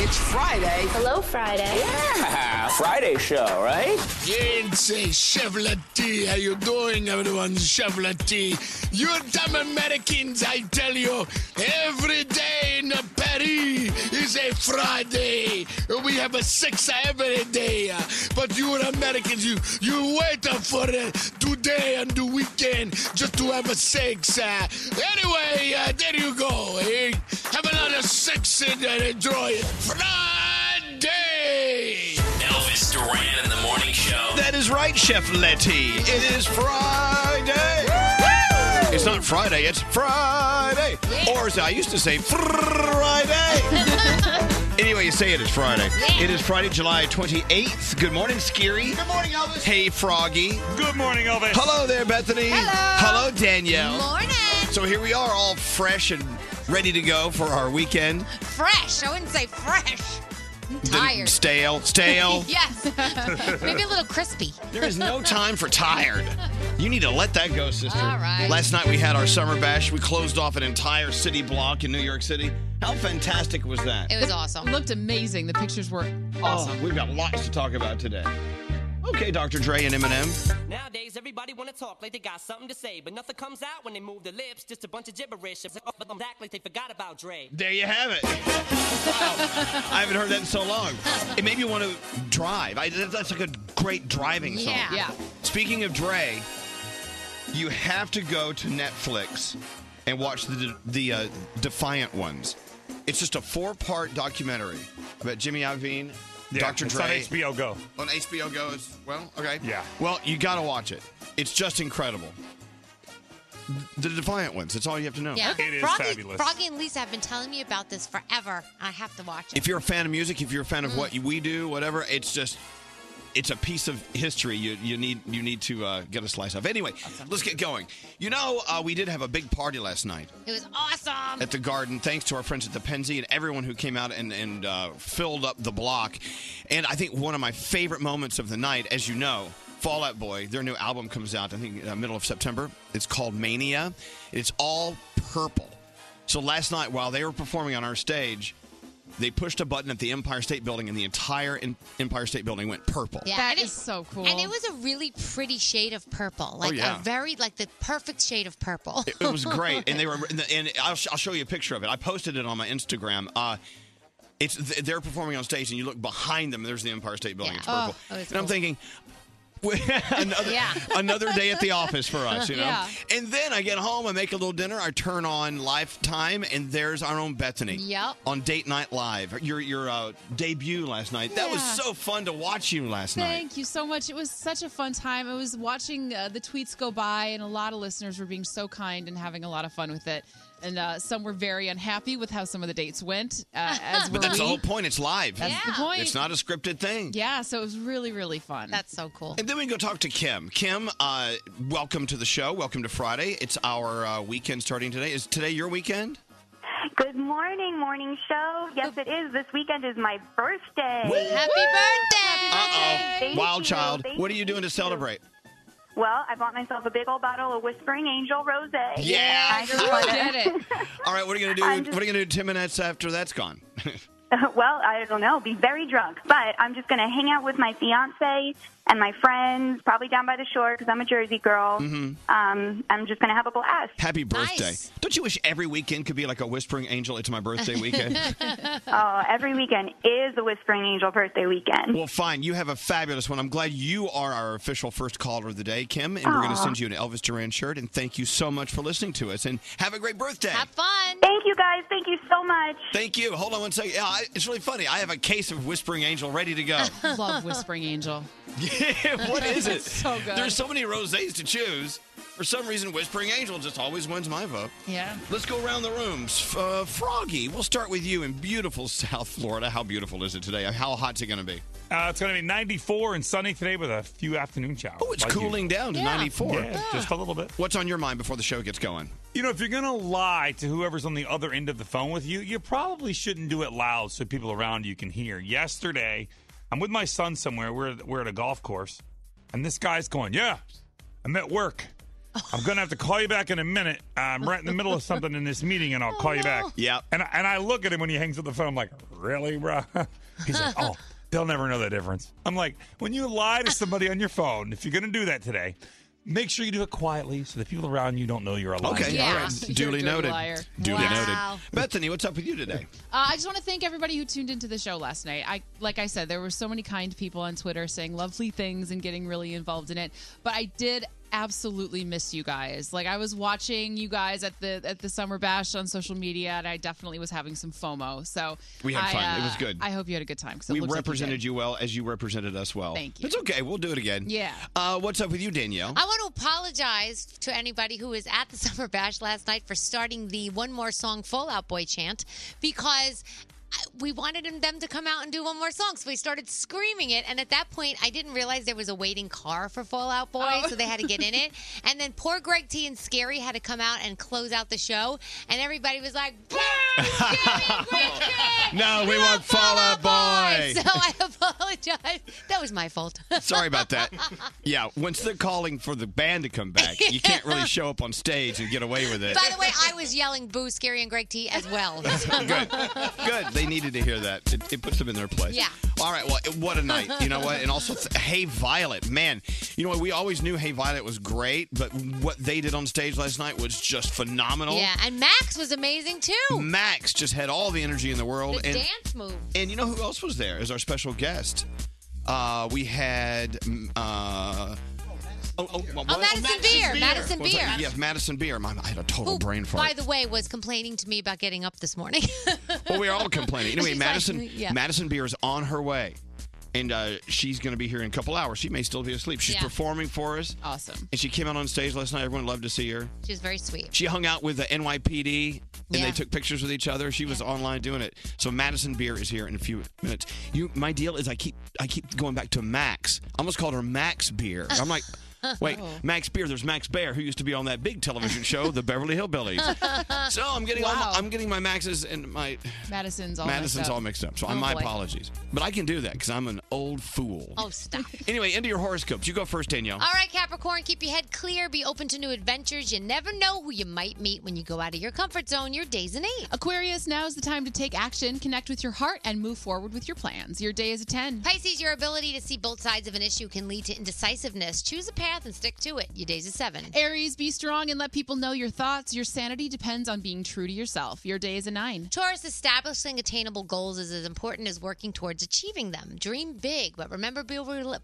It's Friday. Hello, Friday. Yeah, Friday show, right? Gente, Chevrolet, how you doing, everyone? Chevrolet, you dumb Americans, I tell you, every day in Paris is a Friday. We have a six every day, but you Americans, you you wait for uh, today and the weekend just to have a six. Uh, anyway, uh, there you go. Hey, have another six and enjoy it. Friday! Elvis Duran in the morning show. That is right, Chef Letty. It is Friday. Woo! It's not Friday, it's Friday. Yeah. Or as I used to say, Friday. anyway, you say it is Friday. Yeah. It is Friday, July 28th. Good morning, Skiri. Good morning, Elvis. Hey, Froggy. Good morning, Elvis. Hello there, Bethany. Hello. Hello, Danielle. Good morning. So here we are, all fresh and ready to go for our weekend. Fresh. I wouldn't say fresh. I'm tired. The stale. Stale. yes. Maybe a little crispy. There is no time for tired. You need to let that go, sister. All right. Last night we had our summer bash. We closed off an entire city block in New York City. How fantastic was that? It was awesome. It looked amazing. The pictures were awesome. Oh, we've got lots to talk about today. Okay, Dr. Dre and Eminem. Nowadays, everybody want to talk like they got something to say, but nothing comes out when they move their lips. Just a bunch of gibberish. But them act like they forgot about Dre. There you have it. wow. I haven't heard that in so long. It made me want to drive. I, that's like a great driving song. Yeah. yeah. Speaking of Dre, you have to go to Netflix and watch the the uh, Defiant ones. It's just a four part documentary about Jimmy Iovine yeah, Dr. It's Dre. It's on HBO Go. On HBO Go as well. Okay. Yeah. Well, you got to watch it. It's just incredible. The Defiant ones. That's all you have to know. Yeah. Okay. It Froggy, is fabulous. Froggy and Lisa have been telling me about this forever. I have to watch it. If you're a fan of music, if you're a fan of mm. what we do, whatever, it's just. It's a piece of history you, you need you need to uh, get a slice of. Anyway, awesome. let's get going. You know, uh, we did have a big party last night. It was awesome at the garden. Thanks to our friends at the Penzi and everyone who came out and and uh, filled up the block. And I think one of my favorite moments of the night, as you know, Fallout Boy, their new album comes out, I think, uh, middle of September. It's called Mania. It's all purple. So last night, while they were performing on our stage, they pushed a button at the Empire State Building, and the entire em- Empire State Building went purple. that is so cool. And it was a really pretty shade of purple, like Oh, yeah. a very like the perfect shade of purple. It, it was great, and they were. And, the- and I'll, sh- I'll show you a picture of it. I posted it on my Instagram. Uh, it's th- they're performing on stage, and you look behind them. There's the Empire State Building. It's Oh, purple, it was and I'm cool. thinking. another, another day at the office for us, you know. Yeah. And then I get home, I make a little dinner, I turn on Lifetime, and there's our own Bethany. Yep. On Date Night Live, your your uh, debut last night. That was Yeah. so fun to watch you last night. Thank you so much. It was such a fun time. I was watching uh, the tweets go by, and a lot of listeners were being so kind and having a lot of fun with it. And uh, some were very unhappy with how some of the dates went. Uh, as were But that's we. the whole point. It's live. That's the point. It's not a scripted thing. Yeah, so it was really, really fun. That's so cool. And then we go talk to Kim. Kim, uh, welcome to the show. Welcome to Friday. It's our uh, weekend starting today. Is today your weekend? Good morning, morning show. Yes, it is. This weekend is my birthday. Happy birthday! Wild child. What are you doing to celebrate? Well, I bought myself a big old bottle of Whispering Angel Rose. Yeah. I just You wanna- did All right, what are you gonna do? what are you gonna do? Ten minutes after that's gone. well, I don't know. Be very drunk, but I'm just going to hang out with my fiance and my friends, probably down by the shore because I'm a Jersey girl. Mhm. Um, I'm just going to have a blast. Happy birthday! Don't you wish every weekend could be like a whispering angel? It's my birthday weekend. oh, every weekend is the Whispering Angel birthday weekend. well, fine. You have a fabulous one. I'm glad you are our official first caller of the day, Kim, and we're gonna Aw. send you an Elvis Duran shirt. And thank you so much for listening to us. And have a great birthday. fun. Thank you guys. Thank you so much. Thank you. Hold on one second. Yeah, I, it's really funny. I have a case of Whispering Angel ready to go. Love Whispering Angel. Yeah, what is it? It's so good. There's so many rosés to choose. For some reason, Whispering Angel just always wins my vote. Yeah. Let's go around the rooms. Uh, Froggy, we'll start with you in beautiful South Florida. How beautiful is it today? How hot's it going to be? Uh, it's going to be 94 and sunny today with a few afternoon showers. Oh, it's Like cooling usual. down to 94. Yeah, just a little bit. What's on your mind before the show gets going? You know, if you're going to lie to whoever's on the other end of the phone with you, you probably shouldn't do it loud so people around you can hear. Yesterday, I'm with my son somewhere. We're, we're at a golf course, and this guy's going, Yeah, I'm at work. I'm going to have to call you back in a minute. I'm right in the middle of something in this meeting, and I'll call you back. Yeah. And, I- and I look at him when he hangs up the phone. I'm like, Really, bro? He's like, Oh, they'll never know the difference. I'm like, When you lie to somebody on your phone, if you're going to do that today, Make sure you do it quietly so the people around you don't know you're a liar. Okay, all right. Duly noted. Duly noted. Bethany, what's up with you today? Uh, I just want to thank everybody who tuned into the show last night. I, like I said, there were so many kind people on Twitter saying lovely things and getting really involved in it. But I did absolutely miss you guys. Like I was watching you guys at the at the summer bash on social media, and I definitely was having some FOMO. So We had I, uh, fun. It was good. I hope you had a good time. 'cause it We looks like represented did. you well as you represented us well. Thank you. It's okay. We'll do it again. Yeah. Uh, what's up with you, Danielle? I want to apologize to anybody who was at the Summer Bash last night for starting the One More Song Fallout Boy chant because I- we wanted him- them to come out and do one more song. So we started screaming it. And at that point, I didn't realize there was a waiting car for Fallout Boy. Oh. So they had to get in it. And then poor Greg T and Scary had to come out and close out the show. And everybody was like, "Boo!" no, we won't fall out, boy. So I apologize. That was my fault. Sorry about that. Yeah, once they're calling for the band to come back, you can't really show up on stage and get away with it. By the way, I was yelling boo, scary, and Greg T as well. Good. Good. They needed to hear that. It, it puts them in their place. Yeah. All right. Well, what a night. You know what? And also, th- Hey Violet, man. You know what? We always knew Hey Violet was great, but what they did on stage last night was just phenomenal. Yeah, and Max was amazing too. Max just had all the energy in the The world. and dance move. And you know who else was there as our special guest? Uh, we had. mm, Uh, oh, oh, what? Oh, Madison Beer. Madison What's that? Beer. Yes, Madison Beer. My- I had a total Who, brain fart. By the way, was complaining to me about getting up this morning. well, we are all complaining. Anyway, She's like, Madison yeah. Madison Beer is on her way. And uh, she's going to be here in a couple hours. She may still be asleep. She's Yeah. performing for us. Awesome. And she came out on stage last night. Everyone loved to see her. she was very sweet. She hung out with the NYPD and Yeah. they took pictures with each other. She was online doing it. So Madison Beer is here in a few minutes. You, my deal is I keep I keep going back to Max. I almost called her Max Beer. I'm like, wait, Oh. Max Beer. There's Max Bear who used to be on that big television show, The Beverly Hillbillies. So I'm getting all my, I'm getting my Maxes and my Madison's all Madison's mixed up. all mixed up. So Oh, my boy. apologies, but I can do that because I'm an old fool. Oh, stop. Anyway, into your horoscopes. You go first, Danielle. All right, Capricorn, keep your head clear. Be open to new adventures. You never know who you might meet when you go out of your comfort zone. Your day's an eight. Aquarius, now is the time to take action, connect with your heart, and move forward with your plans. Your day is a 10. Pisces, your ability to see both sides of an issue can lead to indecisiveness. Choose a path and stick to it. Your day's a seven. Aries, be strong and let people know your thoughts. Your sanity depends on being true to yourself. Your day is a 9. Taurus, establishing attainable goals is as important as working towards achieving them. Dream big, but remember be, real-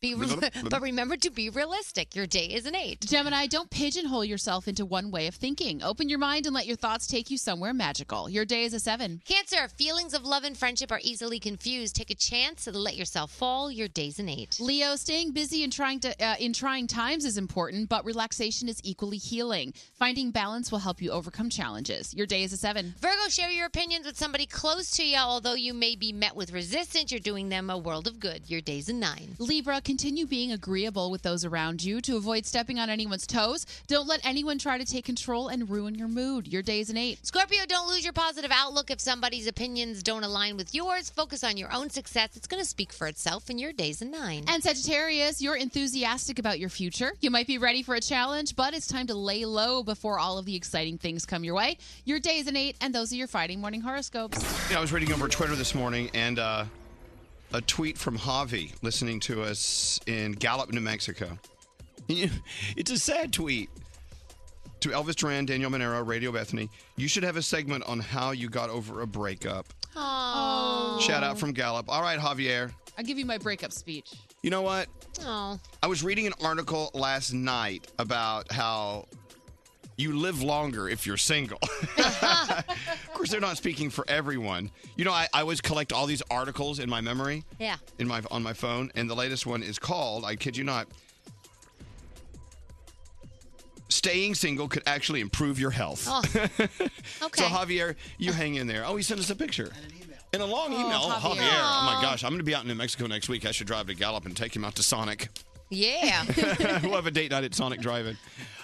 be real- but remember to be realistic. Your day is an eight. Gemini, don't pigeonhole yourself into one way of thinking. Open your mind and let your thoughts take you somewhere magical. Your day is a 7. Cancer, feelings of love and friendship are easily confused. Take a chance and let yourself fall. Your day's an eight. Leo, staying busy and trying to uh, in trying times is important, but relaxation is equally healing. Finding balance will help you overcome challenges. Your day is a seven. Virgo, share your opinions with somebody close to you. Although you may be met with resistance, you're doing them a world of good. Your day's a nine. Libra, continue being agreeable with those around you to avoid stepping on anyone's toes. Don't let anyone try to take control and ruin your mood. Your day is an eight. Scorpio, don't lose your positive outlook if somebody's opinions don't align with yours. Focus on your own success. It's going to speak for itself, and your day's a nine. And Sagittarius, you're enthusiastic about your future. You might be ready for a challenge, but it's time to lay low before all of the exciting things come your way. Your day is an eight, and those are your Friday morning horoscopes. Yeah, I was reading over Twitter this morning and uh, a tweet from Javi listening to us in Gallup, New Mexico. it's a sad tweet. To Elvis Duran, Daniel Monero, Radio Bethany, you should have a segment on how you got over a breakup. Oh. Shout out from Gallup. All right, Javier. I'll give you my breakup speech. You know what? Oh. I was reading an article last night about how you live longer if you're single. of course, they're not speaking for everyone. You know, I, I always collect all these articles in my memory, Yeah. in my on my phone, and the latest one is called. I kid you not. Staying single could actually improve your health. Oh. So Javier, you hang in there. Oh, he sent us a picture. In a long Oh, email, Oh, Javier. Javier. Oh Aw. my gosh, I'm going to be out in New Mexico next week. I should drive to Gallup and take him out to Sonic. Yeah. we'll have a date night at Sonic Drive-In.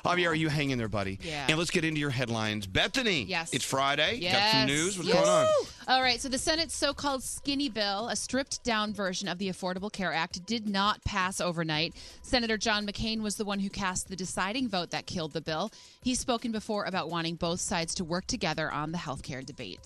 Javier, are you hanging there, buddy? Yeah. And let's get into your headlines. Bethany. Yes. It's Friday. Got Yes. some news. What's Yes. going on? All right. So the Senate's so-called skinny bill, a stripped-down version of the Affordable Care Act, did not pass overnight. Senator John McCain was the one who cast the deciding vote that killed the bill. He's spoken before about wanting both sides to work together on the health care debate.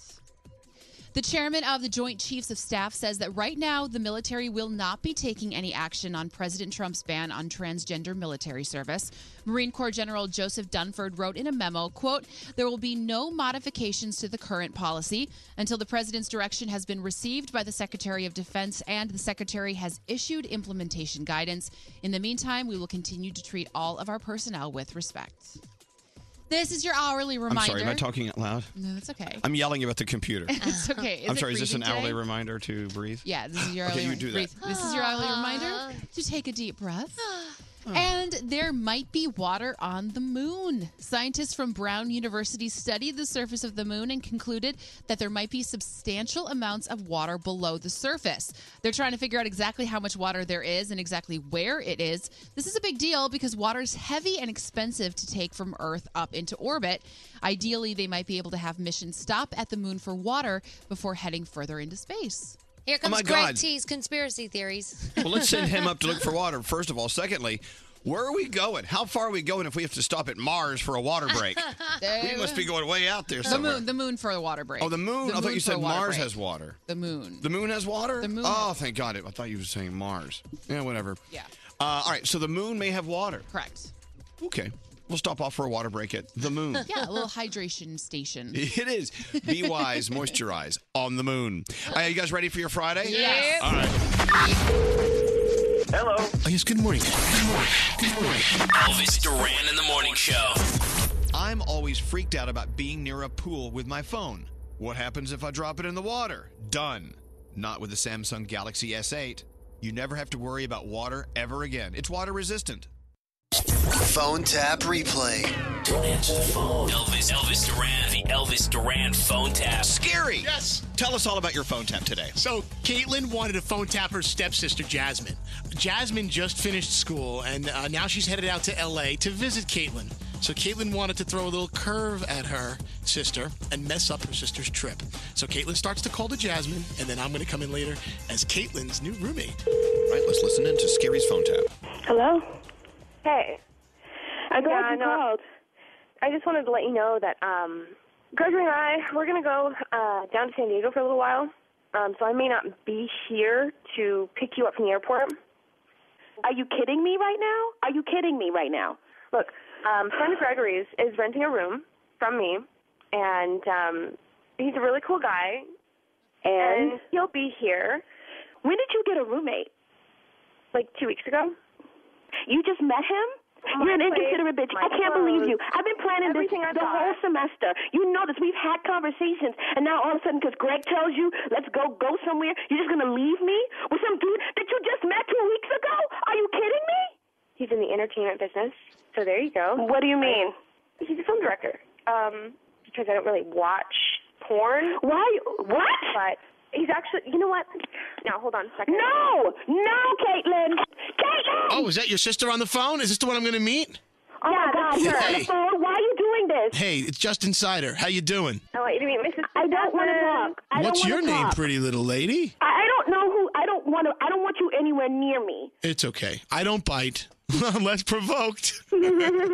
The chairman of the Joint Chiefs of Staff says that right now the military will not be taking any action on President Trump's ban on transgender military service. Marine Corps General Joseph Dunford wrote in a memo, quote, "There will be no modifications to the current policy until the president's direction has been received by the Secretary of Defense and the Secretary has issued implementation guidance. In the meantime, we will continue to treat all of our personnel with respect." This is your hourly reminder. I'm sorry, am I talking out loud? No, it's okay. I'm yelling about the computer. it's okay. Is I'm it sorry, is this an reading day? hourly reminder to breathe? Yeah, this is your Okay, hourly you do that. breathe. This is your hourly reminder to take a deep breath. And there might be water on the moon. Scientists from Brown University studied the surface of the moon and concluded that there might be substantial amounts of water below the surface. They're trying to figure out exactly how much water there is and exactly where it is. This is a big deal because water's heavy and expensive to take from Earth up into orbit. Ideally, they might be able to have missions stop at the moon for water before heading further into space. Here comes Oh my Greg God. T's conspiracy theories. Well, let's send him up to look for water, first of all. Secondly, where are we going? How far are we going if we have to stop at Mars for a water break? we must be going way out there the somewhere. moon, the moon for the water break. Oh, the moon? I thought you for a said water Mars break. has water. The moon. The moon has water? The moon Oh, thank God. I thought you were saying Mars. Yeah, whatever. Yeah. Uh, all right, so the moon may have water. Correct. Okay. We'll stop off for a water break at the moon. Yeah, a little hydration station. It is. Be wise, moisturize on the moon. Are you guys ready for your Friday? Yes. All right. Hello. Oh, yes, good morning. Good morning. Good morning. Elvis Duran in the morning show. I'm always freaked out about being near a pool with my phone. What happens if I drop it in the water? Done. Not with the Samsung Galaxy S8. You never have to worry about water ever again. It's water resistant. Phone tap replay. Don't answer the phone. Elvis, Elvis Duran, the Elvis Duran phone tap. Scary. Yes. Tell us all about your phone tap today. So, Caitlin wanted to phone tap her stepsister, Jasmine. Jasmine just finished school, and uh, now she's headed out to LA to visit Caitlin. So Caitlyn wanted to throw a little curve at her sister and mess up her sister's trip. So Caitlyn starts to call to Jasmine, and then I'm going to come in later as Caitlyn's new roommate. All right, let's listen in to Scary's phone tap. Hello? Hey. I'm glad Yeah, you no, called. I just wanted to let you know that um, Gregory and I, we're going to go uh, down to San Diego for a little while. Um, so I may not be here to pick you up from the airport. Are you kidding me right now? Are you kidding me right now? Look, um, friend of Gregory's is renting a room from me, and um, he's a really cool guy. And? he'll be here. When did you get a roommate? Like two weeks ago. You just met him? You're an inconsiderate bitch. I can't believe you. I've been planning this Everything I the thought. whole semester. You know this. We've had conversations, and now all of a sudden, because Greg tells you, let's go go somewhere, you're just gonna leave me with some dude that you just met two weeks ago? Are you kidding me? He's in the entertainment business, so there you go. What do you mean? I- he's a film director. Um, because I don't really watch porn. Why? What? But he's actually. You know what? Now hold on a second. No, no, Caitlin. Caitlin. Oh, is that your sister on the phone? Is this the one I'm going to meet? Oh my God, that's you're her. on the phone. Why are you doing this? Hey, it's Justin Sider. How you doing? I want Oh, you to meet Mrs. I don't want to talk. I What's don't your wanna name, talk. pretty little lady? I, I don't know who. I don't want to. I don't want you anywhere near me. It's okay. I don't bite unless provoked.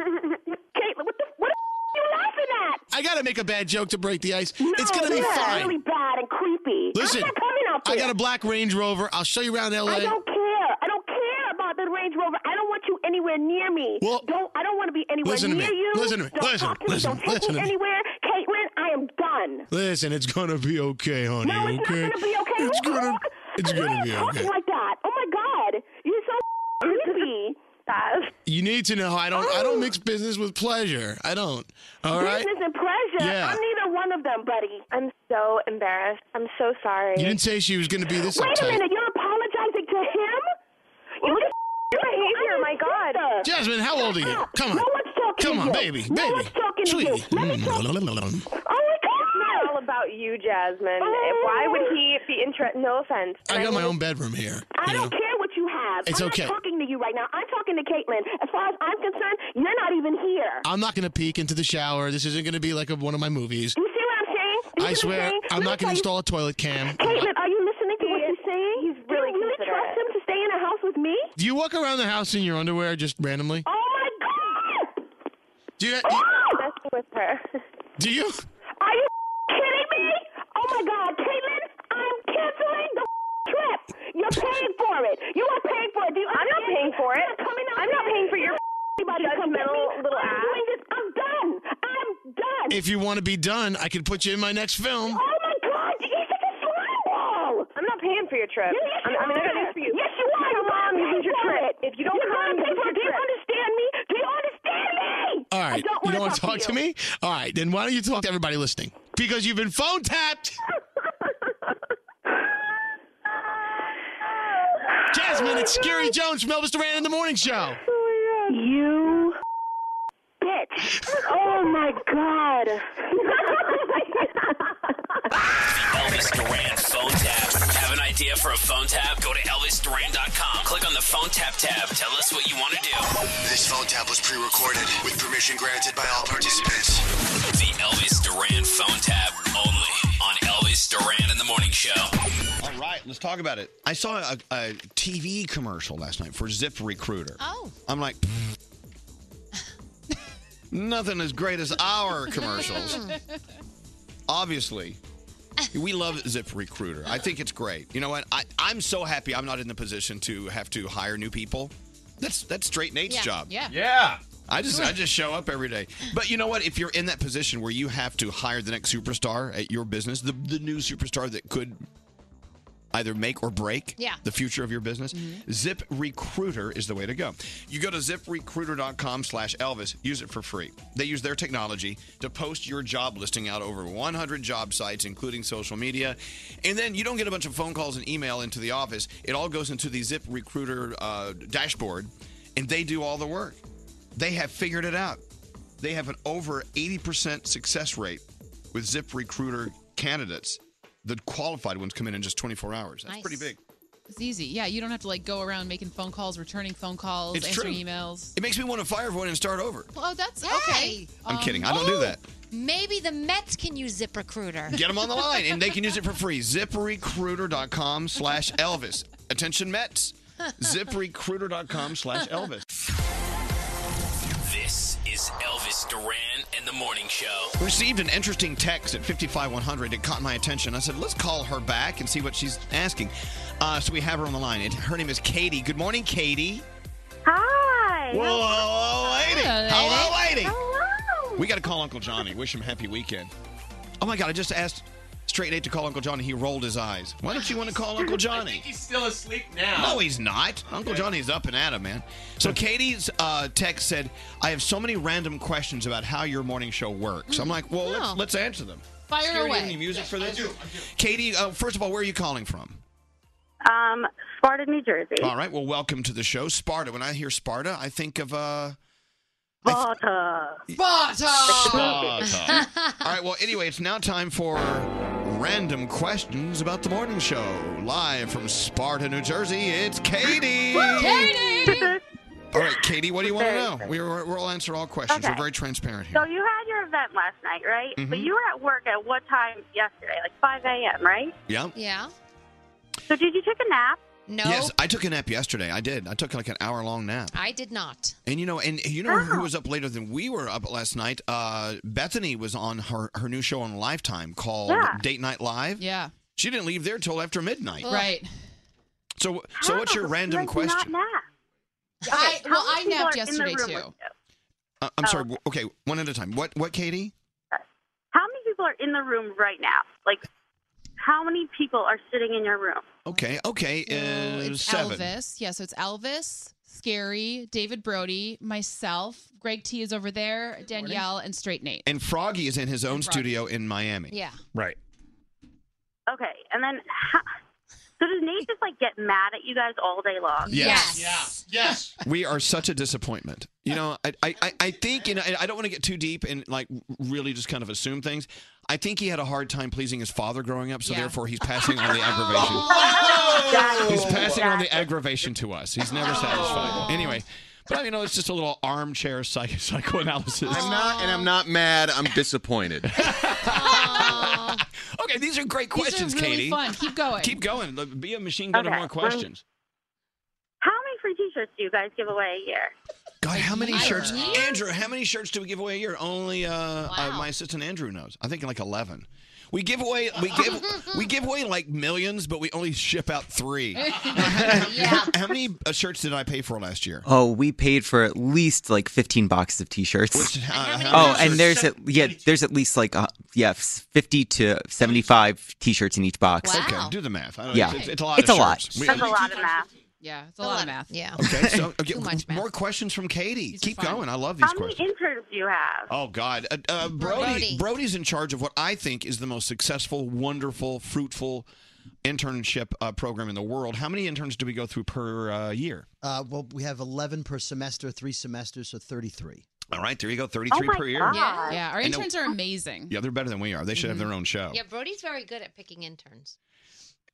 Caitlin, what the what are you laughing at? I gotta make a bad joke to break the ice. No, it's gonna be this is fine. Really bad and creepy. Listen, I'm not coming up I here. got a black Range Rover. I'll show you around LA. I don't care. I don't care about the Range Rover. I don't want you anywhere near me. Well- don't. I don't want to be anywhere Listen to near me. you. Listen to me. Don't Listen, talk to me. listen, Don't take listen me to me. anywhere, Caitlin. I am done. Listen, it's gonna be okay, honey. No, it's okay. not gonna be okay. It's Who gonna. talk- It's who gonna be talks okay. like that. Oh my God, you're so creepy. You need to know I don't. I don't mix business with pleasure. I don't. All right. Oh. Business and pleasure. Yeah. I'm neither one of them, buddy. I'm so embarrassed. I'm so sorry. You didn't say she was gonna be this Wait a uptight. minute, you're apologizing to him? You just Your behavior, I'm my his God. sister. Jasmine, how old are you? Come on. No one's talking Come to on, you. baby, No baby, one's talking to you. sweetie. Let me talk. Mm. Oh my It's God. not all about you, Jasmine. Oh. Why would he be interested? No offense. I got my own bedroom here. I you know? don't care what you have. It's I'm okay. not talking to you right now. I'm talking to Caitlin. As far as I'm concerned, you're not even here. I'm not gonna peek into the shower. This isn't gonna be like a, one of my movies. You see what I'm saying? You I see what swear, I'm, saying? I'm Let me not gonna tell you- install a toilet cam. Caitlin, are you listening to what He is- he's saying? he's really Do you really considerate. trust him to stay in a house with me? Do you walk around the house in your underwear just randomly? Oh my God! Do you? Oh! Messing with her. Do you? Are you kidding me? Oh my God, Caitlin, I'm canceling the trip. You're paying for it. You are paying for it. Do you I'm not understand? paying for it. You're coming out I'm not here paying for your anybody to come get me. judgmental little I'm ass. doing this. I'm done. I'm done. If you want to be done, I can put you in my next film. oh my God, he's such a slimeball. I'm not paying for your trip. Yeah, yes, I'm, you I mean, I got are. news for you. Yes, you are. You You're come, gonna you pay lose your for trip. it. If you don't You're come, gonna you pay lose for it. your Do you trip. understand me? Do you understand me? All right. Oh, I don't you wanna don't want to talk, to you. me? All right. Then why don't you talk to everybody listening? Because you've been phone tapped. Jasmine, it's Oh Scary Jones from Elvis Duran in the Morning Show. You bitch. Oh my god. Elvis Duran phone tap. Have an idea for a phone tap? Go to ElvisDuran.com. Click on the phone tap tab. Tell us what you want to do. This phone tap was pre-recorded with permission granted by all participants. The Elvis Duran phone tap only on Elvis Duran in the Morning Show. All right, let's talk about it. I saw a, a TV commercial last night for Zip Recruiter. Oh. I'm like, nothing as great as our commercials. Obviously, we love Zip Recruiter. I think it's great. You know what? I, I'm so happy I'm not in the position to have to hire new people. That's that's straight Nate's Yeah. job. Yeah. Yeah. I just I just show up every day. But you know what? If you're in that position where you have to hire the next superstar at your business, the, the new superstar that could either make or break Yeah. the future of your business, Zip Recruiter is the way to go. You go to ziprecruiter.com slash Elvis, use it for free. They use their technology to post your job listing out over 100 job sites, including social media. And then you don't get a bunch of phone calls and email into the office. It all goes into the Zip Recruiter uh, dashboard, and they do all the work. They have figured it out. They have an over 80% success rate with Zip Recruiter candidates. The qualified ones come in in just 24 hours. That's pretty big. It's easy. Yeah, you don't have to like go around making phone calls, returning phone calls, It's answering true. emails. It makes me want to fire everyone and start over. Oh, that's okay. I'm kidding. I don't do that. Maybe the Mets can use ZipRecruiter. Get them on the line, and they can use it for free. ZipRecruiter.com slash Elvis. Attention, Mets. ZipRecruiter.com slash Elvis. This is Elvis Duran and the Morning Show. Received an interesting text at 55100. It caught my attention. I said, let's call her back and see what she's asking. Uh, so we have her on the line. It, her name is Katie. Good morning, Katie. Hi. Whoa, hello, lady. Hello, lady. Hello. We got to call Uncle Johnny. Wish him happy weekend. Oh, my God. I just asked Straight Nate to call Uncle Johnny. He rolled his eyes. Why don't you want to call Uncle Johnny? he's still asleep now. No, he's not. Uncle Okay. Johnny's up and at him, man. So Katie's uh, text said, "I have so many random questions about how your morning show works." I'm like, "Well, No. let's, let's answer them." Fire Scary, do you have away. Any music Yes, for I this? do, I Katie, uh, first of all, where are you calling from? Um, Sparta, New Jersey. All right. Well, welcome to the show, Sparta. When I hear Sparta, I think of uh. Sparta. Sparta. all right. Well, anyway, it's now time for random questions about the morning show. Live from Sparta, New Jersey, it's Katie. Katie. All right, Katie, what do you want to know? Okay. We, we're- we'll answer all questions. Okay. We're very transparent here. So you had your event last night, right? But Mm-hmm. Mhm. you were at work at what time yesterday? Like 5 a.m., right? Yeah. Yeah. So did you take a nap? No. Yes, I took a nap yesterday. I did. I took like an hour long nap. I did not. And you know, and you know who was up later than we were up last night? Uh, Bethany was on her her new show on Lifetime called Yeah. Date Night Live. Yeah. She didn't leave there till after midnight. Right. So so what's your random question? I, how well, many I people napped are in the yesterday room too. with Uh, I'm sorry. w- Okay, one at a time. What what Katie? How many people are in the room right now? Like, how many people are sitting in your room? Okay, okay. Uh, It's seven. Elvis. Yeah, so it's Elvis, Scary, David Brody, myself, Greg T is over there, Danielle, and Straight Nate. And Froggy is in his own And Froggy. studio in Miami. Yeah. Right. Okay, and then how, so does Nate just like get mad at you guys all day long? Yes. Yeah. Yes. we are such a disappointment. You know, I, I- I, I think, and I, I don't want to get too deep and like really just kind of assume things. I think he had a hard time pleasing his father growing up, so therefore he's passing on the aggravation. he's passing on the aggravation to us. He's never satisfied. Anyway, but you know, it's just a little armchair psych- psychoanalysis. I'm not, and I'm not mad. I'm disappointed. Okay, these are great questions, These are really Katie. fun. Keep going. Keep going. Look, Be a machine gun of Okay, more well- questions. How many free T-shirts do you guys give away a year? God, how many year? shirts? A year? Andrew, how many shirts do we give away a year? Only uh, uh, my assistant Andrew knows. I think like eleven. We give away we give we give away like millions, but we only ship out three. yeah. How many uh, shirts did I pay for last year? Oh, we paid for at least like 15 boxes of t-shirts. Which- uh, how- how many oh, shirts? and there's at, yeah, there's at least like uh, yeah, 50 to 75 t-shirts in each box. Okay, do the math. I don't, Yeah. it's, it's a lot. It's of a lot. shirts. We- That's a lot of math. Yeah, it's a, lot, of math. Yeah. Okay, so okay, more questions from Katie. Keep going. I love these How many questions. interns do you have? Oh God, uh, uh, Brody. Brody's in charge of what I think is the most successful, wonderful, fruitful internship uh, program in the world. How many interns do we go through per uh, year? Uh, well, we have 11 per semester, three semesters, so 33. All right, there you go, Oh thirty-three per year. Yeah. yeah, our And then- interns are amazing. Yeah, they're better than we are. They should Mm-hmm. Mm-hmm. have their own show. Yeah, Brody's very good at picking interns.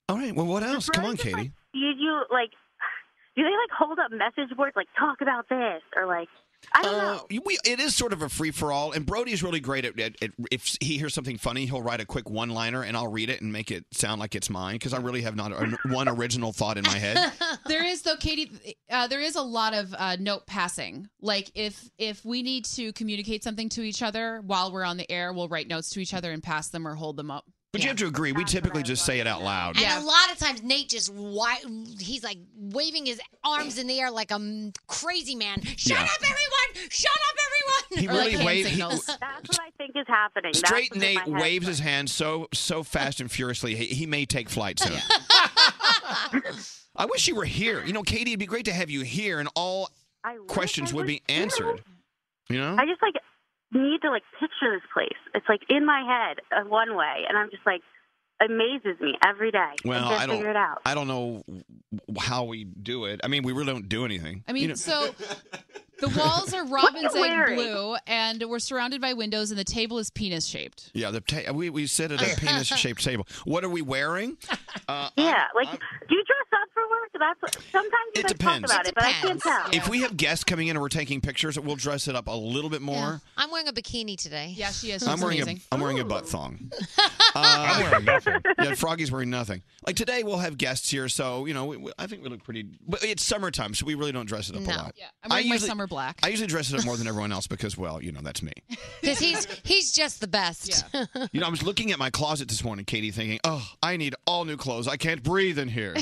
All right. Well, what else? Come on, Katie. Did you like? Do they like hold up message boards like talk about this or like? I don't know. Uh, we, it is sort of a free for all, and Brody's really great at, at, at if he hears something funny, he'll write a quick one liner, and I'll read it and make it sound like it's mine because I really have not a, one original thought in my head. there is though, Katie. Uh, there is a lot of uh, note passing. Like if if we need to communicate something to each other while we're on the air, we'll write notes to each other and pass them or hold them up. But you have to agree. We typically just say it out loud. And a lot of times Nate just why he's like waving his arms in the air like a m- crazy man. Shut Yeah. up, everyone! Shut up, everyone! He really waved. he- That's what I think is happening. That's straight what's in Nate my head. waves his hand so so fast and furiously. He, he may take flight soon. I wish you were here. You know, Katie, it'd be great to have you here, and all questions would be answered. You know. I just like need to like picture this place. It's like in my head uh, one way, and I'm just like amazes me every day. Well, I can't I don't. figure it out. I don't know w- how we do it. I mean, we really don't do anything. I mean, You know- so the walls are robin's egg wearing? blue, and we're surrounded by windows, and the table is penis shaped. yeah, the ta- we we sit at a penis shaped table. What are we wearing? Uh, Yeah, like do you dress up for that's sometimes you It guys depends. talk about it, but I can't tell. If we have guests coming in and we're taking pictures, we'll dress it up a little bit more. I'm wearing a bikini today. Yeah, she is. I'm wearing a I'm wearing a butt thong. I'm wearing nothing. Yeah, Froggy's wearing nothing. Like today, we'll have guests here, so you know, we, we- I think we look pretty. But it's summertime, so we really don't dress it up a No. lot. Yeah, I'm wearing I my usually- summer black. I usually dress it up more than everyone else because, well, you know, that's me. Because he's he's just the best. You know, I was looking at my closet this morning, Katie, thinking, oh, I need all new clothes. I can't breathe in here.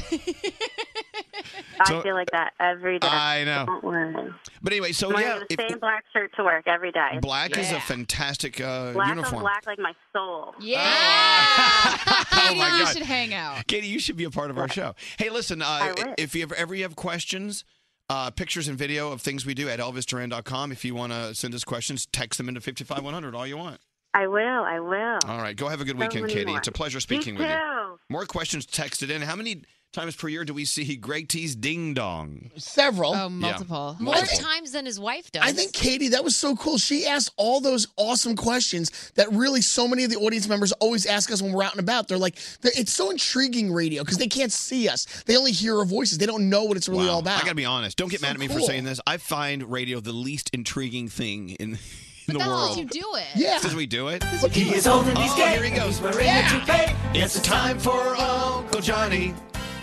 I feel like that every day. I know. Don't worry. But anyway, so I'm wearing yeah, the if- same black shirt to work every day. black is Yeah. a fantastic uh, black uniform. on black like my soul. Yeah. oh my you God. should hang out. Katie, you should be a part of our show. Hey, listen, uh, if you ever, ever you have questions, uh, pictures and video of things we do at elvisduran.com. If you want to send us questions, text them into 55100, all you want. I will. I will. All right, go have a good So weekend, many Katie. more. It's a pleasure speaking you with too. you. More questions texted in. How many times per year do we see Greg T's ding dong? Several. Oh, multiple. More times than his wife does. I think Katie, that was so cool. She asked all those awesome questions that really so many of the audience members always ask us when we're out and about. They're like, they're- it's so intriguing radio because they can't see us. They only hear our voices. They don't know what it's really all I about. got to be honest. Don't get So mad at me for cool. saying this. I find radio the least intriguing thing in, in the That's world. because you do it. Since we do it. He is old and he's oh, gay. Here he goes. He's wearing a toupee. It's the time for Uncle Johnny.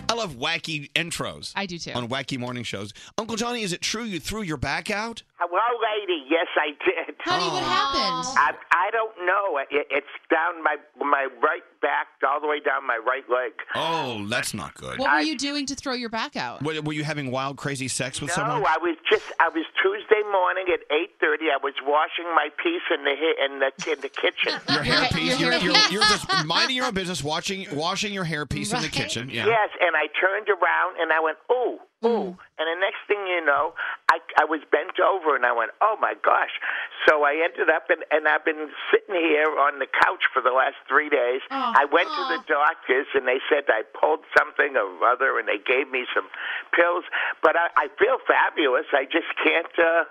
I love wacky intros. I do too. On wacky morning shows. Uncle Johnny, is it true you threw your back out? Uh, Well, lady, yes, I did. Honey, what happened? I, I don't know. It, it's down my my right back, all the way down my right leg. Oh, that's not good. What were you doing to throw your back out? Were, were you having wild, crazy sex with No, someone? I was just I was Tuesday morning at eight thirty. I was washing my piece in the hi- in the in the kitchen. Your hairpiece. You're, you're, you're just minding your own business, watching, washing your hairpiece in the kitchen. Yeah. Yes, and I turned around and I went, ooh, Mm. ooh. And the next thing you know, I, I was bent over and I went, oh my gosh. So I ended up, and, and I've been sitting here on the couch for the last three days. Oh. I went to the doctors and they said I pulled something or other and they gave me some pills. But I, I feel fabulous. I just can't. Uh,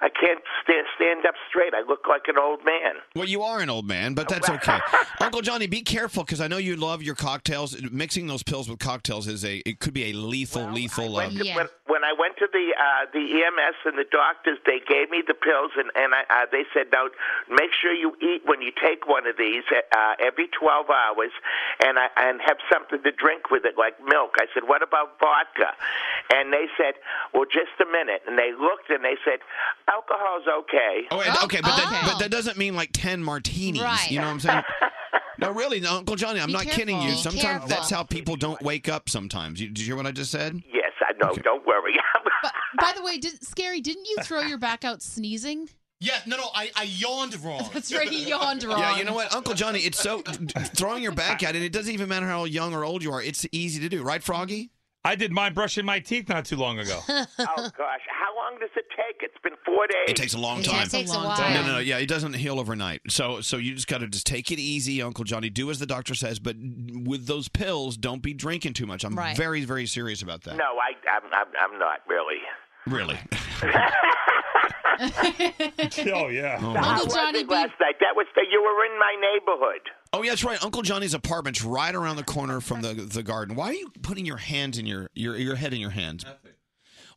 I can't stand, stand up straight. I look like an old man. Well, you are an old man, but that's okay. Uncle Johnny, be careful because I know you love your cocktails. Mixing those pills with cocktails is a it could be a lethal, lethal. Uh, When, when I went to the uh, the EMS and the doctors, they gave me the pills, and and I, uh, they said, "Now make sure you eat when you take one of these uh, every twelve hours, and I, and have something to drink with it, like milk." I said, "What about vodka?" And they said, "Well, just a minute." And they looked and they said, "Alcohol's okay." Oh, and- okay, but that, but that doesn't mean like ten martinis. Right. You know what I'm saying? No, really, no, Uncle Johnny, I'm Be not kidding you. careful. Be Sometimes careful. that's how people don't wake up. Sometimes, you, did you hear what I just said? Yes, I know. Don't worry. By the way, did, Scary, didn't you throw your back out sneezing? Yeah, no, no, I, I yawned wrong. That's right, he yawned wrong. Yeah, you know what, Uncle Johnny, it's so throwing your back at it. It doesn't even matter how young or old you are. It's easy to do, right, Froggy? I did mine brushing my teeth not too long ago. oh gosh, how long does it take? It's been four days. It takes a long time. No, no, no. Yeah, it doesn't heal overnight. So, so you just got to just take it easy, Uncle Johnny. Do as the doctor says, but with those pills, don't be drinking too much. I'm Right. very, very serious about that. No, Oh, I, I'm, I'm, I'm not really. Really. oh yeah. Oh, How was it last night? That was the, you were in my neighborhood. Oh, yeah, that's right. Uncle Johnny's apartment's right around the corner from the the garden. Why are you putting your hands in your your your head in your hands?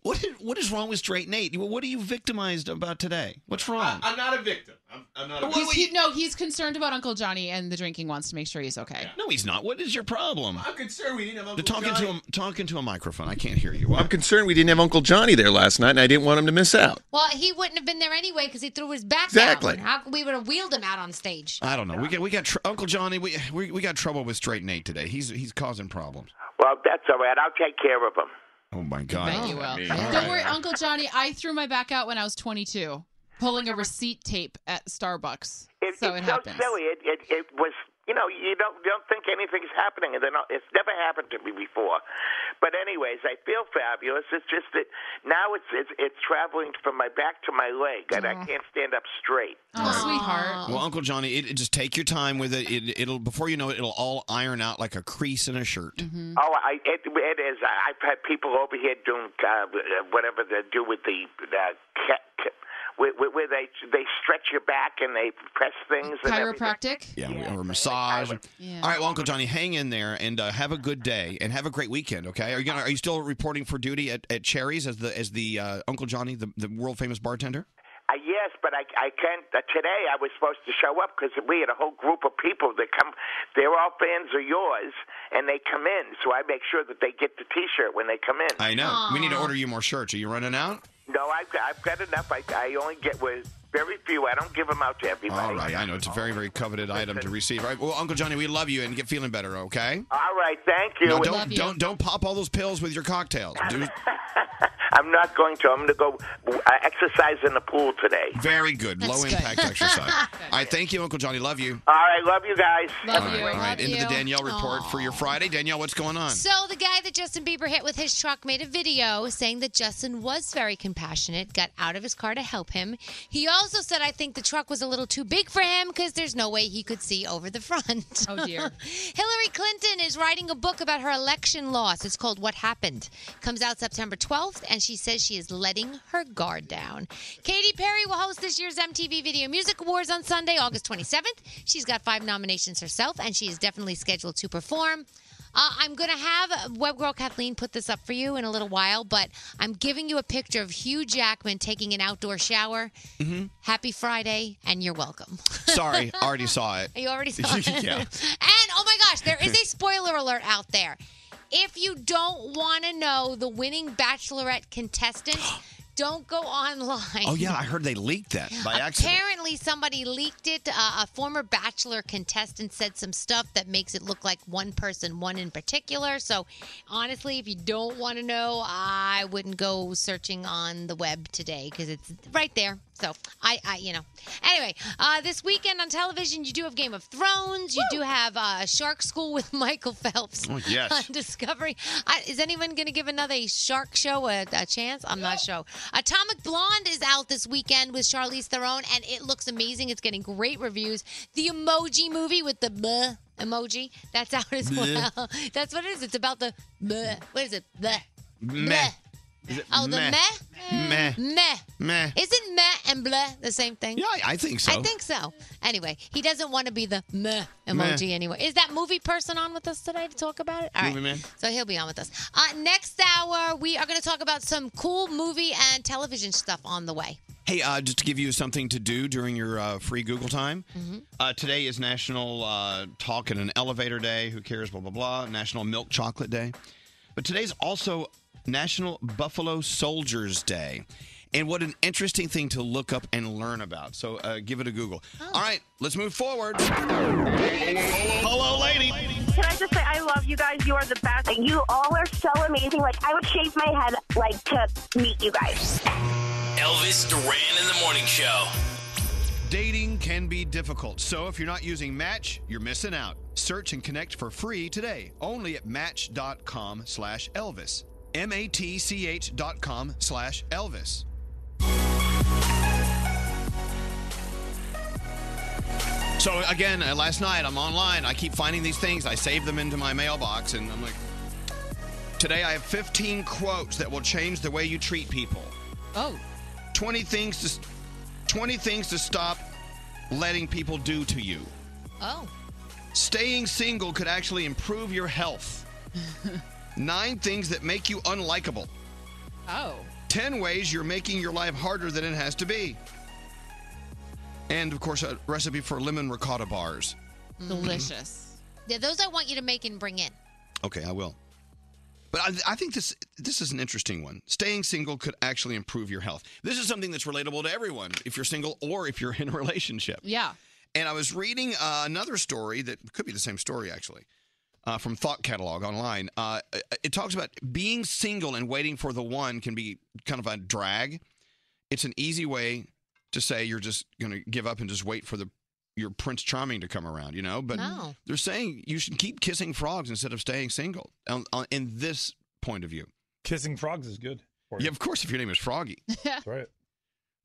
What is, what is wrong with straight Nate? What are you victimized about today? What's wrong? I'm not a victim. I'm, I'm not a He's, victim. he, no, he's concerned about Uncle Johnny and the drinking. Wants to make sure he's okay. no, he's not. What is your problem? I'm concerned we didn't have They're talking to a, talking to a microphone. I can't hear you. I'm concerned we didn't have Uncle Johnny there last night, and I didn't want him to miss out. Well, he wouldn't have been there anyway because he threw his back Exactly. out. How we would have wheeled him out on stage. I don't know. We got we got tr- Uncle Johnny. We, we we got trouble with Straight Nate today. He's he's causing problems. Well, that's all right. I'll take care of him. Oh my God! Bet you will. Don't worry, Uncle Johnny. I threw my back out when I was 22, pulling a receipt tape at Starbucks. so it it's happens. so silly. It, it, it was, you know, you don't you don't think anything's happening, and then all- it's never happened to me before. But anyways, I feel fabulous. It's just that now it's it's, it's traveling from my back to my leg, and Mm-hmm. I can't stand up straight. sweetheart. Well, Uncle Johnny, it, it- just take your time with it. it. It'll before you know it, it'll all iron out like a crease in a shirt. Mm-hmm. Oh, I, it, it is. I- I've had people over here doing uh, whatever they do with the uh, ca- ca- where, where, where they they stretch your back and they press things. And everything. Chiropractic? Yeah, or massage. All right, well, Uncle Johnny, hang in there and uh, have a good day and have a great weekend. Okay? Are you gonna, are you still reporting for duty at, at Cherry's as the as the uh, Uncle Johnny, the, the world famous bartender? Uh, yes, but I, I can't. Uh, today I was supposed to show up because we had a whole group of people that come. They're all fans of yours, and they come in. So I make sure that they get the T-shirt when they come in. I know. We need to order you more shirts. Are you running out? No, I've got, I've got enough. I, I only get with very few. I don't give them out to everybody. All right, I know it's a very very coveted item to receive. All right, well, Uncle Johnny, we love you and get feeling better. Okay. All right, thank you. No, don't don't don't pop all those pills with your cocktails. Do- I'm not going to. I'm going to go uh, exercise in the pool today. very good, low impact exercise. All right, thank you, Uncle Johnny. Love you. All right, love you guys. all right, all right. into the Danielle report for your Friday. Danielle, what's going on? So the guy that Justin Bieber hit with his truck made a video saying that Justin was very compassionate, got out of his car to help him. He also said, "I think the truck was a little too big for him because there's no way he could see over the front." Oh, dear. Hillary Clinton is writing a book about her election loss. It's called "What Happened." Comes out September 12th, and she says she is letting her guard down. Katy Perry will host this year's MTV Video Music Awards on Sunday, August 27th. She's got five nominations herself, and she is definitely scheduled to perform. Uh, I'm going to have Webgirl Kathleen put this up for you in a little while, but I'm giving you a picture of Hugh Jackman taking an outdoor shower. Mhm. Happy Friday, and you're welcome. Sorry, already saw it. You already saw it. yeah. And oh my gosh, there is a spoiler alert out there. If you don't want to know the winning bachelorette contestant, don't go online. Oh yeah, I heard they leaked that by accident. Apparently, somebody leaked it. Uh, a former Bachelor contestant said some stuff that makes it look like one person, one in particular. So, honestly, if you don't want to know, I wouldn't go searching on the web today because it's right there. So, I, I you know. Anyway, uh, this weekend on television, you do have Game of Thrones. You do have uh, Shark School with Michael Phelps Oh, yes. on Discovery. I, is anyone going to give another shark show a, a chance? I'm not sure. Atomic Blonde is out this weekend with Charlize Theron, and it looks amazing. It's getting great reviews. The Emoji movie with the bleh emoji, that's out as Bleh. well. That's what it is. It's about the bleh. What is it? Bleh. Meh. Is it Oh, the meh? Meh. Meh. Meh. Isn't meh and bleh the same thing? Yeah, I think so. I think so. Anyway, he doesn't want to be the meh emoji Meh. anyway. Is that movie person on with us today to talk about it? All right. Movie man. So he'll be on with us. Uh, next hour, we are going to talk about some cool movie and television stuff on the way. Hey, uh, just to give you something to do during your uh, free Google time, uh, today is National uh, Talk in an Elevator Day. Who cares? Blah, blah, blah. National Milk Chocolate Day. But today's also National Buffalo Soldiers Day. And what an interesting thing to look up and learn about. So uh, give it a Google. All right, let's move forward. Hello, lady. Can I just say I love you guys? You are the best. You all are so amazing. Like I would shave my head like to meet you guys. Elvis Duran in the morning show. Dating can be difficult, so if you're not using Match, you're missing out. Search and connect for free today, only at match.com slash Elvis. M-A-T-C-H dot com slash Elvis. So again, uh, last night I'm online. I keep finding these things. I save them into my mailbox, and I'm like, today I have 15 quotes that will change the way you treat people. Oh. 20 things to, s- 20 things to stop letting people do to you. Oh. Staying single could actually improve your health. Nine things that make you unlikable. Oh. 10 ways you're making your life harder than it has to be. And of course, a recipe for lemon ricotta bars. Delicious. Mm-hmm. Yeah, those I want you to make and bring in. Okay, I will. But I, I think this this is an interesting one. Staying single could actually improve your health. This is something that's relatable to everyone if you're single or if you're in a relationship. Yeah. And I was reading uh, another story that could be the same story actually, uh, from Thought Catalog online. Uh, it talks about being single and waiting for the one can be kind of a drag. It's an easy way to say you're just going to give up and just wait for the your Prince Charming to come around, you know. But No. they're saying you should keep kissing frogs instead of staying single. On, on, in this point of view, Kissing frogs is good. for yeah, you. of course, if your name is Froggy. That's right.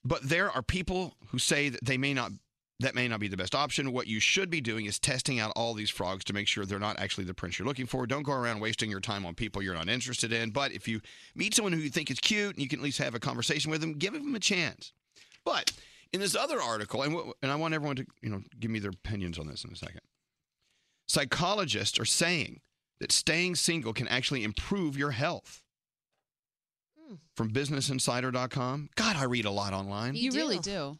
But there are people who say that they may not that may not be the best option. What you should be doing is testing out all these frogs to make sure they're not actually the prince you're looking for. Don't go around wasting your time on people you're not interested in. But if you meet someone who you think is cute and you can at least have a conversation with them, give them a chance. But in this other article, and, wh- and I want everyone to you know give me their opinions on this in a second. Psychologists are saying that staying single can actually improve your health. Hmm. From BusinessInsider.com. God, I read a lot online. You, really do.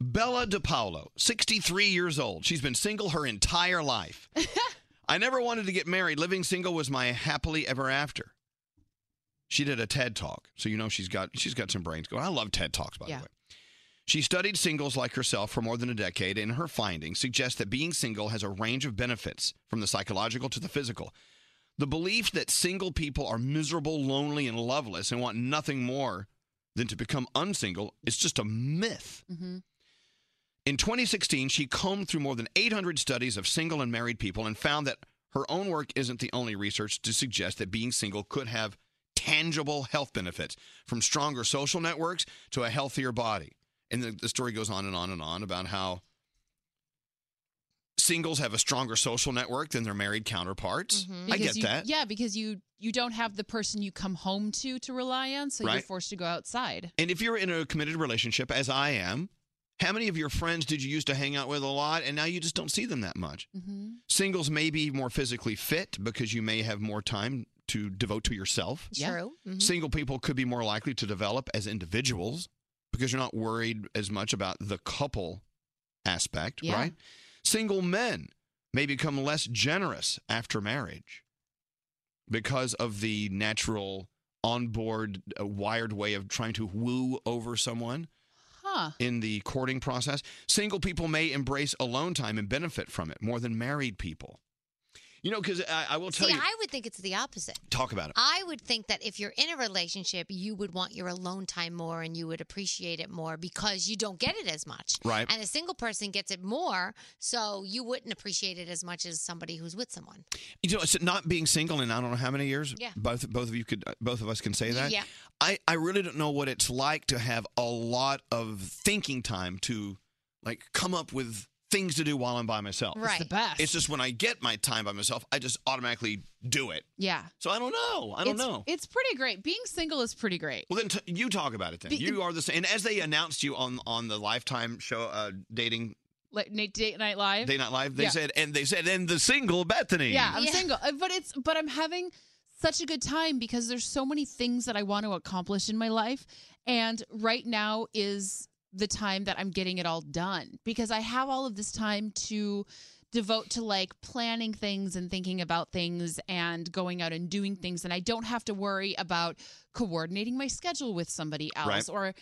Bella DiPaolo, 63 years old. She's been single her entire life. I never wanted to get married. Living single was my happily ever after. She did a TED talk, so you know she's got she's got some brains going. I love TED talks by Yeah. the way. She studied singles like herself for more than a decade, and her findings suggest that being single has a range of benefits, from the psychological to the physical. The belief that single people are miserable, lonely, and loveless and want nothing more than to become unsingle is just a myth. Mm-hmm. In 2016, she combed through more than 800 studies of single and married people and found that her own work isn't the only research to suggest that being single could have tangible health benefits, from stronger social networks to a healthier body. And the, the story goes on and on and on about how singles have a stronger social network than their married counterparts. I Mm-hmm. Because get you- that. Yeah, because you you don't have the person you come home to to rely on, so you're Right. forced to go outside. And if you're in a committed relationship, as I am, how many of your friends did you used to hang out with a lot and now you just don't see them that much? Mm-hmm. Singles may be more physically fit because you may have more time to devote to yourself. True. Mhm. Single people could be more likely to develop as individuals because you're not worried as much about the couple aspect, Yeah. right? Single men may become less generous after marriage because of the natural onboard uh, wired way of trying to woo over someone Huh. Uh-huh. in the courting process. Single people may embrace alone time and benefit from it more than married people. You know, because I, I will tell See, you, I would think it's the opposite. talk about it. I would think that if you're in a relationship, you would want your alone time more and you would appreciate it more because you don't get it as much. Right. And a single person gets it more, so you wouldn't appreciate it as much as somebody who's with someone. you know, it's not being single in I don't know how many years. Yeah. Both both of you could both of us can say that. Yeah. I I really don't know what it's like to have a lot of thinking time to like come up with things to do while I'm by myself. It's the Right. best. It's just when I get my time by myself, I just automatically do it. Yeah. So I don't know. I don't It's- know. It's pretty great. Being single is pretty great. Well, then t- you talk about it. Then Be- you are the same. And as they announced you on on the Lifetime show, uh, dating Like Nate Date Night Live. Day Night Live, they Yeah. said, and they said, and the single Bethany. Yeah, I'm single, Uh, but it's but I'm having such a good time because there's so many things that I want to accomplish in my life, and right now is the time that I'm getting it all done because I have all of this time to devote to like planning things and thinking about things and going out and doing things and I don't have to worry about coordinating my schedule with somebody else Right. or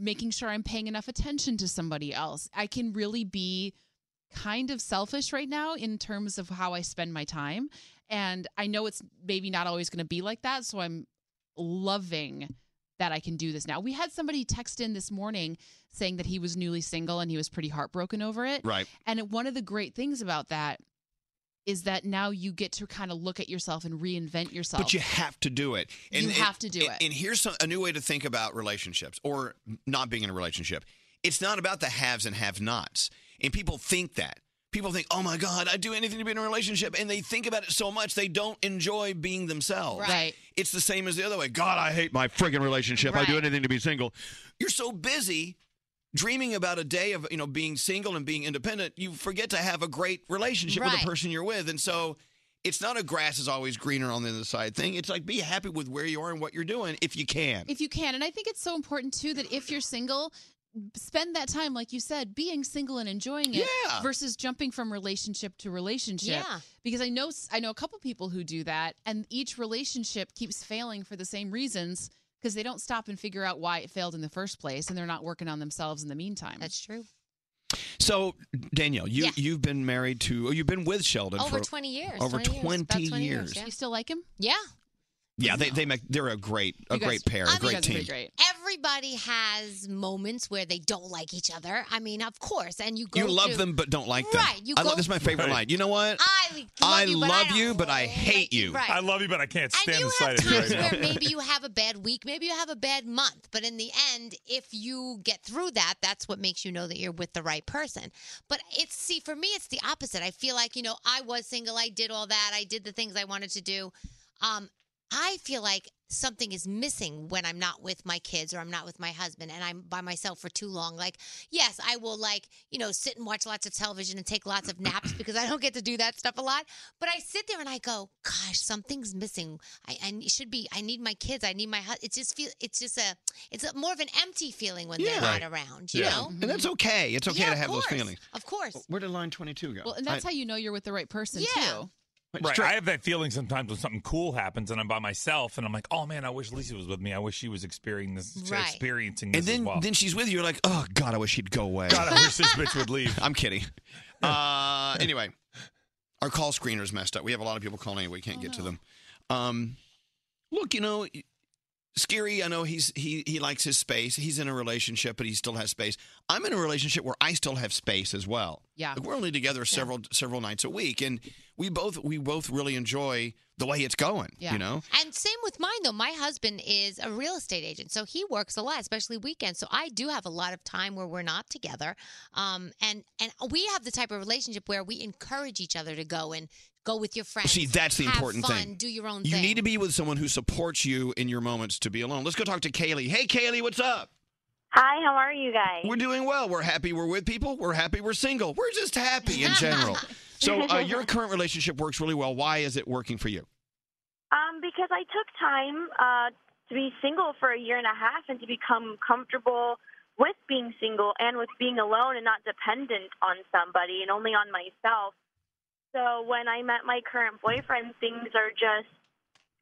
making sure I'm paying enough attention to somebody else. I can really be kind of selfish right now in terms of how I spend my time. And I know it's maybe not always going to be like that. So I'm loving that I can do this now. We had somebody text in this morning saying that he was newly single and he was pretty heartbroken over it. Right. And one of the great things about that is that now you get to kind of look at yourself and reinvent yourself. But you have to do it. You have to do and- it. And here's some, a new way to think about relationships or not being in a relationship. It's not about the haves and have nots. And people think that. People think, oh my God, I'd do anything to be in a relationship. And they think about it so much they don't enjoy being themselves. Right. It's the same as the other way. God, I hate my friggin' relationship. I do Right. anything to be single. You're so busy dreaming about a day of you know being single and being independent you forget to have a great relationship with Right. the person you're with and so it's not a grass is always greener on the other side thing it's like be happy with where you are and what you're doing if you can If you can. And I think it's so important too that if you're single, spend that time, like you said, being single and enjoying it Yeah. versus jumping from relationship to relationship. Yeah. Because I know s- I know a couple people who do that and each relationship keeps failing for the same reasons because they don't stop and figure out why it failed in the first place and they're not working on themselves in the meantime. That's true. so danielle you Yeah. you've been married to oh, you've been with sheldon Over for 20 years. over 20, years, You still like him? Yeah. yeah, they, they make they're a great a You guys- great pair a I think you great guys are team pretty great. Everybody has moments where they don't like each other. I mean, of course. And you go you love through- them but don't like them Right, you I go- love, this is my favorite line you know what I love you, but I love don't you, but I hate you Right. I love you but i can't stand you the sight have times where maybe you have a bad week, maybe you have a bad month, but in the end, if you get through that, that's what makes you know that you're with the right person. But it's see, for me, it's the opposite. I feel like you know, I was single, I did all that, I did the things I wanted to do. Um, I feel like something is missing when I'm not with my kids or I'm not with my husband and I'm by myself for too long. Like, yes, I will like, you know, sit and watch lots of television and take lots of naps because I don't get to do that stuff a lot. But I sit there and I go, gosh, something's missing. I, I it should be, I need my kids. I need my, hus-" it's just feel, it's just a, it's a, more of an empty feeling when they're Right. not around, you Yeah. know? Mm-hmm. And that's okay. It's okay Yeah, to of have those course. feelings. Of course. Where did line 22 go? Well, and that's I- how you know you're with the right person too. Right. I have that feeling sometimes when something cool happens and I'm by myself and I'm like, oh man, I wish Lisa was with me. I wish she was experiencing this, Right. experiencing And this then, as well. then she's with you. You're like, oh God, I wish he'd go away. God, I wish this bitch would leave. I'm kidding. Uh, anyway, our call screener's messed up. We have a lot of people calling. and We Oh, can't get to them. Um, look, you know, Scary. I know he's he he likes his space. He's in a relationship, but he still has space. I'm in a relationship where I still have space as well. Yeah. Like, we're only together several several nights a week, and we both we both really enjoy the way it's going. You know. And same with mine though. My husband is a real estate agent, so he works a lot, especially weekends. So I do have a lot of time where we're not together. Um, and and we have the type of relationship where we encourage each other to go and go with your friends. See, that's the have important fun, thing. Do your own You thing. need to be with someone who supports you in your moments to be alone. Let's go talk to Kaylee. Hey, Kaylee, what's up? Hi, how are you guys? We're doing well. We're happy. We're with people. We're happy. We're single. We're just happy in general. so uh, your current relationship works really well. Why is it working for you? Um, because I took time uh, to be single for a year and a half and to become comfortable with being single and with being alone and not dependent on somebody and only on myself. So when I met my current boyfriend, things are just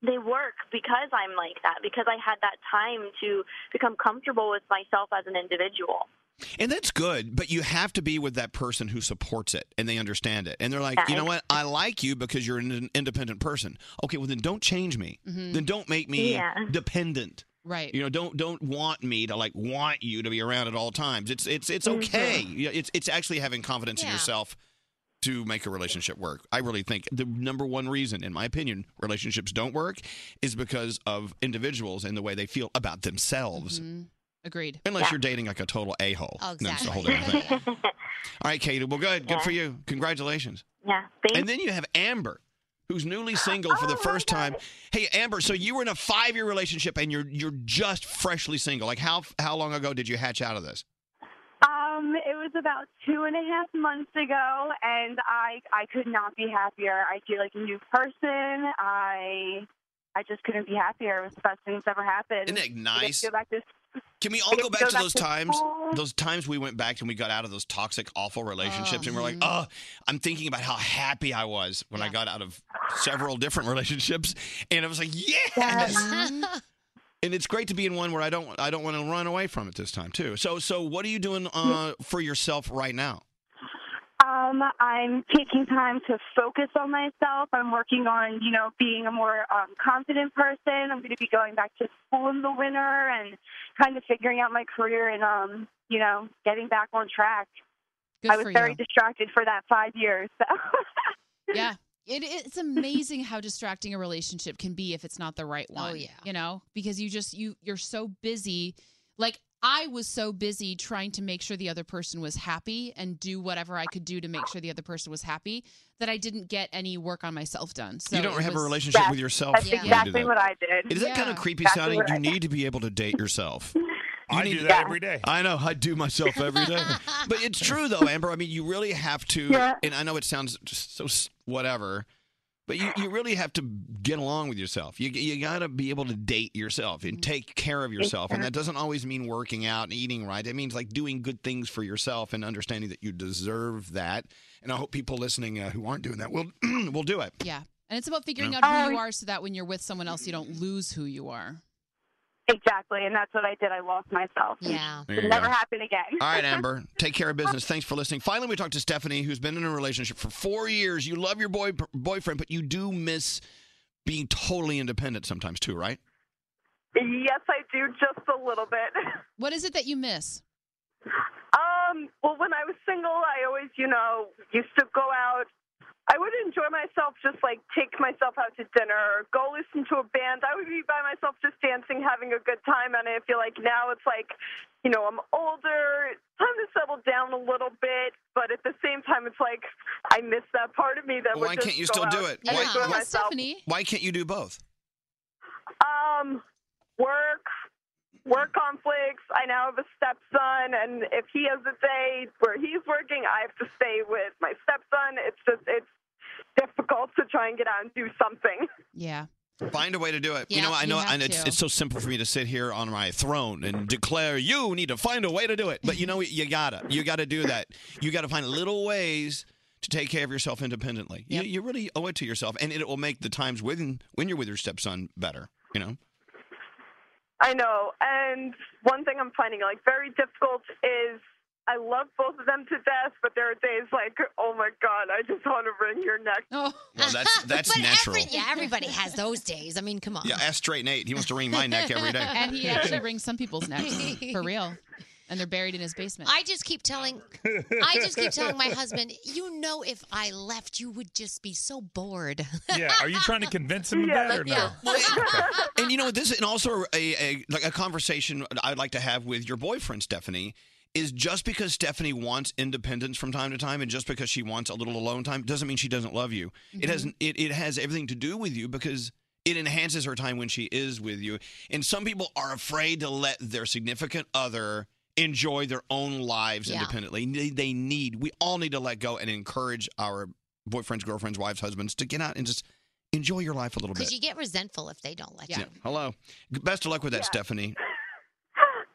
they work because I'm like that because I had that time to become comfortable with myself as an individual. And that's good, but you have to be with that person who supports it and they understand it. And they're like, you know what? I like you because you're an independent person. Okay, well then don't change me. Mm-hmm. Mhm. Then don't make me Yeah. dependent. Right. You know, don't don't want me to like want you to be around at all times. It's it's it's okay. Yeah, It's it's actually having confidence in yourself to make a relationship work. I really think the number one reason, in my opinion, relationships don't work is because of individuals and the way they feel about themselves. Agreed. Unless you're dating like a total a hole. Oh, That's a exactly. whole different thing. All right, Katie. Well, good. Good for you. Congratulations. Yeah. And then you have Amber, who's newly single for the first time. Hey, Amber. So you were in a five-year relationship, and you're you're just freshly single. Like how how long ago did you hatch out of this? Um, it was about two and a half months ago, and I I could not be happier. I feel like a new person. I I just couldn't be happier. It was the best thing that's ever happened. Isn't that I get to nice? Go back to, Can we I all get go to back to those times? school. Those times we went back and we got out of those toxic, awful relationships, and we're like, oh, I'm thinking about how happy I was when I got out of several different relationships, and I was like, yes. And it's great to be in one where I don't I don't want to run away from it this time too. So so what are you doing uh, for yourself right now? Um, I'm taking time to focus on myself. I'm working on, you know, being a more um, confident person. I'm going to be going back to school in the winter and kind of figuring out my career and, um, you know, getting back on track. Good I was for very you. distracted for that five years. So. yeah. It, it's amazing how distracting a relationship can be if it's not the right one. Oh, yeah. You know, because you just you you're so busy. Like I was so busy trying to make sure the other person was happy and do whatever I could do to make sure the other person was happy that I didn't get any work on myself done. So you don't it have a was- relationship with yourself. that's when you do exactly that. what I did. Is that kind Yeah. of creepy Exactly sounding? what You I need to be able to date yourself. I need do that Yeah. every day. I know. I do myself every day. but it's true though, Amber. I mean, you really have to. Yeah. And I know it sounds just so s- whatever, but you, you really have to get along with yourself. You you got to be able to date yourself and take care of yourself, and that doesn't always mean working out and eating right. It means like doing good things for yourself and understanding that you deserve that. And I hope people listening uh, who aren't doing that will will do it. Yeah. And it's about figuring Yeah. out who you Um, are so that when you're with someone else you don't lose who you are. exactly. And that's what I did. I lost myself. Yeah. There you It never go. happened again. All right, Amber. Take care of business. Thanks for listening. Finally, we talked to Stephanie, who's been in a relationship for four years. You love your boy boyfriend, but you do miss being totally independent sometimes too, right? Yes, I do just a little bit. What is it that you miss? Um, well, when I was single, I always, you know, used to go out. I would enjoy myself, just like take myself out to dinner, or go listen to a band. I would be by myself, just dancing, having a good time. And I feel like now it's like, you know, I'm older. It's time to settle down a little bit. But at the same time, it's like I miss that part of me that Why would just can't you go still do it? out and Why, enjoy why- myself. why can't you do both? Um, work, work conflicts. I now have a stepson, and if he has a day where he's working, I have to stay with my stepson. It's just it's difficult to try and get out and do something. Yeah. Find a way to do it. you Yeah, know, I you know, have and it's, to. it's so simple for me to sit here on my throne and declare you need to find a way to do it. But you know, what? you gotta, you gotta do that. You gotta find little ways to take care of yourself independently. You, you really owe it to yourself, and it will make the times when when you're with your stepson better. You know, I know. And one thing I'm finding like very difficult is I love both of them to death, but there are days like, oh my god, I just want to wring your neck. well, that's that's natural. Every- yeah, everybody has those days. I mean, come on. yeah, ask straight Nate. He wants to wring my neck every day. And he actually wrings some people's necks for real, and they're buried in his basement. I just keep telling I just keep telling my husband, you know if I left you would just be so bored. Yeah, are Ah, you trying to convince him of that or no? and you know what this and also a, a like a conversation I'd like to have with your boyfriend Stephanie is just because Stephanie wants independence from time to time and just because she wants a little alone time doesn't mean she doesn't love you. It has it, it has everything to do with you because it enhances her time when she is with you. And some people are afraid to let their significant other enjoy their own lives Yeah. independently. They, they need we all need to let go and encourage our boyfriends, girlfriends, wives, husbands to get out and just enjoy your life a little bit. Because you get resentful if they don't let Yeah. you. Hello. G- Best of luck with that, Stephanie.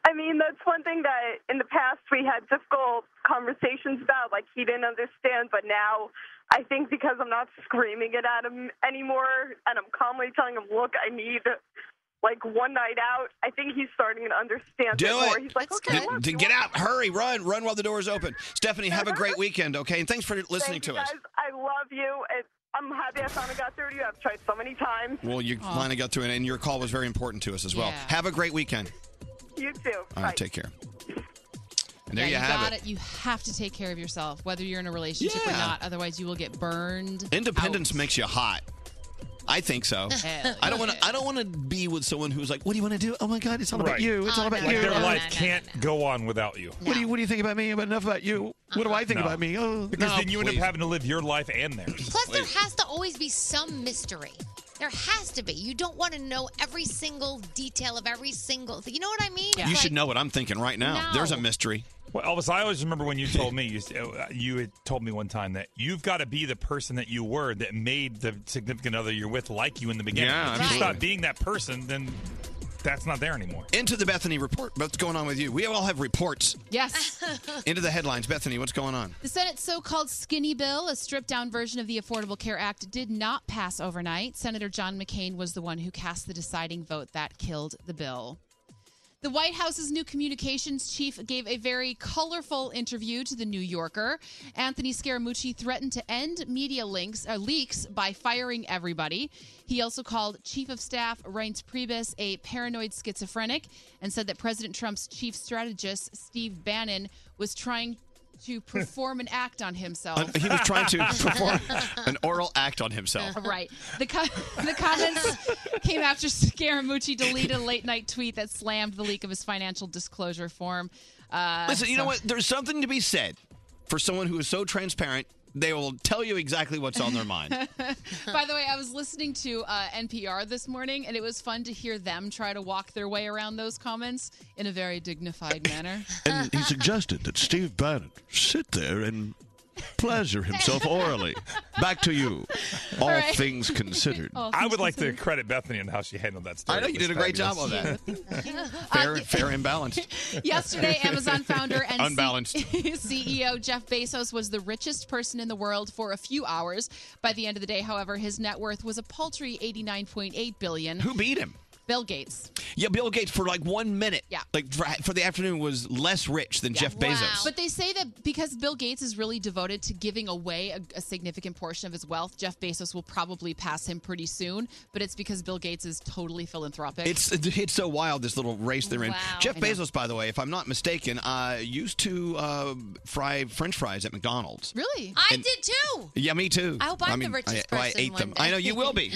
I mean, that's one thing that in the past we had difficult conversations about. Like, he didn't understand, but now I think because I'm not screaming it at him anymore and I'm calmly telling him, look, I need like one night out, I think he's starting to understand Do it more. it. He's like, okay, Then, then get out. Hurry. Run. Run while the door is open. Stephanie, have a great weekend, okay? And thanks for listening thank you to us. guys. I love you. It, I'm happy I finally got through to you. I've tried so many times. Well, you Aw. finally got through it, and your call was very important to us as well. Yeah. Have a great weekend. You too. All right, take care. And there yeah, you have got it. it. You have to take care of yourself, whether you're in a relationship or Yeah. not. Otherwise, you will get burned. Independence makes you hot. I think so. Hell I don't want to. I don't want to be with someone who's like, "What do you want to do? Oh my God, it's all about Right. you. Oh, Oh, It's all about like you." Their life can't go on without you. What do you What do you think about me? But enough about you. What do I think No. about me? Oh, Uh-huh. Because no, then you end please. up having to live your life and theirs. Plus there has to always be some mystery. There has to be. You don't want to know every single detail of every single thing. You know what I mean? You It's should like- know what I'm thinking right now. No. There's a mystery. Well, Elvis, I always remember when you told me you uh, you had told me one time that you've got to be the person that you were that made the significant other you're with like you in the beginning. Yeah, if you absolutely. stop being that person, then that's not there anymore. Into the Bethany report. What's going on with you? We all have reports. Yes. Into the headlines, Bethany. What's going on? The Senate's so called skinny bill, a stripped down version of the Affordable Care Act, did not pass overnight. Senator John McCain was the one who cast the deciding vote that killed the bill. The White House's new communications chief gave a very colorful interview to the New Yorker. Anthony Scaramucci threatened to end media links or leaks by firing everybody. He also called Chief of Staff Reince Priebus a paranoid schizophrenic and said that President Trump's chief strategist Steve Bannon was trying to perform an act on himself. Uh, he was trying to perform an oral act on himself. Right. The, co- the comments came after Scaramucci deleted a late night tweet that slammed the leak of his financial disclosure form. Uh, Listen, you know so- what? There's something to be said for someone who is so transparent. They will tell you exactly what's on their mind. By the way, I was listening to uh, NPR this morning, and it was fun to hear them try to walk their way around those comments in a very dignified manner. And he suggested that Steve Bannon sit there and pleasure himself orally. Back to you. All right. things considered. Oh, All I would like to credit Bethany on how she handled that story. I know you this did a great time. job on that. Fair, Uh, fair and balanced. Yesterday, Amazon founder and Unbalanced. CEO Jeff Bezos was the richest person in the world for a few hours. By the end of the day, however, his net worth was a paltry 89.8 billion. Who beat him? Bill Gates. Yeah, Bill Gates for like one minute. Yeah. Like for, for the afternoon was less rich than Jeff Bezos. But they say that because Bill Gates is really devoted to giving away a, a significant portion of his wealth, Jeff Bezos will probably pass him pretty soon. But it's because Bill Gates is totally philanthropic. It's it's so wild this little race they're in. Wow. Jeff I know. Bezos, by the way, if I'm not mistaken, uh, used to uh, fry French fries at McDonald's. really. I And- did too. Yeah, me too. I hope I'm the richest Oh, I, person I ate one them. day. I know you will be.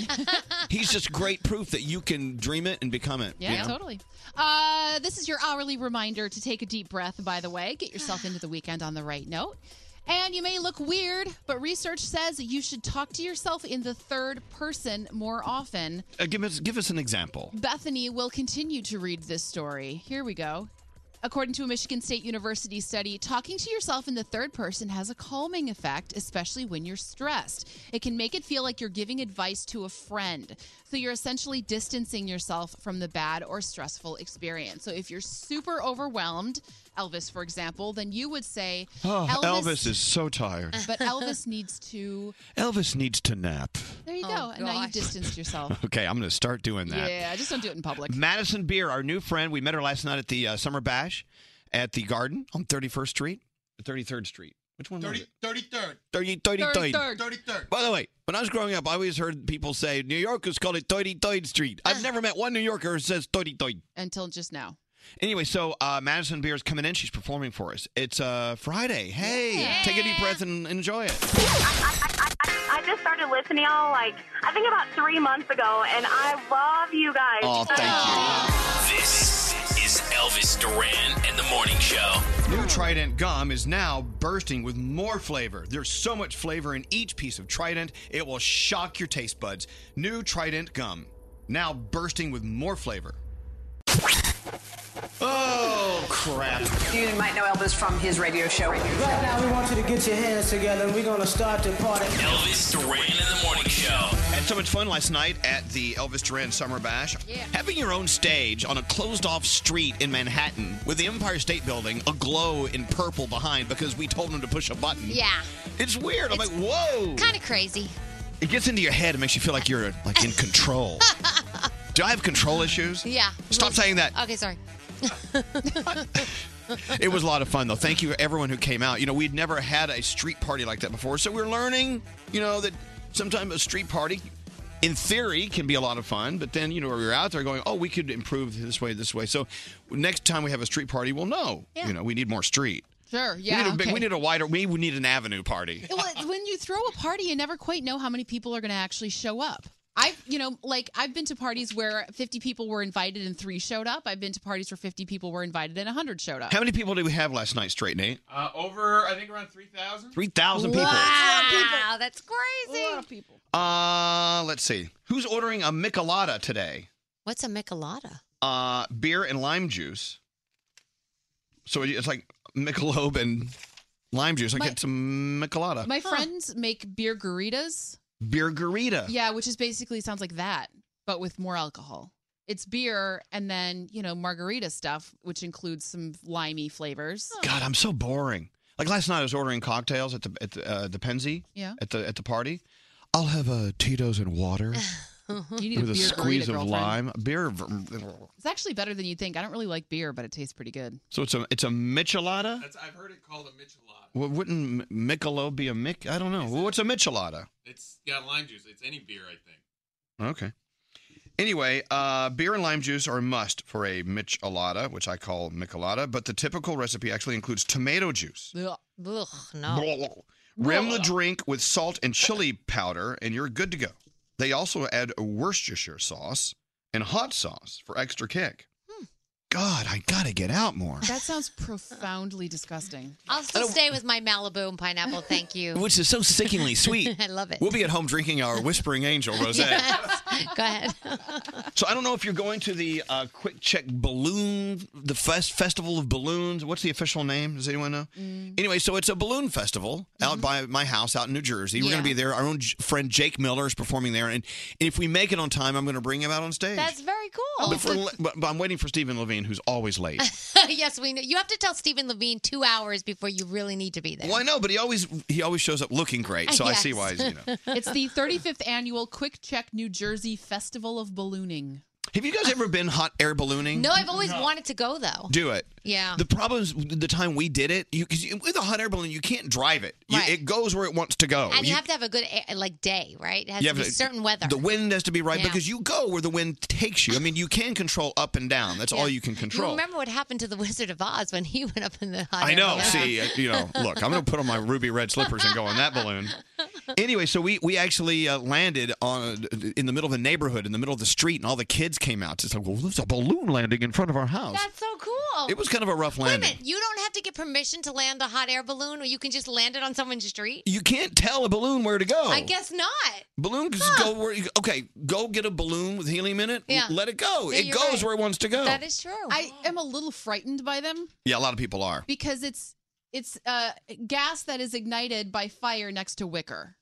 He's just great proof that you can dream it and become it. Yeah, you know? totally. Uh, this is your hourly reminder to take a deep breath, by the way. Get yourself into the weekend on the right note. And you may look weird, but research says you should talk to yourself in the third person more often. Uh, give us give us an example. Bethany will continue to read this story. Here we go. According to a Michigan State University study, talking to yourself in the third person has a calming effect, especially when you're stressed. It can make it feel like you're giving advice to a friend. So you're essentially distancing yourself from the bad or stressful experience. So if you're super overwhelmed, Elvis, for example, then you would say, Oh, Elvis, is so tired. But Elvis needs to. Elvis needs to nap. There you go. And now you've distanced yourself. Okay, I'm going to start doing that. Yeah, just don't do it in public. Madison Beer, our new friend. We met her last night at the uh, Summer Bash at the Garden on 31st Street, 33rd Street. Which one was it? 33rd. 30, 33rd. 33rd. By the way, when I was growing up, I always heard people say New Yorkers call it 33rd Street. Uh. I've never met one New Yorker who says 33rd. Until just now. Anyway, so uh, Madison Beer is coming in. She's performing for us. It's uh, Friday. Hey, take a deep breath and enjoy it. I just started listening y'all like I think about three months ago, and I love you guys. Oh, thank This is Elvis Duran and the Morning Show. New Trident gum is now bursting with more flavor. There's so much flavor in each piece of Trident, it will shock your taste buds. New Trident gum, now bursting with more flavor. Oh, crap. You might know Elvis from his radio show. Right now, we want you to get your hands together and we're going to start the party. Elvis Duran and the Morning Show. Had so much fun last night at the Elvis Duran Summer Bash. Yeah. Having your own stage on a closed off street in Manhattan with the Empire State Building aglow in purple behind because we told them to push a button. Yeah. It's weird. I'm like, whoa. Kind of crazy. It gets into your head and makes you feel like you're like in control. Do I have control issues? Yeah. Stop saying that. Okay, sorry. It was a lot of fun though. Thank you everyone who came out. You know, we'd never had a street party like that before, so we're learning, you know, that sometimes a street party in theory can be a lot of fun, but then, you know, we're out there going, "Oh, we could improve this way, this way." So, next time we have a street party, we'll know. Yeah. You know, we need more street. Sure. Yeah. We need a big, okay. we need a wider we would need an avenue party. well, when you throw a party, you never quite know how many people are going to actually show up. I've, you know, like I've been to parties where 50 people were invited and three showed up. I've been to parties where 50 people were invited and 100 showed up. How many people did we have last night straight, Nate? Uh, over, I think around 3,000. 3,000 people. Wow, that's crazy. A lot of people. Uh, let's see. Who's ordering a Michelada today? What's a Michelada? Uh, beer and lime juice. So it's like Michelob and lime juice. I My- get some Michelada. My friends make beer guritas. beer garita. Yeah, which is basically sounds like that, but with more alcohol. It's beer and then, you know, margarita stuff, which includes some limey flavors. God, I'm so boring. Like last night, I was ordering cocktails at the at the, uh, the Penzi. Yeah. At the at the party, I'll have a Tito's and water You need with a a, beer squeeze garita, of girlfriend. lime. Beer. It's actually better than you'd think. I don't really like beer, but it tastes pretty good. So it's a it's a Michelada. That's, I've heard it called a Michelada. Well, wouldn't M- Michelob be a Mick? I don't know. Well, what's a Michelada? It's got lime juice. It's any beer, I think. Okay. Anyway, uh, beer and lime juice are a must for a Michelada, which I call Michelada, but the typical recipe actually includes tomato juice. Ugh, ugh, no. Rim the drink with salt and chili powder, and you're good to go. They also add Worcestershire sauce and hot sauce for extra kick. Hmm. God, I gotta get out more. That sounds profoundly disgusting. I'll still stay with my Malibu and pineapple. Thank you. Which is so sickeningly sweet. I love it. We'll be at home drinking our Whispering Angel rosé. Yes. Go ahead. So I don't know if you're going to the uh, Quick Check Balloon, the fest, Festival of Balloons. What's the official name? Does anyone know? Mm. Anyway, so it's a balloon festival Mm-hmm. out by my house out in New Jersey. We're going to be there. Our own j- friend Jake Miller is performing there, and if we make it on time, I'm going to bring him out on stage. That's very cool. but, for, but, but I'm waiting for Stephen Levine, who's always late. yes, we know. You have to tell Stephen Levine two hours before you really need to be there. well, I know, but he always he always shows up looking great, so I see why. He's, you know. It's the 35th annual Quick Check New Jersey Festival of Ballooning. Have you guys ever been hot air ballooning? No, I've always wanted to go though. Do it. Yeah. The problem is the time we did it, you, 'cause you- with a hot air balloon, you can't drive it. You- Right. It goes where it wants to go. and you, have to have a good air, like day, right? It has Oh, you to be have to- certain weather. The wind has to be right Yeah. because you go where the wind takes you. I mean, you can control up and down. That's all Yeah. you can control. You remember what happened to the Wizard of Oz when he went up in the hot I air know. balloon? See, uh, you know, look, I'm going to put on my ruby red slippers and go on that balloon. Anyway, so we we actually uh, landed on in the middle of a neighborhood, in the middle of the street, and all the kids came out. It's like, well, there's a balloon landing in front of our house. That's so cool. Oh. It was kind of a rough Wait a landing. minute. You don't have to get permission to land a hot air balloon, or you can just land it on someone's street. You can't tell a balloon where to go. I guess not. Balloon just go where you okay, go get a balloon with helium in it. Yeah. Let it go. Yeah, it you're goes right. where it wants to go. is true. I am a little frightened by them yeah, a lot of people are. because it's it's uh, gas that is ignited by fire next to wicker.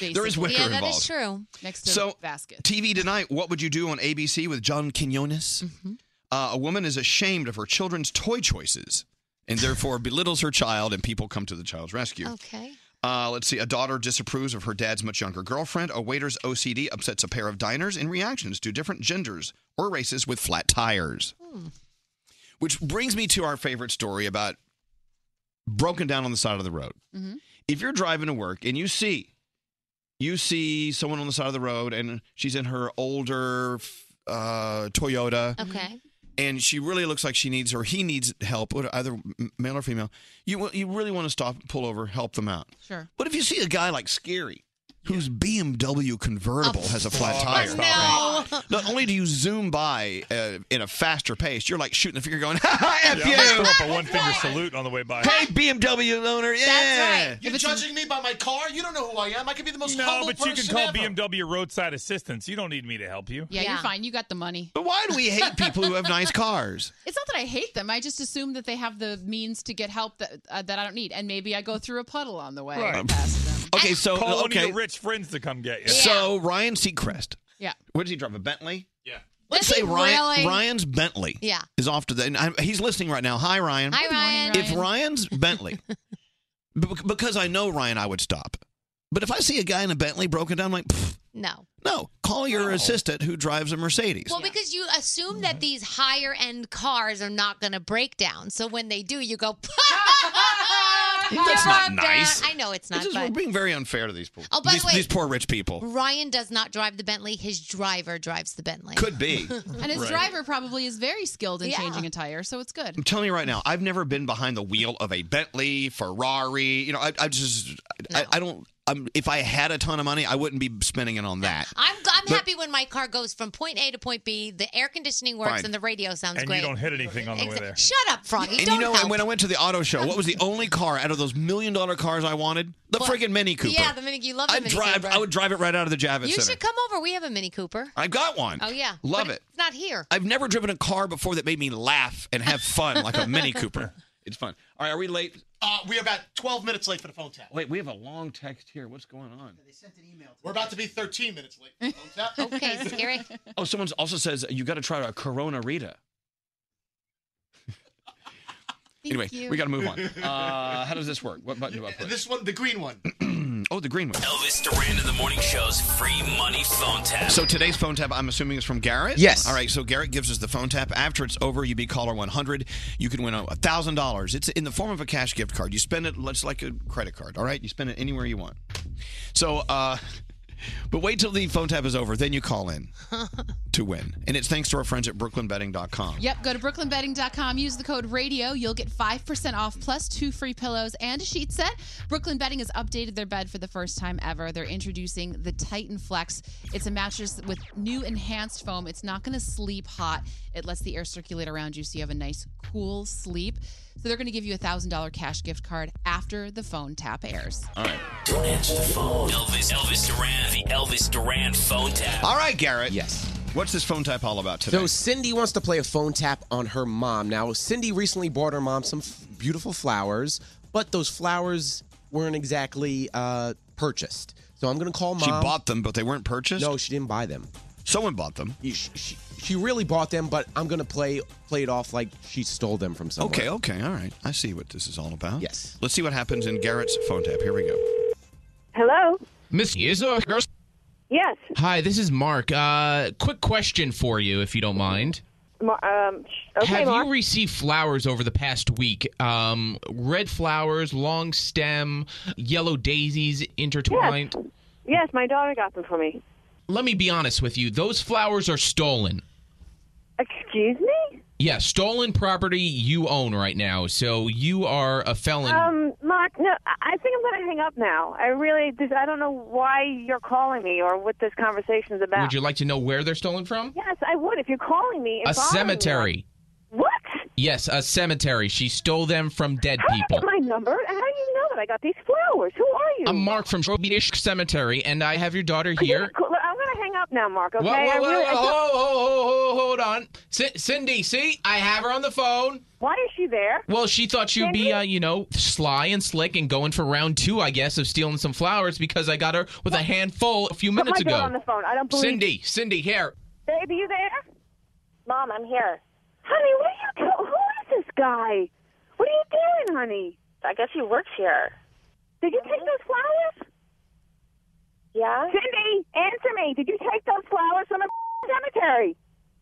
There is wicker Yeah, that is involved. true. Next to So, basket. TV tonight, what would you do on ABC with John Quinones? Mm-hmm. Uh, a woman is ashamed of her children's toy choices and therefore belittles her child, and people come to the child's rescue. Okay. Uh, let's see. A daughter disapproves of her dad's much younger girlfriend. A waiter's OCD upsets a pair of diners in reactions to different genders or races with flat tires. Oh, Which brings me to our favorite story about broken down on the side of the road. Mhm. If you're driving to work and you see you see someone on the side of the road and she's in her older uh, Toyota Okay. and she really looks like she needs or he needs help, what- either m- male or female, you wa- you really want to stop, pull over, help them out. Sure. What if you see a guy like Scary, whose BMW convertible has a flat tire? No. Not only do you zoom by uh, in a faster pace, you're like shooting the finger, going, "Ha ha, f Yeah, I'm gonna you!" throw up a one finger salute on the way by. Hey, BMW owner, yeah. You're judging me by my car? You don't know who I am. I could be the most No, humble but you person can call ever. BMW roadside assistance. You don't need me to help you. Yeah, you're fine. You got the money. But why do we hate people who have nice cars? It's not that I hate them. I just assume that they have the means to get help that uh, that I don't need, and maybe I go through a puddle on the way. Okay, so Call one of okay, your rich friends to come get you. so Ryan Seacrest, Yeah. what does he drive? A Bentley? Yeah. Let's Does say he Ryan really? Ryan's Bentley. Yeah. is off to the. And I, he's listening right now. Hi, Ryan. Hi, Ryan. If Ryan's Bentley, b- because I know Ryan, I would stop. But if I see a guy in a Bentley broken down, I'm like, "Pff, No. no, call your assistant who drives a Mercedes. Well, because you assume Mm-hmm. that these higher end cars are not going to break down. So when they do, you go. That's "You're not down." nice. I know it's not. This is, but- we're being very unfair to these people. Oh, by the these, way- these poor rich people. Ryan does not drive the Bentley. His driver drives the Bentley. Could be. And his Right. driver probably is very skilled in Yeah. changing a tire, so it's good. I'm telling you right now, I've never been behind the wheel of a Bentley, Ferrari. You know, I, I just, I, I don't. I'm, if I had a ton of money, I wouldn't be spending it on that. I'm, I'm But- happy when my car goes from point A to point B. The air conditioning works Fine. and the radio sounds And you great. don't hit anything on the way Exa- there. Shut up, Froggy. and don't you know, help. when I went to the auto show, what was the only car out of those million dollar cars I wanted? The What? friggin' Mini Cooper. Yeah, the Mini. You love the I'd Mini drive. Cooper. I would drive it right out of the Javits you Center. should come over. We have a Mini Cooper. I've got one. Oh yeah, love But it. It's not here. I've never driven a car before that made me laugh and have fun like a Mini Cooper. It's fun. All right, are we late? Uh, we're about 12 minutes late for the phone tap. Wait, we have a long text here. What's going on? We're about to be 13 minutes late for the phone tap. okay, scary. Oh, someone also says you got to try a Corona Rita. anyway, we got to move on. Uh, how does this work? What button do I Uh, This one, the green one. push? oh, the green one. Elvis Duran in the Morning Show's free money phone tap. So today's phone tap, I'm assuming, is from Garrett. Yes. All right. So Garrett gives us the phone tap. After it's over, you be caller 100. You can win a thousand dollars. It's in the form of a cash gift card. You spend it just like a credit card. All right. You spend it anywhere you want. So, uh, but wait till the phone tap is over, then you call in to win. And it's thanks to our friends at BrooklynBetting.com. Yep, go to brooklynbetting.com, use the code radio. You'll get 5% off plus two free pillows and a sheet set. Brooklyn Bedding has updated their bed for the first time ever. They're introducing the Titan Flex. It's a mattress with new enhanced foam. It's not going to sleep hot. It lets the air circulate around you so you have a nice, cool sleep. So they're going to give you a $1,000 cash gift card after the phone tap airs. All right. Don't answer the phone. Elvis, Elvis Duran, the Elvis Duran phone tap. All right, Garrett. Yes. What's this phone tap all about today? So Cindy wants to play a phone tap on her mom. Now Cindy recently bought her mom some f- beautiful flowers, but those flowers weren't exactly uh, purchased. So I'm going to call mom. She bought them, but they weren't purchased. No, she didn't buy them. Someone bought them. She, she, she really bought them, but I'm going to play play it off like she stole them from someone. Okay, oh. okay, all right. I see what this is all about. Yes. Let's see what happens in Garrett's phone tap. Here we go. Hello. Miss Yizzo, girls. Yes. Hi, this is Mark. Uh, quick question for you, if you don't mind. Ma- um. sh- Okay, Have Mark. you received flowers over the past week? Um, red flowers, long stem, yellow daisies intertwined. yes, my daughter got them for me. Let me be honest with you. Those flowers are stolen. Excuse me. Yeah, stolen property you own right now. So you are a felon. Um, Mark. No, I I think I'm going to hang up now. I really. This, I don't know why you're calling me or what this conversation is about. Would you like to know where they're stolen from? Yes, I would if you're calling me. and a bothering me. cemetery. What? Yes, a cemetery. She stole them from dead How did you people. get my number? And how do you know that I got these flowers? Who are you? I'm Mark from Strobidish Cemetery, and I have your daughter here. Cool. Look, I'm going to hang up now, Mark. Okay. Whoa, I whoa, whoa, really- I whoa, ho, don't- ho, ho, ho, oh, hold on. C- Cindy, see? I have her on the phone. Why is she there? Well, she thought she'd be, uh, you know, sly and slick and going for round two, I guess, of stealing some flowers because I got her with a handful a few Put minutes ago. my daughter on the phone. I don't believe. Cindy, Cindy, here. Babe, you there? Mom, I'm here. Honey, what are you? do- Who is this guy? What are you doing, honey? I guess he works here. Did you take those flowers? Yeah. Cindy, answer me. Did you take those flowers from the cemetery?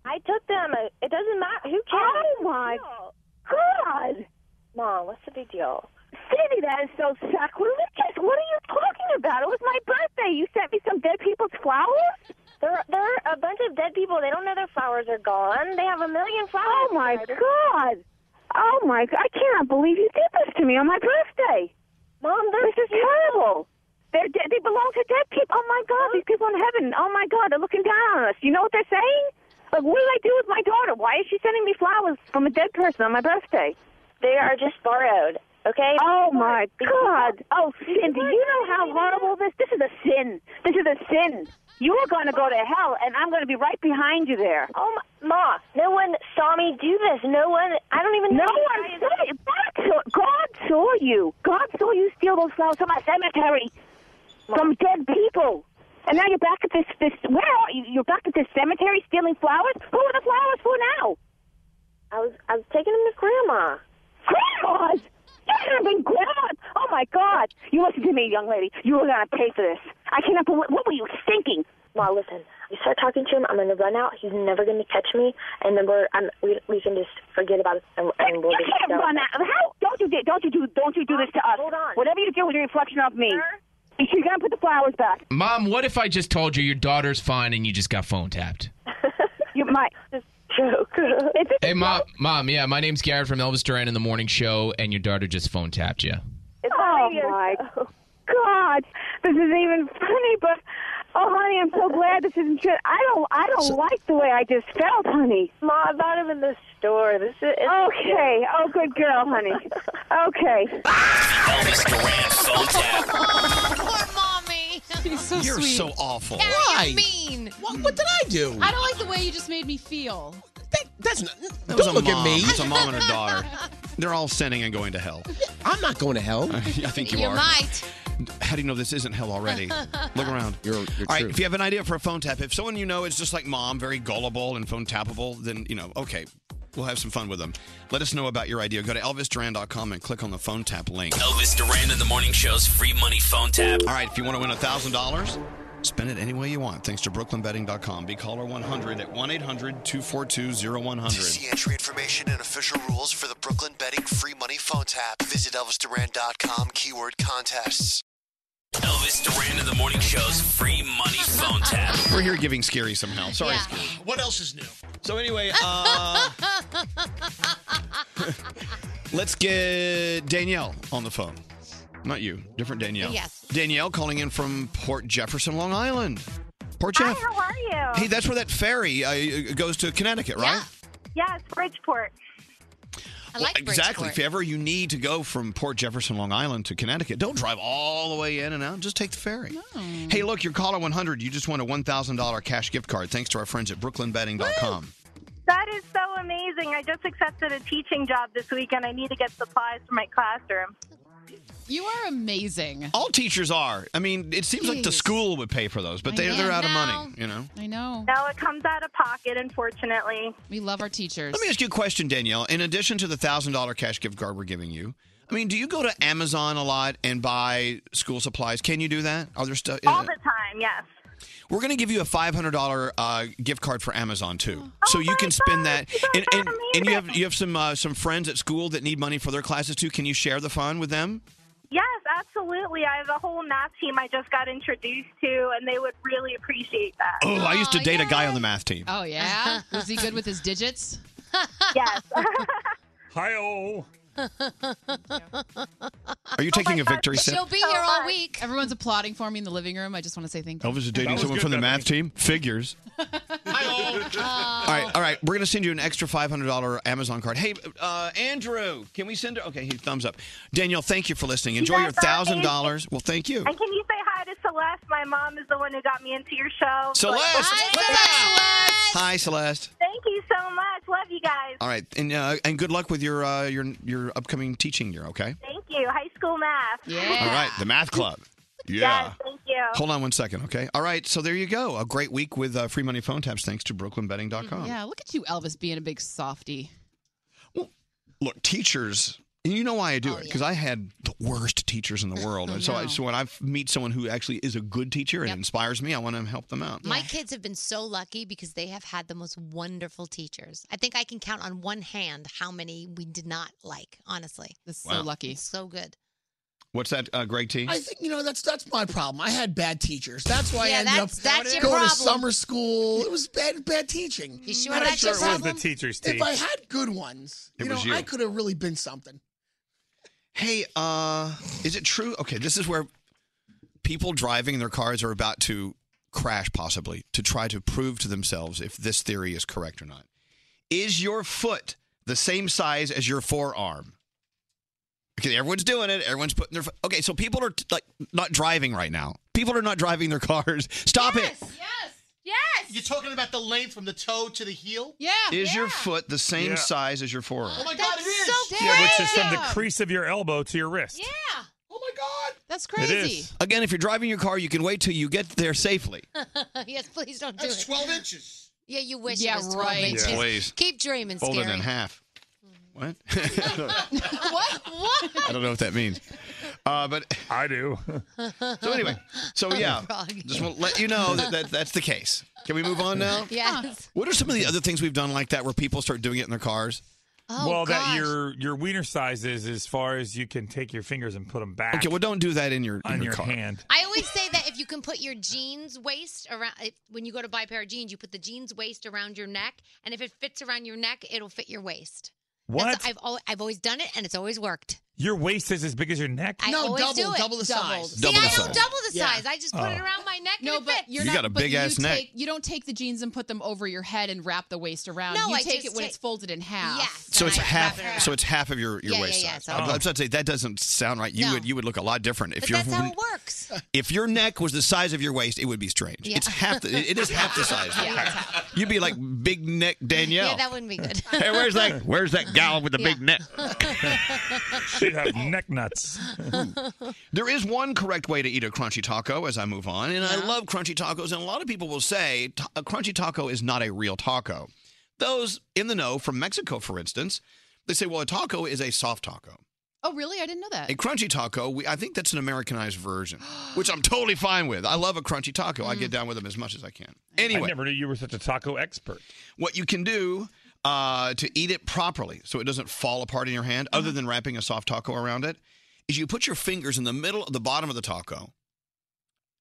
I took them. It doesn't matter. Who cares? Oh my God! Mom, what's the big deal? Cindy, that is so sacrilegious. What are you talking about? It was my birthday. You sent me some dead people's flowers. There, there are a bunch of dead people. They don't know their flowers are gone. They have a million flowers. Oh my God! Oh my God! I cannot believe you did this to me on my birthday. Mom, this is terrible. They're dead. They belong to dead people. Oh my God! These people in heaven. Oh my God! They're looking down on us. You know what they're saying? Like, what did I do with my daughter? Why is she sending me flowers from a dead person on my birthday? They are just borrowed. Okay. Oh my God! Oh, Cindy, you know how horrible this. This is a sin. This is a sin. You are going to go to hell, and I'm going to be right behind you there. Oh my, Ma, no one saw me do this. No one. I don't even. No know one saw you. God saw, God saw you. God saw you steal those flowers from a cemetery, from dead people. And now you're back at this. This where are you? You're back at this cemetery stealing flowers. Who are the flowers for now? I was. I was taking him to Grandma. Grandmas. You haven't been grandmas. Oh my God! You listen to me, young lady. You are gonna pay for this. I cannot believe. What were you thinking? Ma, listen. You start talking to him. I'm gonna run out. He's never gonna catch me. And then we're. I'm, we we can just forget about it. And, and we'll You just can't go. run out. How? Don't you do? Don't you do? Don't you do this to us? Hold on. Whatever you do with your reflection of me, you're gonna put the flowers back. Mom, what if I just told you your daughter's fine and you just got phone tapped? You might. Joke. It's Hey, mom, mom, yeah, my name's Garrett from Elvis Duran in the Morning Show, and your daughter just phone tapped you. oh my God, this is even funny. But oh, honey, I'm so glad this isn't true. I don't, I don't like the way I just felt, honey. Ma, I bought him in the store. This is okay. Oh, good girl, honey. okay. Elvis Duran phone tap. mommy. She's so You're sweet. so awful. Carrie, Why? you're mean. What, what did I do? I don't like the way you just made me feel. That's not. That Don't was a look mom. at me. It was a mom and her daughter. They're all sinning and going to hell. I'm not going to hell. I think you, You are. might. How do you know this isn't hell already? Look around. You're, you're All right, true. if you have an idea for a phone tap, if someone you know is just like mom, very gullible and phone tappable, then, you know, okay, we'll have some fun with them. Let us know about your idea. Go to elvisduran.com and click on the phone tap link. Elvis Duran in the Morning Show's free money phone tap. All right, if you want to win $1,000, spend it any way you want thanks to brooklynbetting.com. Be caller 100 at 1 800 242 To 0100. see entry information and official rules for the Brooklyn Betting Free Money Phone Tap, visit ElvisDuran.com keyword contests. Elvis Duran in the Morning Show's free money phone tap. We're here giving Scary some help. Sorry, Scary. What else is new? So anyway, uh, let's get Danielle on the phone. Not you, different Danielle. Yes. Danielle calling in from Port Jefferson, Long Island. Port Hi, Jeff. how are you? Hey, that's where that ferry uh, goes to Connecticut, right? Yes, Bridgeport. I Well, exactly. If ever you need to go from Port Jefferson, Long Island to Connecticut, don't drive all the way in and out. Just take the ferry. Hey, look, you're caller 100. You just won a $1,000 cash gift card thanks to our friends at brooklynbetting.com. That is so amazing. I just accepted a teaching job this week and I need to get supplies for my classroom. You are amazing. All teachers are. I mean, it seems like the Jeez. school would pay for those, but I they, know. they're out of money, No. you know? I know. No, it comes out of pocket, unfortunately. We love our teachers. Let me ask you a question, Danielle. In addition to the $1,000 cash gift card we're giving you, I mean, do you go to Amazon a lot and buy school supplies? Can you do that? Are there stuff? All the time, yes. We're going to give you a $500 uh, gift card for Amazon too. so you can spend that and, and, and you have you have some uh, some friends at school that need money for their classes too. Can you share the fun with them? Yes, absolutely. I have a whole math team I just got introduced to and they would really appreciate that. Oh, I used to date a guy on the math team. Oh yeah, was he good with his digits? yes. Hi, oh. Are you taking a victory sip? be here all week. Everyone's applauding for me in the living room. I just want to say thank you. Elvis is dating someone from the math team. Figures. All right, all right. We're gonna send you an extra five hundred dollar Amazon card. Hey, uh, Andrew, can we send? Okay, he thumbs up. Daniel, thank you for listening. Enjoy guys your are thousand dollars. Well, thank you. And can you say hi to Celeste? My mom is the one who got me into your show. Celeste! Hi, Look at that. Hi, Celeste. Thank you so much. Love you guys. All right, and uh, and good luck with your uh, your your upcoming teaching year. Okay. Thank you. High school math. All right, the math club. Yeah. Yes, thank you. Hold on one second, okay? All right, so there you go. A great week with uh, free money phone taps thanks to brooklynbetting.com. Yeah, look at you, Elvis, being a big softy. Look, teachers, and you know why I do it, because I had the worst teachers in the world. and so, I, Oh, no. so when I f- meet someone who actually is a good teacher and Yep. inspires me, I want to help them out. My kids have been so lucky because they have had the most wonderful teachers. I think I can count on one hand how many we did not like, honestly. That's so Wow. lucky. So good. What's that, uh, Greg T? I think you know that's that's my problem. I had bad teachers. That's why Yeah, I ended that's- up that's your going problem. to summer school. It was bad bad teaching. You sure that's your Sure it was the problem? teachers' If I teach. had good ones, It you know, was you. I could have really been something. Hey, uh, is it true? Okay, this is where people driving their cars are about to crash, possibly, to try to prove to themselves if this theory is correct or not. Is your foot the same size as your forearm? Because everyone's doing it. Everyone's putting their foot. Okay, so people are like not driving right now. People are not driving their cars. Stop it. Yes. You're talking about the length from the toe to the heel. Yeah. Is your foot the same Yeah. size as your forearm? Oh my God, it is. Yeah, which is from the crazy. crease of your elbow to your wrist. Oh my God. That's It crazy. is. Again, if you're driving your car, you can wait till you get there safely. yes, please don't do That's it. 12 inches. Yeah, you wish Yeah, it was 12 right. inches. Yeah. Please. Keep dreaming, Fold it Scary. Mm-hmm. in half. What? I don't- what? What? I don't know what that means. Uh, but I do. So anyway, so yeah, just want to let you know that, that that's the case. Can we move on now? Yes. What are some of the other things we've done like that where people start doing it in their cars? well, that your your wiener size is as far as you can take your fingers and put them back. Okay, well don't do that in your in on your, car. hand. I always say that if you can put your jeans waist around, if, when you go to buy a pair of jeans, you put the jeans waist around your neck, and if it fits around your neck, it'll fit your waist. What? That's, I've al- I've always done it, and it's always worked. Your waist is as big as your neck. I always do it. See, Double the I don't size. Double the Yeah. size. I just put it Oh. around my neck. No, but you're You not, got a but big you ass neck. take- you don't take the jeans and put them over your head and wrap the waist around. No, you I take just it when take- it's folded in half. So it's half. so it's half of your, your Yeah, waist yeah, yeah, size. so- I'm, I'm about to say that dodoesn't sound right. You No. would you would look a lot different if But your that's how it works. if your neck was the size of your waist. It would be strange. Yeah. It's half. The, it- it is half the size. Yeah, yeah, it's You'd be like big neck Danielle. Yeah, that wouldn't be good. hey, where's that? Where's that gal with the big Yeah. neck? She'd have neck nuts. There is one correct way to eat a crunchy taco as I move on, and I love crunchy tacos. And a lot of people will say "Ta- a crunchy taco is not a real taco. Those in the know from Mexico, for instance, they say, well, a taco is a soft taco. Oh, really? I didn't know that. A crunchy taco, we, I think that's an Americanized version, which I'm totally fine with. I love a crunchy taco. I get down with them as much as I can. Anyway, Mm. I never knew you were such a taco expert. what you can do uh, to eat it properly so it doesn't fall apart in your hand, Mm-hmm. other than wrapping a soft taco around it, is you put your fingers in the middle of the bottom of the taco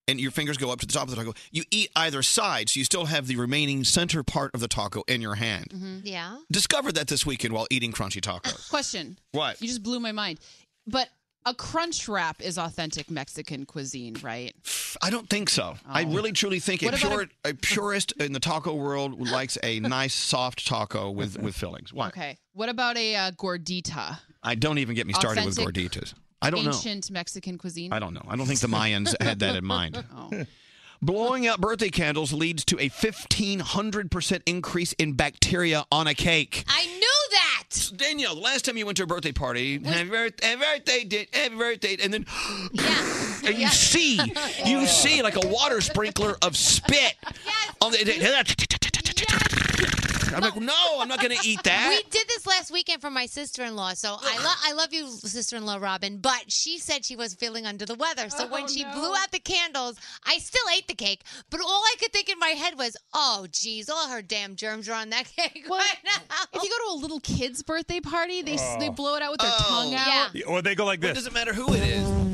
and your fingers go up to the top of the taco. You eat either side, so you still have the remaining center part of the taco in your hand. Mm-hmm. Mm-hmm. Yeah. Discovered that this weekend while eating crunchy tacos. Question. What? You just blew my mind. But a crunch wrap is authentic Mexican cuisine, right? I don't think so. I really truly think a, Oh. What about pure, a purist in the taco world likes a nice soft taco with, with fillings. Why? Okay. What about a uh, gordita? I don't even get me started with Authentic gorditas. I don't know. Ancient Mexican cuisine. I don't know. I don't think the Mayans had that in mind. Oh. Blowing out birthday candles leads to a 1500% increase in bacteria on a cake. I knew that. Danielle, the last time you went to a birthday party, happy birthday, happy birthday, Dan- happy birthday, and then and you see, you see like a water sprinkler of spit. On the, I'm like, no, I'm not going to eat that. We did this last weekend for my sister in law. So I, lo- I love you, sister in law Robin, but she said she was feeling under the weather. So Oh, when she blew out the candles, I still ate the cake, but all I could think in my head was, oh, geez, all her damn germs are on that cake. right now. If you go to a little kid's birthday party, they s they Oh. blow it out with their tongue out. Or they go like this. It doesn't matter who it is.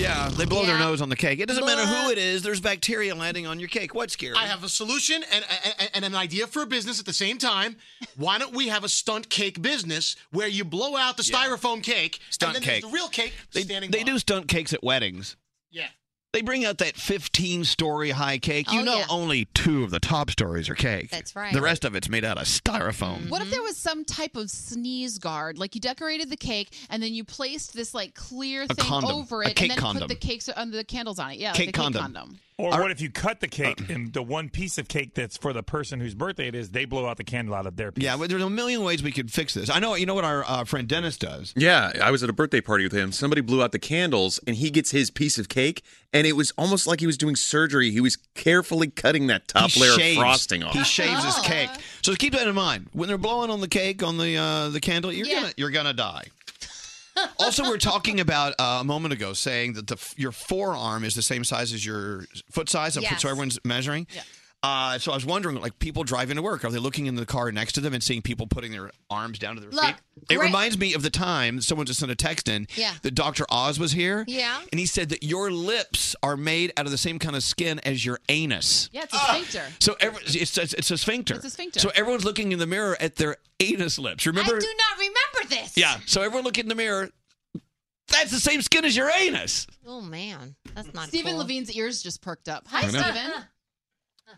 Yeah, they blow their nose on the cake. It doesn't matter who it is. There's bacteria landing on your cake. What's scary? I have a solution and, and and an idea for a business at the same time. Why don't we have a stunt cake business where you blow out the styrofoam cake Stunt and then cake. there's the real cake They, standing they do stunt cakes at weddings. Yeah. They bring out that 15 story high cake. You Oh, know, yeah. only two of the top stories are cake. That's right. The rest of it's made out of styrofoam. What if there was some type of sneeze guard? Like you decorated the cake and then you placed this like clear A thing condom. over A it cake and then condom. put the cakes on the candles on it. Yeah, like a cake condom. Or what if you cut the cake and the one piece of cake that's for the person whose birthday it is, they blow out the candle out of their piece. Yeah, but there's a million ways we could fix this. I know, you know what our uh, friend Dennis does? Yeah, I was at a birthday party with him. Somebody blew out the candles, and he gets his piece of cake, and it was almost like he was doing surgery. He was carefully cutting that top He layer shaves- of frosting off. He shaves Oh, his cake. Ah. So keep that in mind. When they're blowing on the cake on the uh, the candle, you're Yeah. gonna you're gonna die. also, we we're talking about uh, a moment ago saying that the f- your forearm is the same size as your foot size. Yes. So everyone's measuring. Uh, so I was wondering, like people driving to work, are they looking in the car next to them and seeing people putting their arms down to their Look, feet? It Ray- reminds me of the time someone just sent a text in. Yeah. That Dr. Oz was here. Yeah. And he said that your lips are made out of the same kind of skin as your anus. Yeah, it's a sphincter. So every, it's, it's, it's a sphincter. It's a sphincter. So everyone's looking in the mirror at their anus lips. Remember? I do not remember this. Yeah. So everyone look in the mirror. That's the same skin as your anus. Oh man, that's not Stephen cool. Levine's ears just perked up. Hi, I know. Stephen.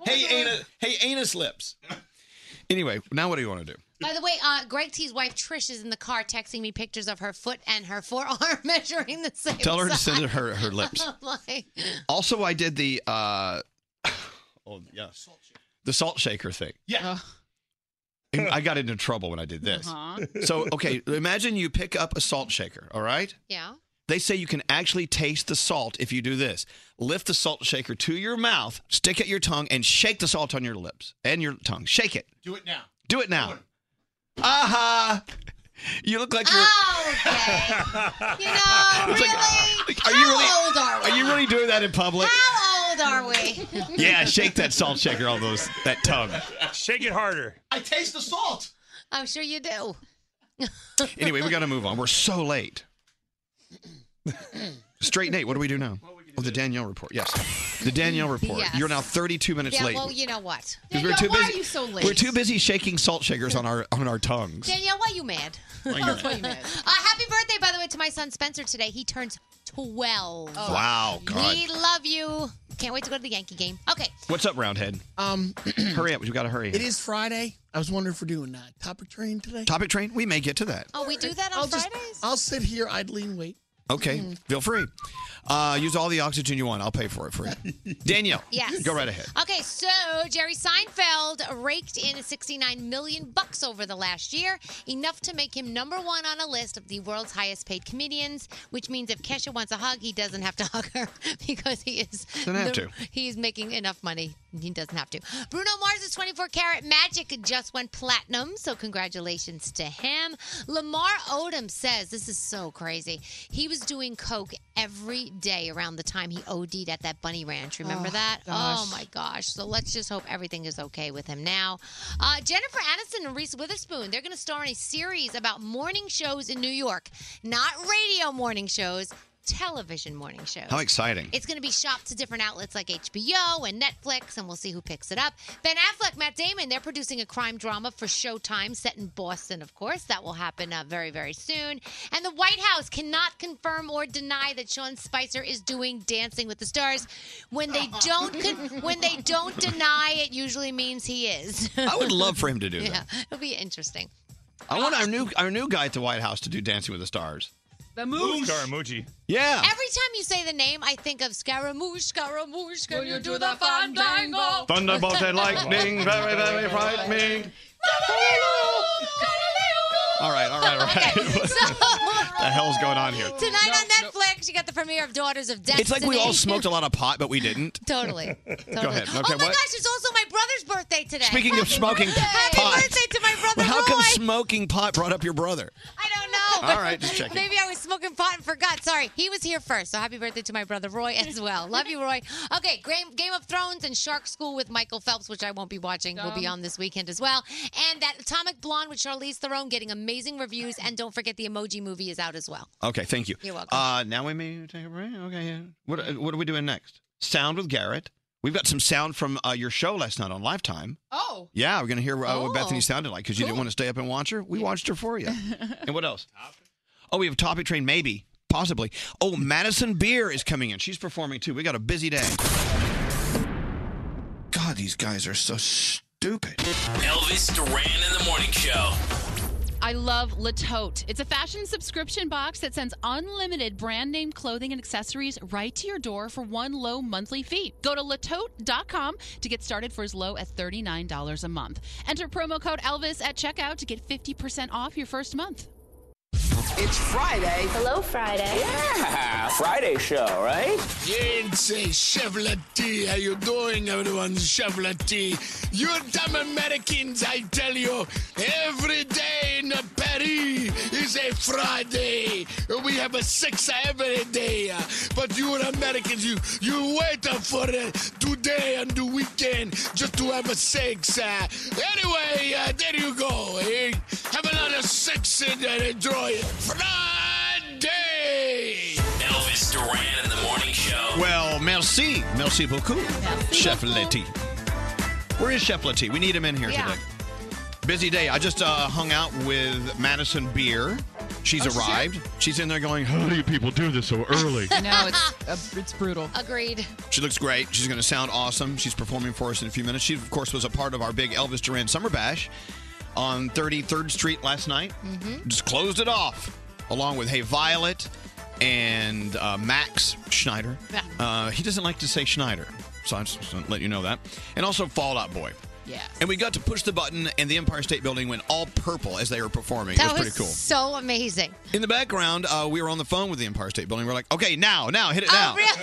Hey anus. Hey anus lips. Anyway, now what do you want to do? By the way, uh, Greg T's wife Trish is in the car texting me pictures of her foot and her forearm measuring the same. Tell her to size. send her her lips. I'm like, Also, I did the uh, oh yeah, the salt shaker thing. Yeah. Uh-huh. And I got into trouble when I did this. Uh-huh. So okay, imagine you pick up a salt shaker. All right. yeah. They say you can actually taste the salt if you do this. Lift the salt shaker to your mouth, stick it your tongue, and shake the salt on your lips and your tongue. Shake it. Do it now. Do it now. Uh-huh. Aha! You look like you're. You know, It's really? like, are you really? How old are we? you really doing that in public? How old are we? Yeah, shake that salt shaker on those that tongue. Shake it harder. I taste the salt. I'm sure you do. Anyway, we got to move on. We're so late. Straight Nate, what do we do now? Oh, the Danielle report. Yes, the Danielle report. Yes. You're now 32 minutes yeah. late. Well, you know what? 'Cause we're too busy- We're too busy shaking salt shakers on our on our tongues. Danielle, why you mad? Why you mad? Why Uh, happy birthday, by the way, to my son Spencer today. He turns 12. Wow, God. We love you. Can't wait to go to the Yankee game. Okay. What's up, Roundhead? Um, hurry up! You got to hurry. It is Friday. I was wondering if we're doing that topic train today. Topic train. We may get to that. Oh, we do that on I'll Fridays? Just, I'll sit here idly and wait. Okay, Mm. feel free. Uh, use all the oxygen you want. I'll pay for it for you. Danielle, Yes. go right ahead. Okay, so Jerry Seinfeld raked in 69 million bucks over the last year, enough to make him number one on a list of the world's highest paid comedians. Which means if Kesha wants a hug, he doesn't have to hug her because he is Doesn't have to. He's making enough money. He doesn't have to. Bruno Mars's 24 karat magic just went platinum, so congratulations to him. Lamar Odom says this is so crazy. He was doing coke every day around the time he OD'd at that bunny ranch. Remember Oh, that? Oh gosh. my gosh. So let's just hope everything is okay with him now. Uh, Jennifer Aniston and Reese Witherspoon, they're going to star in a series about morning shows in New York, not radio morning shows. Television morning shows. How exciting. It's going to be shopped to different outlets like HBO and Netflix, and we'll see who picks it up. Ben Affleck, Matt Damon, they're producing a crime drama for Showtime, set in Boston, of course. That will happen uh, very, very soon. And the White House cannot confirm or deny that Sean Spicer is doing Dancing with the Stars. When they don't, con- when they don't deny it, usually means he is. I would love for him to do yeah, that. it'll be interesting. I want our new our new guy at the White House to do Dancing with the Stars. The Mooch. Scaramucci. Yeah. Every time you say the name, I think of Scaramouche, Scaramouche, can you, do, the fandango? Thunderbolt and lightning, very very frightening. All right, all right, all right. what the hell's going on here? Tonight on Netflix, you got the premiere of Daughters of Destiny. It's like we all smoked a lot of pot, but we didn't. Totally. Go ahead. Okay, oh my what? gosh, it's also my brother's birthday today. Speaking of Happy smoking birthday. Happy pot. birthday to my brother Well, how Roy. come smoking pot brought up your brother? I don't know. All right, just checking. Maybe I was smoking pot and forgot. Sorry, he was here first. So happy birthday to my brother Roy as well. Love you, Roy. Okay, Game, Game of Thrones and Shark School with Michael Phelps, which I won't be watching, will be Dumb. on this weekend as well. And that Atomic Blonde with Charlize Theron getting amazing reviews. And don't forget the Emoji Movie is out as well. Okay, thank you. You're welcome. Uh, now we may take a break. Okay, yeah. What, uh, what are we doing next? Sound with Garrett. We've got some sound from uh, your show last night on Lifetime. Oh. Yeah, we're going to hear uh, Oh. what Bethany sounded like because you didn't want to stay up and watch her. We watched her for you. and what else? Oh, we have Topic Train, maybe. Possibly. Oh, Madison Beer is coming in. She's performing too. We got a busy day. God, these guys are so stupid. Elvis Duran in the morning show. I love La Tote. It's a fashion subscription box that sends unlimited brand name clothing and accessories right to your door for one low monthly fee. Go to latote.com to get started for as low as $39 a month. Enter promo code Elvis at checkout to get 50% off your first month. It's Friday. Hello, Friday. Ah, Friday show, right? Gente, Chef Tea, how you doing, everyone? Chef Tea, you dumb Americans, I tell you, every day in Paris is a Friday. We have a six every day, but you Americans, you you wait up for uh, today and the weekend just to have a six. Uh, anyway, uh, there you go. eh? Have another six and uh, enjoy it. Friday. Elvis Duran in the morning show. Well, merci. Merci beaucoup, Chef Letty. Where is Chef Letty? We need him in here Yeah. today. Busy day. I just uh, hung out with Madison Beer. She's Oh, shit. arrived. She's in there going, How do you people do this so early? No, it's, uh, it's brutal. Agreed. She looks great. She's going to sound awesome. She's performing for us in a few minutes. She, of course, was a part of our big Elvis Duran Summer Bash on 33rd Street last night. Mm-hmm. Mhm. Just closed it off, along with Hey Violet and uh, Max Schneider. Yeah. Uh, he doesn't like to say Schneider, so I'm just going to let you know that. And also Fallout Boy. Yeah. And we got to push the button, and the Empire State Building went all purple as they were performing. it that was, was, pretty cool. so amazing. In the background, uh, we were on the phone with the Empire State Building. We're like, okay, now, now, hit it now. Oh, really?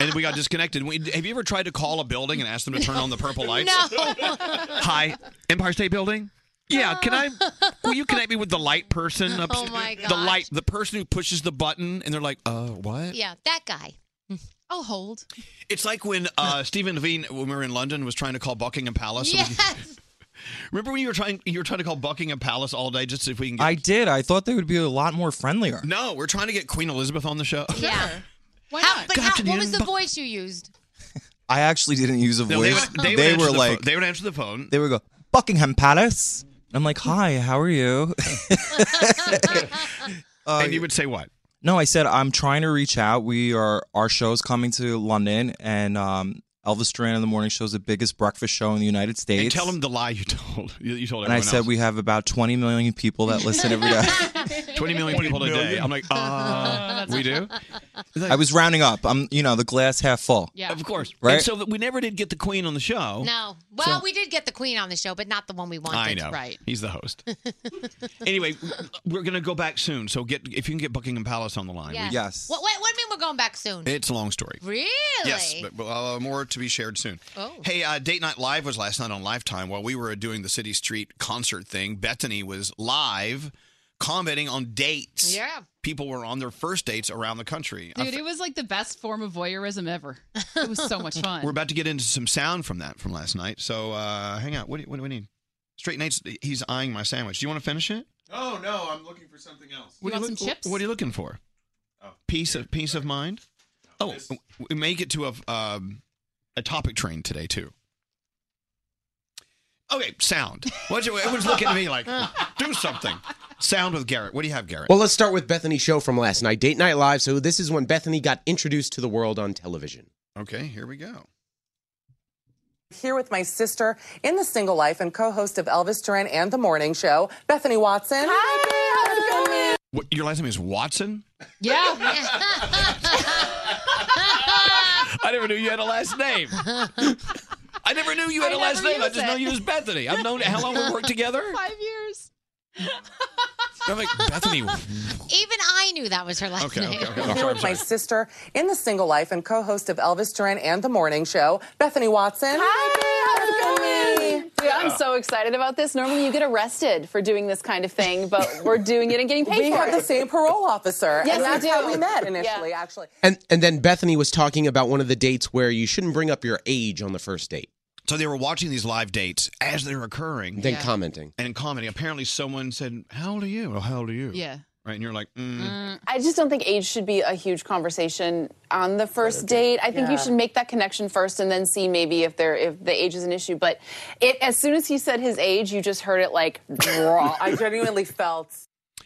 And then we got disconnected. We, have you ever tried to call a building and ask them to turn on the purple lights? No. Hi, Empire State Building? Yeah, can I? Will you connect me with the light person? Up, Oh, my The gosh. light, the person who pushes the button, and they're like, uh, what? yeah, that guy. I'll hold. It's like when uh, Stephen Levine, when we were in London, was trying to call Buckingham Palace. Yes. Remember when you were trying, you were trying to call Buckingham Palace all day just to see if we can get. I did. I thought they would be a lot more friendlier. no, we're trying to get Queen Elizabeth on the show. Yeah. Why not? but how, what afternoon, was the voice you used? I actually didn't use a voice. No, they would- they would answer were the like, phone- they would answer the phone. They would go, Buckingham Palace. I'm like, hi, how are you? and you would say what? no, I said I'm trying to reach out. We are our show's coming to London, and um, Elvis Duran in the Morning Show is the biggest breakfast show in the United States. And tell them the lie you told. You, you told And I everyone said we have about 20 million people that listen every day. else. 20 million people today. I'm like, uh, we do? I was rounding up. I'm, you know, the glass half full. Yeah. Of course. Right? And so that we never did get the queen on the show. No. Well, Oh. So- we did get the queen on the show, but not the one we wanted. I know. He's the host. anyway, we're going to go back soon. So get if you can get Buckingham Palace on the line. we- Yeah. What, what, what do you mean we're going back soon? It's a long story. Really? Yes, but uh, more to be shared soon. Oh. Hey, uh, Date Night Live was last night on Lifetime. While we were doing the City Street concert thing, Bethany was live commenting on dates. Yeah. People were on their first dates around the country. I Dude, it was like the best form of voyeurism ever. It was so much fun. We're about to get into some sound from that from last night. So uh, hang out. What do, what do we need? Straight Nate's he's eyeing my sandwich. Do you want to finish it? Oh no, I'm looking for something else. What are you look- Oh, What are you looking for? Peace of peace of mind. Oh, we make it to a um, a topic train today too. Okay, sound. What you, everyone's looking at me like, do something. Sound with Garrett. What do you have, Garrett? Well, let's start with Bethany's show from last night, Date Night Live. So this is when Bethany got introduced to the world on television. Okay, here we go. Here with my sister in the single life and co-host of Elvis Duran and the Morning Show, Bethany Watson. Hi. What, your last name is Watson. Yeah. I never knew you had a last name. I never knew you had I a last never name. I used just it. know you as Bethany. I've known how long we worked together. Five years. I'm like Bethany. Even I knew that was her last name. Here with my sister in the single life and co-host of Elvis Duran and the Morning Show, Bethany Watson. Hi. Dude, I'm so excited about this. Normally, you get arrested for doing this kind of thing, but we're doing it and getting paid We for have it. the same parole officer, Yes, and that's we do. how we met initially. Actually, And and then Bethany was talking about one of the dates where you shouldn't bring up your age on the first date. So they were watching these live dates as they're occurring. Then Yeah. commenting. And commenting. Apparently someone said, How old are you? Oh, how old are you? Yeah. Right. And you're like, mm. Mm-hmm. Mm, I just don't think age should be a huge conversation on the first date. I think you Yeah. should make that connection first and then see maybe if there if the age is an issue. But it as soon as he said his age, you just heard it like draw. I genuinely felt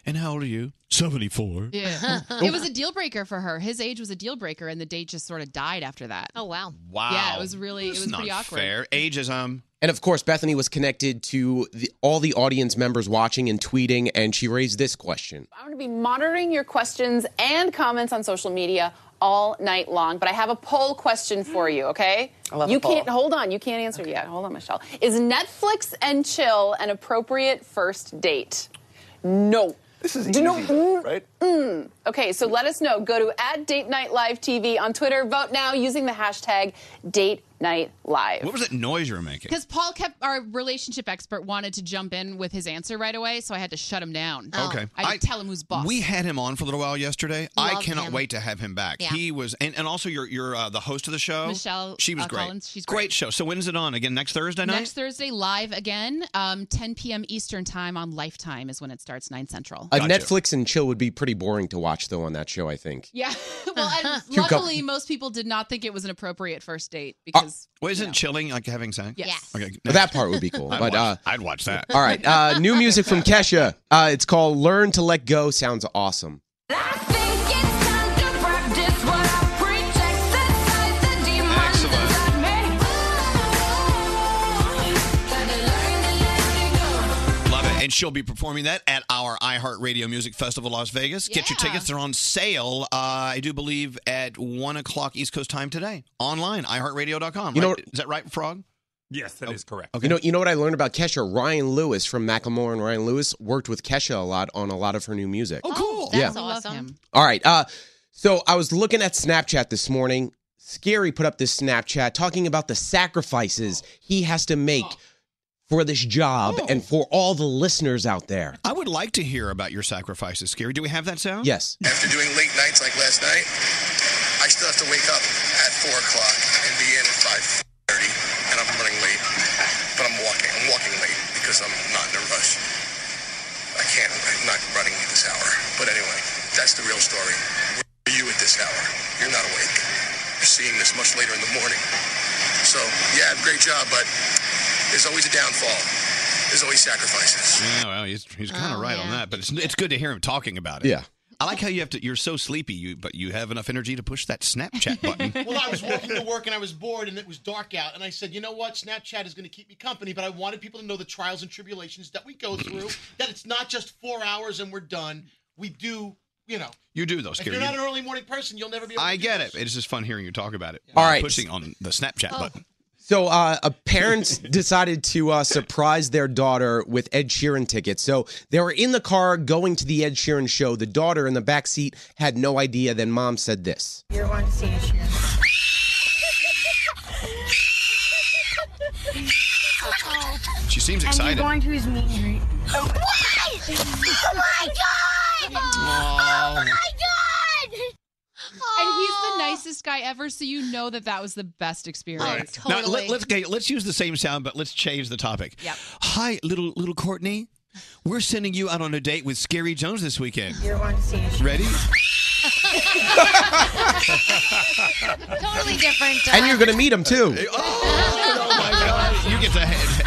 And how old are you? 74. Yeah. it was a deal breaker for her. His age was a deal breaker, and the date just sort of died after that. Oh, wow. Wow. Yeah, it was really, it was pretty awkward. Ageism. And of course, Bethany was connected to the, all the audience members watching and tweeting, and she raised this question. I'm going to be monitoring your questions and comments on social media all night long, but I have a poll question for you, okay? I love a you poll. can't hold on, you can't answer yet. Hold on, Michelle. Is Netflix and chill an appropriate first date? No. This is easy, right? Mm. Okay, so let us know. Go to at Date Night Live TV on Twitter. Vote now using the hashtag Date Night Live. What was that noise you were making? Because Paul kept our relationship expert wanted to jump in with his answer right away, so I had to shut him down. Oh. Okay. I had to tell him who's boss. We had him on for a little while yesterday. I Love cannot him. wait to have him back. Yeah. He was, and, and also you're, you're uh, the host of the show. Michelle, She was uh, great. Collins, she's great. show. So when's it on? Again, next Thursday night? Next Thursday, live again, um, 10 p.m. Eastern time on Lifetime is when it starts, 9 Central. A Netflix and chill would be pretty boring to watch, though, on that show, I think. Yeah. well, and Two cup- luckily, most people did not think it was an appropriate first date because. Uh, well, isn't it chilling like having sex? Yes. Okay. That part would be cool. I'd but watch- uh, I'd watch that. All right. Uh, new music from Kesha. Uh, it's called Learn to Let Go. Sounds awesome. Love it. And she'll be performing that at our iHeartRadio Music Festival Las Vegas. Get your tickets. They're on sale, uh, I do believe, at 1 o'clock East Coast time today. Online, iHeartRadio.com. You know- right? Is that right, Frog? Yes, that is correct. You know, you know what I learned about Kesha? Ryan Lewis from Macklemore and Ryan Lewis worked with Kesha a lot on a lot of her new music. Oh, cool. that's yeah. awesome. All right. Uh, so I was looking at Snapchat this morning. Scary put up this Snapchat talking about the sacrifices he has to make for this job and for all the listeners out there. Oh. I would like to hear about your sacrifices, Scary. Do we have that sound? Yes. After doing late nights like last night, I still have to wake up at four o'clock and be in at five thirty, and I'm running late. But I'm walking. I'm walking late because I'm not in a rush. I can't. I'm not running at this hour. But anyway, that's the real story. Where are you at this hour? You're not awake. You're seeing this much later in the morning. So yeah, great job, but there's always a downfall. There's always sacrifices. Oh, Yeah, well, he's, he's kind Oh, of right on that, but it's, it's good to hear him talking about it. Yeah. I like how you have to. You're so sleepy, you but you have enough energy to push that Snapchat button. well, I was walking to work and I was bored and it was dark out. And I said, you know what? Snapchat is going to keep me company, but I wanted people to know the trials and tribulations that we go through, that it's not just four hours and we're done. We do, you know. You do though, If Scary. you're You- not an early morning person, you'll never be able to I do get this. it. It's just fun hearing you talk about it. All while right. pushing on the Snapchat button. So, uh, a parents decided to uh, surprise their daughter with Ed Sheeran tickets. So they were in the car going to the Ed Sheeran show. The daughter in the back seat had no idea. Then mom said this. You're on stage here. She seems excited. And you're going to his meet and greet. Oh my god! Oh my god! And he's Oh. the nicest guy ever, so you know that that was the best experience. Now let, let's okay, let's use the same sound, but let's change the topic. Yep. Hi, little little Courtney. We're sending you out on a date with Scary Jones this weekend. You're on stage. Ready? totally different. uh, And you're going to meet him too. oh, You get the head.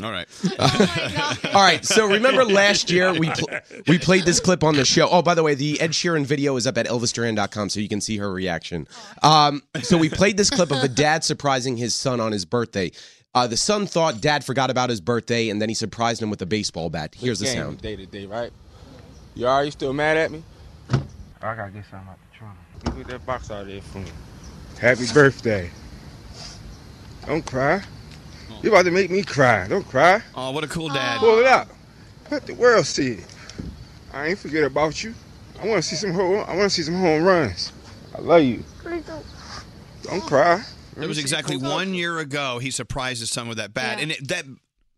All right. All right. So remember last year we pl- we played this clip on the show. Oh, by the way, the Ed Sheeran video is up at elvisduran.com, so you can see her reaction. Um, so we played this clip of a dad surprising his son on his birthday. Uh, the son thought dad forgot about his birthday, and then he surprised him with a baseball bat. Here's the Game sound. Day to day, right? You are you still mad at me? I gotta get something out the trunk. Put that box out there for me. Happy birthday. Don't cry. You about to make me cry. Don't cry. Oh, what a cool dad. Pull it out. Let the world see it. I ain't forget about you. I want to see some home. I want to see some home runs. I love you. Don't cry. It was exactly one year ago he surprised his son with that bat, and it, that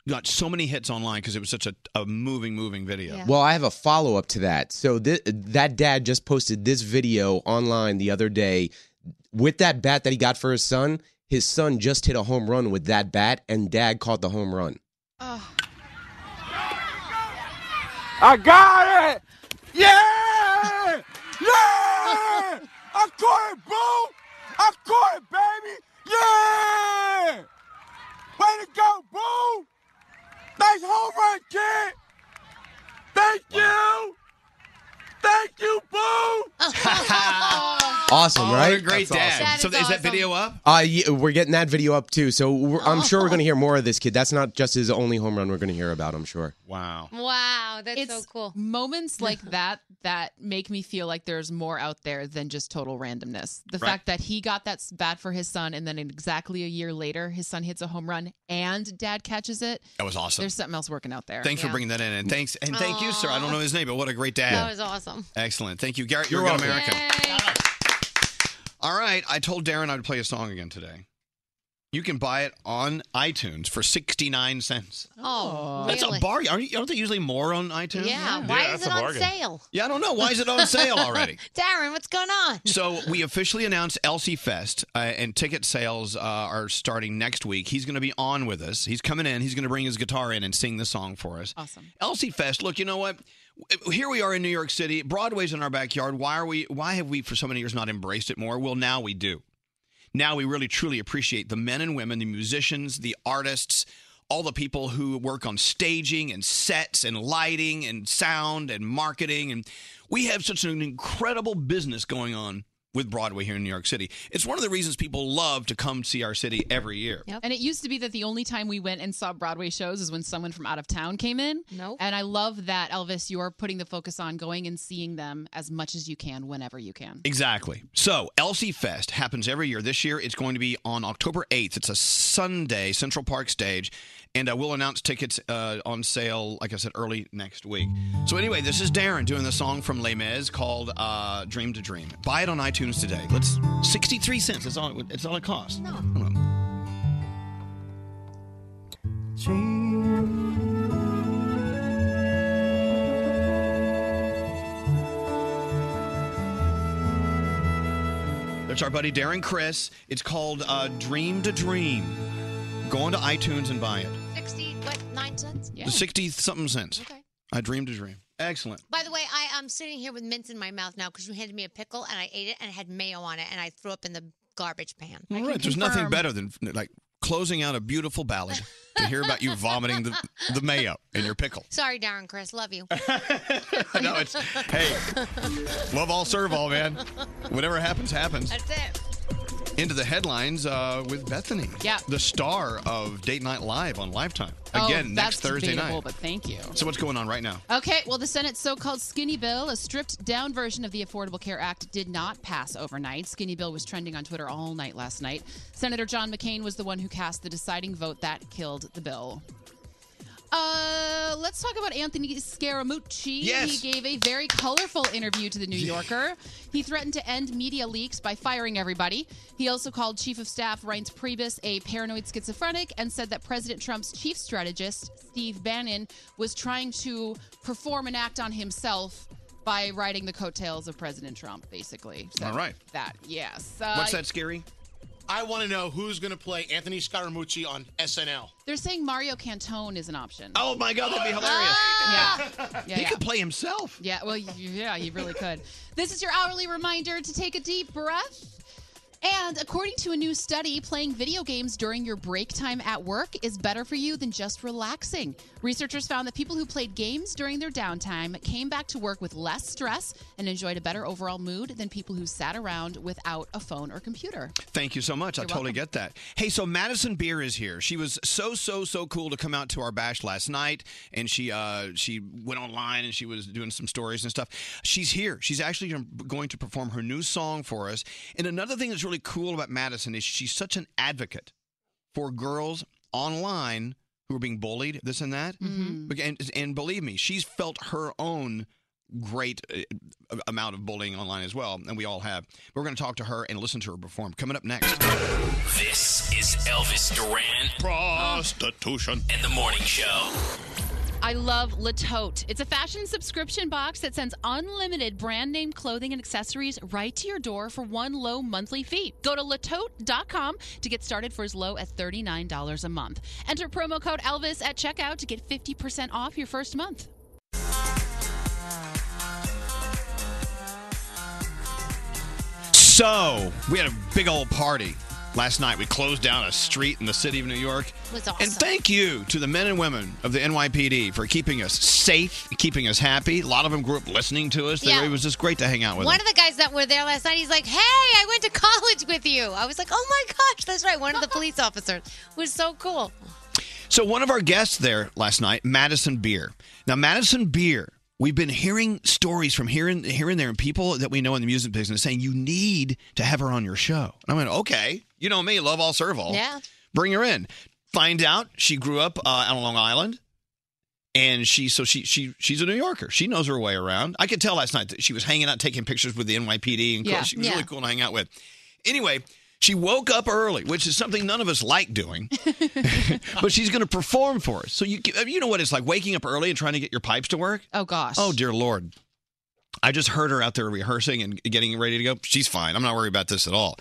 got so many hits online because it was such a, a moving, moving video. Well, I have a follow up to that. So th- that dad just posted this video online the other day with that bat that he got for his son. His son just hit a home run with that bat, and dad caught the home run. I got it! Yeah! Yeah! I caught it, boo! I caught it, baby! Yeah! Way to go, boo! Nice home run, kid! Awesome, Oh, right? what a great dad. That so is is that video up? Uh, yeah, we're getting that video up too, so we're, I'm sure we're Oh. going to hear more of this kid. That's not just his only home run we're going to hear about. I'm sure. Wow. Wow, that's so cool. Moments like that that make me feel like there's more out there than just total randomness. The Right. fact that he got that s- bat for his son, and then exactly a year later, his son hits a home run and dad catches it. That was awesome. There's something else working out there. Thanks for bringing that in, and thanks and thank you, sir. I don't know his name, but what a great dad. That was awesome. Excellent. Thank you, Garrett. You're You're, good welcome. America. All right. I told Darren I'd play a song again today. You can buy it on iTunes for 69 cents. Oh, That's really? a bargain. Aren't, aren't they usually more on iTunes? Yeah. Why is it on sale? Yeah, I don't know. Why is it on sale already? Darren, what's going on? So we officially announced LC Fest, uh, and ticket sales uh, are starting next week. He's going to be on with us. He's coming in. He's going to bring his guitar in and sing the song for us. Awesome. LC Fest. Look, you know what? Here we are in New York City. Broadway's in our backyard. Why are we? Why have we for so many years not embraced it more? Well, now we do. Now we really truly appreciate the men and women, the musicians, the artists, all the people who work on staging and sets and lighting and sound and marketing. And we have such an incredible business going on with Broadway here in New York City. It's one of the reasons people love to come see our city every year. And it used to be that the only time we went and saw Broadway shows is when someone from out of town came in. No. And I love that, Elvis, you're putting the focus on going and seeing them as much as you can whenever you can. Exactly. So, LC Fest happens every year. This year, it's going to be on October 8th. It's a Sunday, Central Park stage. And uh, we'll announce tickets uh, on sale, like I said, early next week. So, anyway, this is Darren doing the song from Les Mis called uh, Dream to Dream. Buy it on iTunes today. Let's 63 cents. That's all it, it's all it costs. That's our buddy Darren Chris. It's called uh, Dream to Dream. Go on to iTunes and buy it. 60, what, nine cents? Yeah. It's 60 something cents. I dream to dream. Excellent. By the way, I, I'm sitting here with mints in my mouth now because you handed me a pickle and I ate it and it had mayo on it and I threw up in the garbage pan. All right. There's nothing better than like closing out a beautiful ballad to hear about you vomiting the, the mayo in your pickle. Sorry, Darren, Chris. Love you. no, it's hey, love all, serve all, man. Whatever happens, happens. That's it. Into the headlines uh, with Bethany. Yeah. The star of Date Night Live on Lifetime. Oh, Again, that's next Thursday debatable, night. But thank you. So what's going on right now? Okay, well, the Senate's so called skinny bill, a stripped down version of the Affordable Care Act, did not pass overnight. Skinny bill was trending on Twitter all night last night. Senator John McCain was the one who cast the deciding vote that killed the bill. Uh, let's talk about Anthony Scaramucci. Yes. He gave a very colorful interview to the New Yorker. He threatened to end media leaks by firing everybody. He also called Chief of Staff Reince Priebus a paranoid schizophrenic and said that President Trump's chief strategist, Steve Bannon, was trying to perform an act on himself by riding the coattails of President Trump, basically. So All right. That, yes. Uh, What's that scary? I want to know who's going to play Anthony Scaramucci on SNL. They're saying Mario Cantone is an option. Oh my God, that'd be hilarious. ah! Yeah. yeah he yeah. could play himself. Yeah, well, y- yeah, you really could. This is your hourly reminder to take a deep breath. And according to a new study, playing video games during your break time at work is better for you than just relaxing. Researchers found that people who played games during their downtime came back to work with less stress and enjoyed a better overall mood than people who sat around without a phone or computer. Thank you so much. I You're totally welcome. get that. Hey, so Madison Beer is here. She was so so so cool to come out to our bash last night, and she uh, she went online and she was doing some stories and stuff. She's here. She's actually going to perform her new song for us. And another thing that's really cool about Madison is she's such an advocate for girls online who are being bullied, this and that. Mm-hmm. Bec- And, and believe me, she's felt her own great uh, amount of bullying online as well, and we all have. We're going to talk to her and listen to her perform. Coming up next. This is Elvis Duran. Prostitution. And the morning show. I love La Tote. It's a fashion subscription box that sends unlimited brand name clothing and accessories right to your door for one low monthly fee. Go to latote.com to get started for as low as $39 a month. Enter promo code Elvis at checkout to get 50% off your first month. So we had a big old party Last night, we closed down a street in the city of New York. Was awesome. And thank you to the men and women of the NYPD for keeping us safe, keeping us happy. A lot of them grew up listening to us. They- Yeah. It was just great to hang out with One them. of the guys that were there last night, he's like, "Hey, I went to college with you." I was like, "Oh my gosh, that's right." One of the police officers was so cool. So one of our guests there last night, Madison Beer. Now Madison Beer, we've been hearing stories from here and here and there, and people that we know in the music business saying you need to have her on your show. And I went, okay, you know me, love all serve all. Yeah. bring her in. Find out she grew up uh, out on Long Island, and she so she she she's a New Yorker. She knows her way around. I could tell last night that she was hanging out, taking pictures with the NYPD, and cool. Yeah. she was Yeah. really cool to hang out with. Anyway. She woke up early, which is something none of us like doing but she's going to perform for us. So you you know what it's like waking up early and trying to get your pipes to work. Oh gosh. Oh dear lord. I just heard her out there rehearsing and getting ready to go. She's fine. I'm not worried about this at all.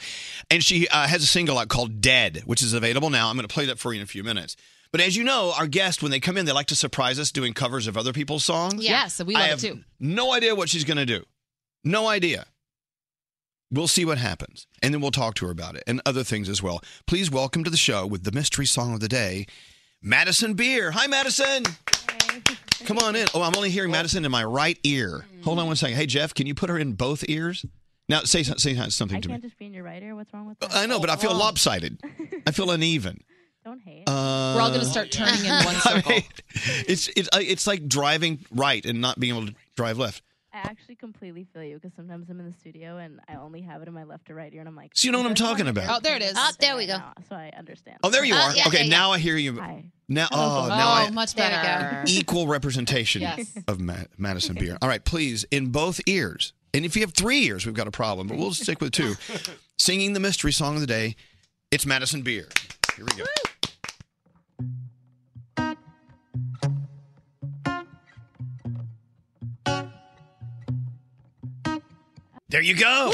And she uh, has a single out called "Dead," which is available now. I'm going to play that for you in a few minutes. But as you know, our guests when they come in, they like to surprise us doing covers of other people's songs. Yeah. Yes, and we I love it have too. No idea what she's going to do. No idea. We'll see what happens, and then we'll talk to her about it and other things as well. Please welcome to the show with the mystery song of the day, Madison Beer. Hi, Madison. Come on in. Oh, I'm only hearing Madison in my right ear. Hold on one second. Hey, Jeff, can you put her in both ears? Now, say, so- say something I to me. can't just be in your writer. What's wrong with that? Oh. I know, but I feel lopsided. I feel uneven. Don't hate. Uh, We're all gonna start turning in one I mean, it's it's uh, it's like driving right and not being able to drive left. I actually completely feel you because sometimes I'm in the studio and I only have it in my left or right ear, and I'm like. So you know what I'm talking about. there it is. Oh, there we go. so I understand. Oh, there you are. okay, now I hear you. Now, oh, now I, much There we go. equal representation Yes. of Ma- Madison Beer. All right, please, in both ears. And if you have three ears, we've got a problem, but we'll stick with two. Singing the mystery song of the day, it's Madison Beer. Here we go. There you go.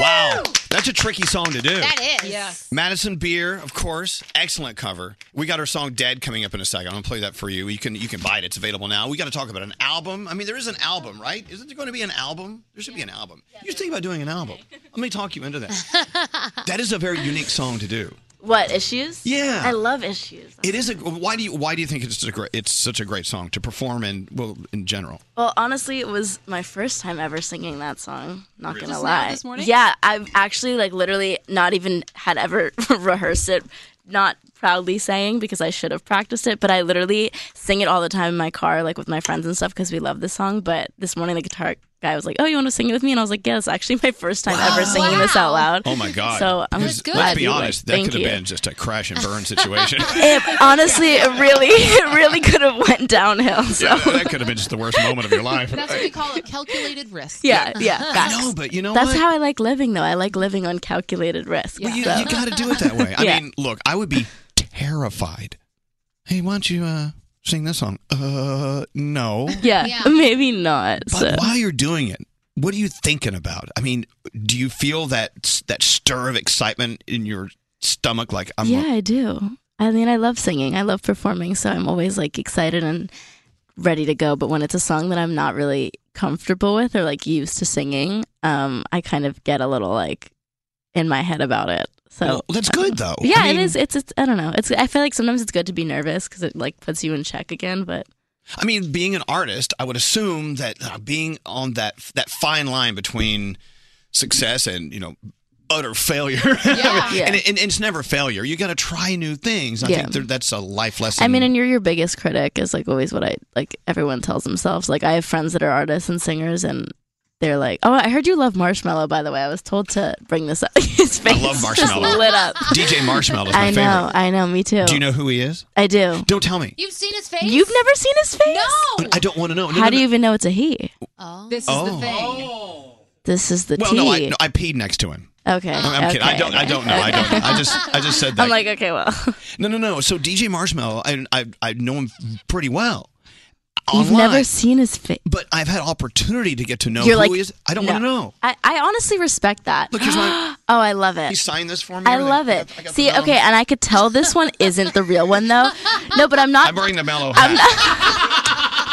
Wow. That's a tricky song to do. That is. Madison Beer, of course, excellent cover. We got her song "Dead" coming up in a second. I'm gonna play that for you. You can you can buy it. It's available now. We got to talk about an album. I mean, there is an album, right? Isn't there going to be an album? There should be an album. you should think about doing an album. Let me talk you into that. that is a very unique song to do. What issues? Yeah. I love issues. It is a. Why do you why do you think it's such a great, it's such a great song to perform and well in general? Well, honestly, it was my first time ever singing that song. Not Really? gonna Just lie. now, this morning? Yeah, I've actually like literally not even had ever rehearsed it. Not proudly saying because I should have practiced it, but I literally sing it all the time in my car, like with my friends and stuff, because we love this song. But this morning, the guitar guy was like, "Oh, you want to sing it with me?" And I was like, "Yeah, it's actually my first time ever singing this out loud." Oh my god! So I'm Because glad Let's be you like- honest. that thank could have you. been just a crash and burn situation. It, honestly, it really, it really could have went downhill. Oh, So. Yeah, that could have been just the worst moment of your life. That's That's what we call a calculated risk. Yeah, yeah. I know, but you know That's what? how I like living, though. I like living on calculated risk. Well, you, so. you got to do it that way. I Yeah. mean, look, I would be terrified. Hey, why don't you uh, sing this song? Uh, no. yeah, maybe not. But so. while you're doing it, what are you thinking about? I mean, do you feel that that stir of excitement in your stomach? Like I'm. yeah, I do. I mean, I love singing. I love performing, so I'm always like excited and ready to go. But when it's a song that I'm not really comfortable with or like used to singing, um, I kind of get a little like in my head about it. So Well, that's I don't good, know. though. Yeah, I mean- it is. It's, it's. I don't know. It's. I feel like sometimes it's good to be nervous because it like puts you in check again. But I mean, being an artist, I would assume that uh, being on that that fine line between success and you know utter failure, and, it- and it's never failure. You got to try new things. I Yeah. think there, that's a life lesson. I mean, and you're your biggest critic is like always what I like. Everyone tells themselves. Like I have friends that are artists and singers, and they're like, "Oh, I heard you love Marshmallow." By the way, I was told to bring this up. His face I love just Marshmallow. lit up. DJ Marshmallow is my I know, favorite. I know, me too. Do you know who he is? I do. Don't tell me. You've seen his face. You've never seen his face? No. I don't want to know. No, How no, do you no. even know it's a he? This is Oh. the thing. This is the Well, tea. no, I, no, I peed next to him. Okay. I'm, I'm kidding. I okay, don't. I okay. don't know. I don't. know. I just. I just said that. I'm like, okay, well. no, no, no. So DJ Marshmallow, I, I, I know him pretty well. You've Online. never seen his face. But I've had opportunity to get to know You're who like, he is. I don't want to know. I, I honestly respect that. Look, here's my, oh, I love it. He signed this for me. I love it. See, okay, and I could tell this one isn't the real one though. No, but I'm not. I'm wearing the mellow hat.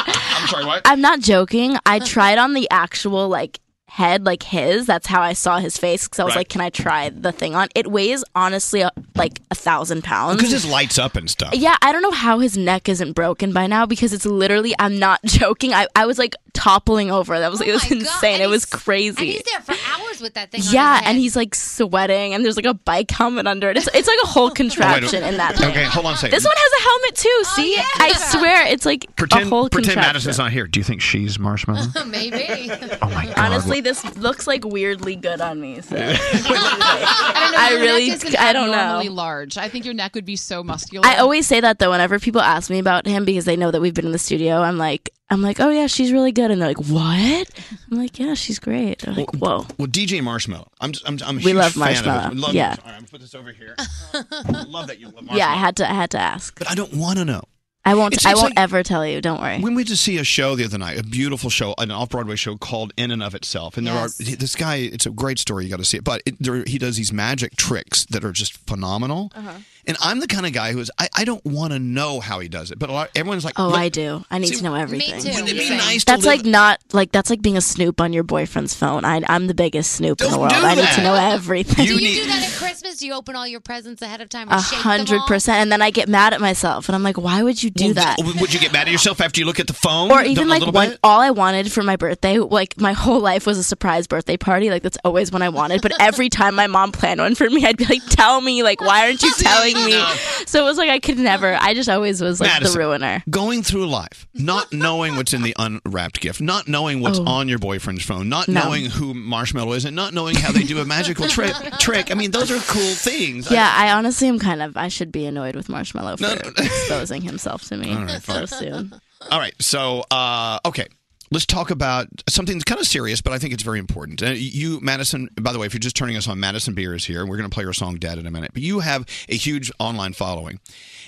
I'm, sorry. What? I'm not joking. I tried on the actual like head like his. That's how I saw his face because I was Right. like, "Can I try the thing on?" It weighs honestly uh, like a thousand pounds. Because this lights up and stuff. Yeah, I don't know how his neck isn't broken by now because it's literally, I'm not joking. I, I was like toppling over. That was, it was insane. It was crazy. Oh And he's there for hours with that thing. on yeah, his head. and he's like sweating, and there's like a bike helmet under it. It's, it's like a whole contraption in that thing. Okay, hold on a second. This one has a helmet too. see, I swear, it's like pretend, a whole pretend contraption. Madison's not here. Do you think she's marshmallow? Maybe. Oh, God. Honestly, this looks like weirdly good on me. So. I don't know. I your really- neck isn't I don't know. abnormally large. I think your neck would be so muscular. I always say that though whenever people ask me about him because they know that we've been in the studio. I'm like, I'm like, oh yeah, she's really good, and they're like, what? I'm like, yeah, she's great. They're like, whoa. Well, DJ Marshmallow. I'm just, I'm, I'm a We huge love fan of his. Marshmallow. We love Yeah. Marshmallow. All right, I'm gonna put this over here. love that you love Marshmallow. Yeah, I had to, I had to ask. But I don't want to know. I won't, It's- I it's won't like- ever tell you. Don't worry. When we went to see a show the other night, a beautiful show, an off-Broadway show called In and of Itself, and there Yes. are this guy. It's a great story. You got to see it. But it, there, he does these magic tricks that are just phenomenal. Uh-huh. And I'm the kind of guy who is I, I don't want to know how he does it, but a lot, everyone's like, Oh, look- I do. I need to know everything. Wouldn't it be nice to That's live- like not like that's like being a snoop on your boyfriend's phone. I, I'm the biggest snoop in the world. I need that. to know everything. do you do that at Christmas? Do you open all your presents ahead of time? Or A shake them hundred all? percent, and then I get mad at myself, and I'm like, "Why would you do that?" W- Oh, Would you get mad at yourself after you look at the phone? Or The- even a like little one, bit? all I wanted for my birthday, like my whole life was a surprise birthday party. Like that's always what I wanted. But every time my mom planned one for me, I'd be like, "Tell me, like, why aren't you telling me?" So it was like I could never. I just always was like Madison, the ruiner. Going through life, not knowing what's in the unwrapped gift, not knowing what's on your boyfriend's phone, not Oh. No. knowing who Marshmallow is, and not knowing how they do a magical trick. Trick. I mean, those are cool things. Yeah, I honestly am kind of. I should be annoyed with Marshmallow for exposing himself to me All right, so fine. soon. All right. So, uh, okay. Let's talk about something that's kind of serious, but I think it's very important. Uh, you, Madison, by the way, if you're just turning us on, Madison Beer is here, and we're going to play her song Dad in a minute. But you have a huge online following.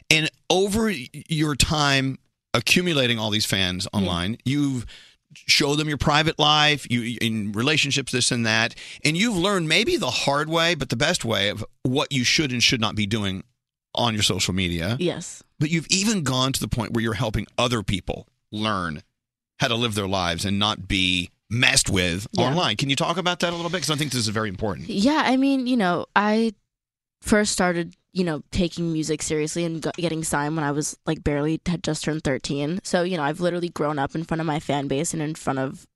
And over y- your time accumulating all these fans online, you've show them your private life, you in relationships, this and that, and you've learned maybe the hard way, but the best way of what you should and should not be doing on your social media. Yes. But you've even gone to the point where you're helping other people learn how to live their lives and not be messed with Yeah. online. Can you talk about that a little bit? Because I think this is very important. Yeah, I mean, you know, I first started, you know, taking music seriously and go- getting signed when I was like barely had just turned 13. So, you know, I've literally grown up in front of my fan base and in front of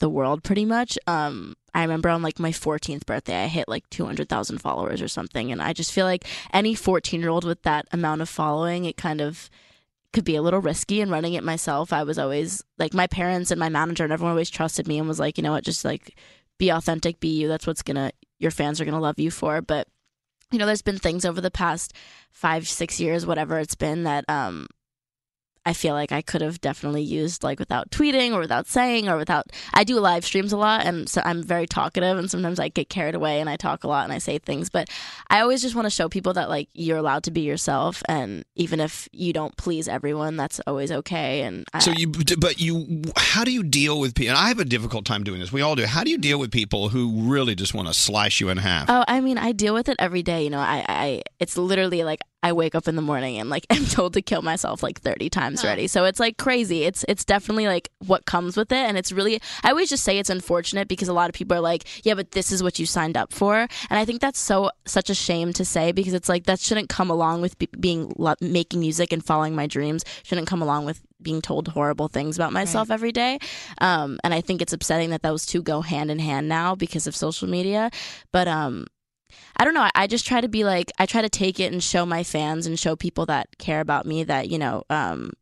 the world pretty much. Um I remember on like my 14th birthday, I hit like 200,000 followers or something and I just feel like any 14-year-old with that amount of following, it kind of could be a little risky and running it myself. I was always like my parents and my manager and everyone always trusted me and was like, you know what, just like be authentic, be you. That's what's gonna your fans are gonna love you for. But you know, there's been things over the past five, six years, whatever it's been, that um I feel like I could have definitely used like without tweeting or without saying or without. I do live streams a lot, and so I'm very talkative, and sometimes I get carried away and I talk a lot and I say things. But I always just want to show people that like you're allowed to be yourself, and even if you don't please everyone, that's always okay. And I, So you, but you, how do you deal with people? And I have a difficult time doing this. We all do. How do you deal with people who really just want to slice you in half? Oh, I mean, I deal with it every day. You know, I, I, it's literally like I wake up in the morning and like I'm told to kill myself like 30 times already. So it's like crazy. It's, it's definitely like what comes with it. And it's really, I always just say it's unfortunate because a lot of people are like, yeah, but this is what you signed up for. And I think that's so, such a shame to say because it's like that shouldn't come along with be- being, lo- making music and following my dreams, shouldn't come along with being told horrible things about myself every day. Um, and I think it's upsetting that those two go hand in hand now because of social media. But um, I don't know. I, I just try to be like, I try to take it and show my fans and show people that care about me that, you know, um,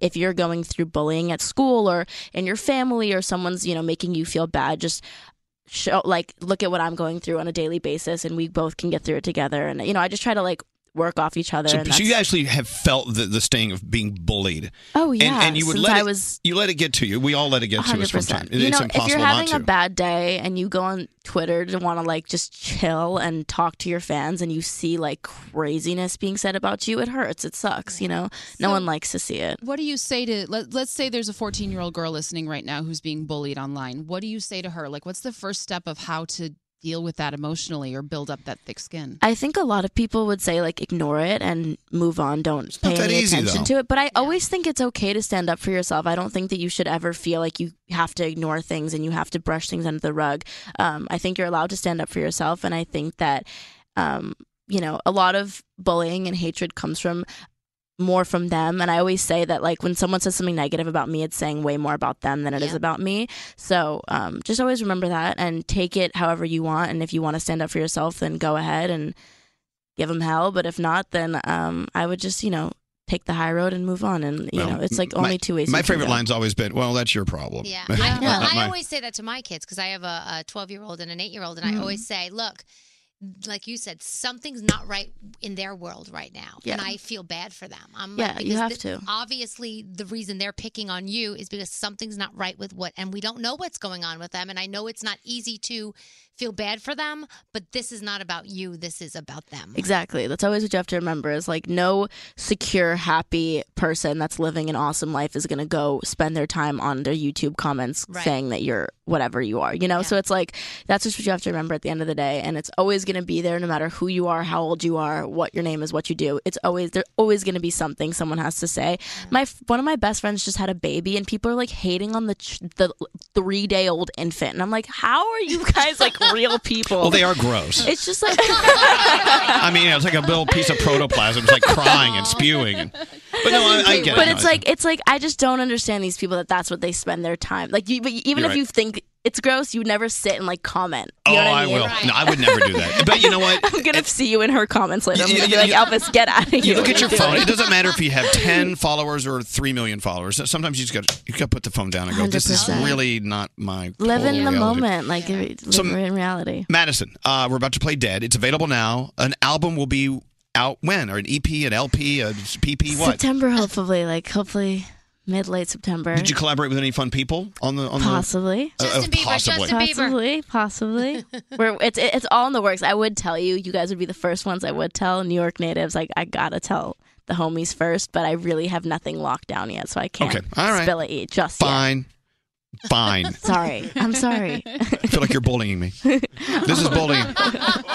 if you're going through bullying at school or in your family or someone's, you know, making you feel bad, just show, like, look at what I'm going through on a daily basis and we both can get through it together. And, you know, I just try to like work off each other. So, and so Oh, that's- you actually have felt the, the sting of being bullied. Oh, and, yeah, and you would since let I it, was- you let it get to you. We all let it get to us sometimes. It- You it's know, impossible if you're having not a to. bad day and you go on Twitter to want to like just chill and talk to your fans, and you see like craziness being said about you, it hurts. It sucks. You know, no So- one likes to see it. What do you say to let, let's say there's a 14 year old girl listening right now who's being bullied online? What do you say to her? Like, what's the first step of how to deal with that emotionally or build up that thick skin. I think a lot of people would say like ignore it and move on. Don't not pay that any easy, attention though. to it. But I always think it's okay to stand up for yourself. I don't think that you should ever feel like you have to ignore things and you have to brush things under the rug. Um, I think you're allowed to stand up for yourself, and I think that um, you know a lot of bullying and hatred comes from more from them and i always say that like when someone says something negative about me it's saying way more about them than it is about me so um, just always remember that and take it however you want and if you want to stand up for yourself then go ahead and give them hell but if not then um, i would just you know take the high road and move on and you Well, know it's like m- only my- two ways My you can favorite go. line's always been, "Well, that's your problem." Yeah. Not I, well, I mine. always say that to my kids because I have a 12 year old and an 8 year old, and I Mhm. always say, look, like you said, something's not right in their world right now, and Yeah. I feel bad for them. I'm Yeah, like, you because have the- to. Obviously, the reason they're picking on you is because something's not right with what, and we don't know what's going on with them. And I know it's not easy to feel bad for them, but this is not about you. This is about them. Exactly. That's always what you have to remember is like no secure, happy person that's living an awesome life is going to go spend their time on their YouTube comments Right. saying that you're whatever you are, you know? So it's like that's just what you have to remember at the end of the day. And it's always going to be there no matter who you are, how old you are, what your name is, what you do. It's always, there's always going to be something someone has to say. My, one of my best friends just had a baby and people are like hating on the, ch- the three day old infant. And I'm like, how are you guys like real people? Well, they are gross. It's just like, I mean, it's like a little piece of protoplasm, it's like crying and spewing. And, but no, I, I get but it. it's like it's like I just don't understand these people that that's what they spend their time. Like you, but even You're if right. you think it's gross, you would never sit and like comment. oh, You know what I, I, mean? will. No, I would never do that. But you know what? I'm gonna see you in her comments later. I'm You- gonna be you- like, you- Elvis, get out of here. You look at your phone. It doesn't matter if you have ten followers or three million followers. Sometimes you just got you got to put the phone down and go. This is 100%. really not my. Live in whole the reality. moment, like live in reality. Madison, uh, we're about to play Dead. It's available now. An album will be out when, or an EP, an LP, a PP, what? September, hopefully, like hopefully mid late September. Did you collaborate with any fun people on the on Possibly. the? Uh, uh, possibly. Possibly, possibly. We're, it's it's all in the works. I would tell you, you guys would be the first ones I would tell. New York natives, like I gotta tell the homies first, but I really have nothing locked down yet, so I can't Okay, all right. spill it just Fine, fine. yet. Sorry, I'm sorry. I feel like you're bullying me. This is bullying.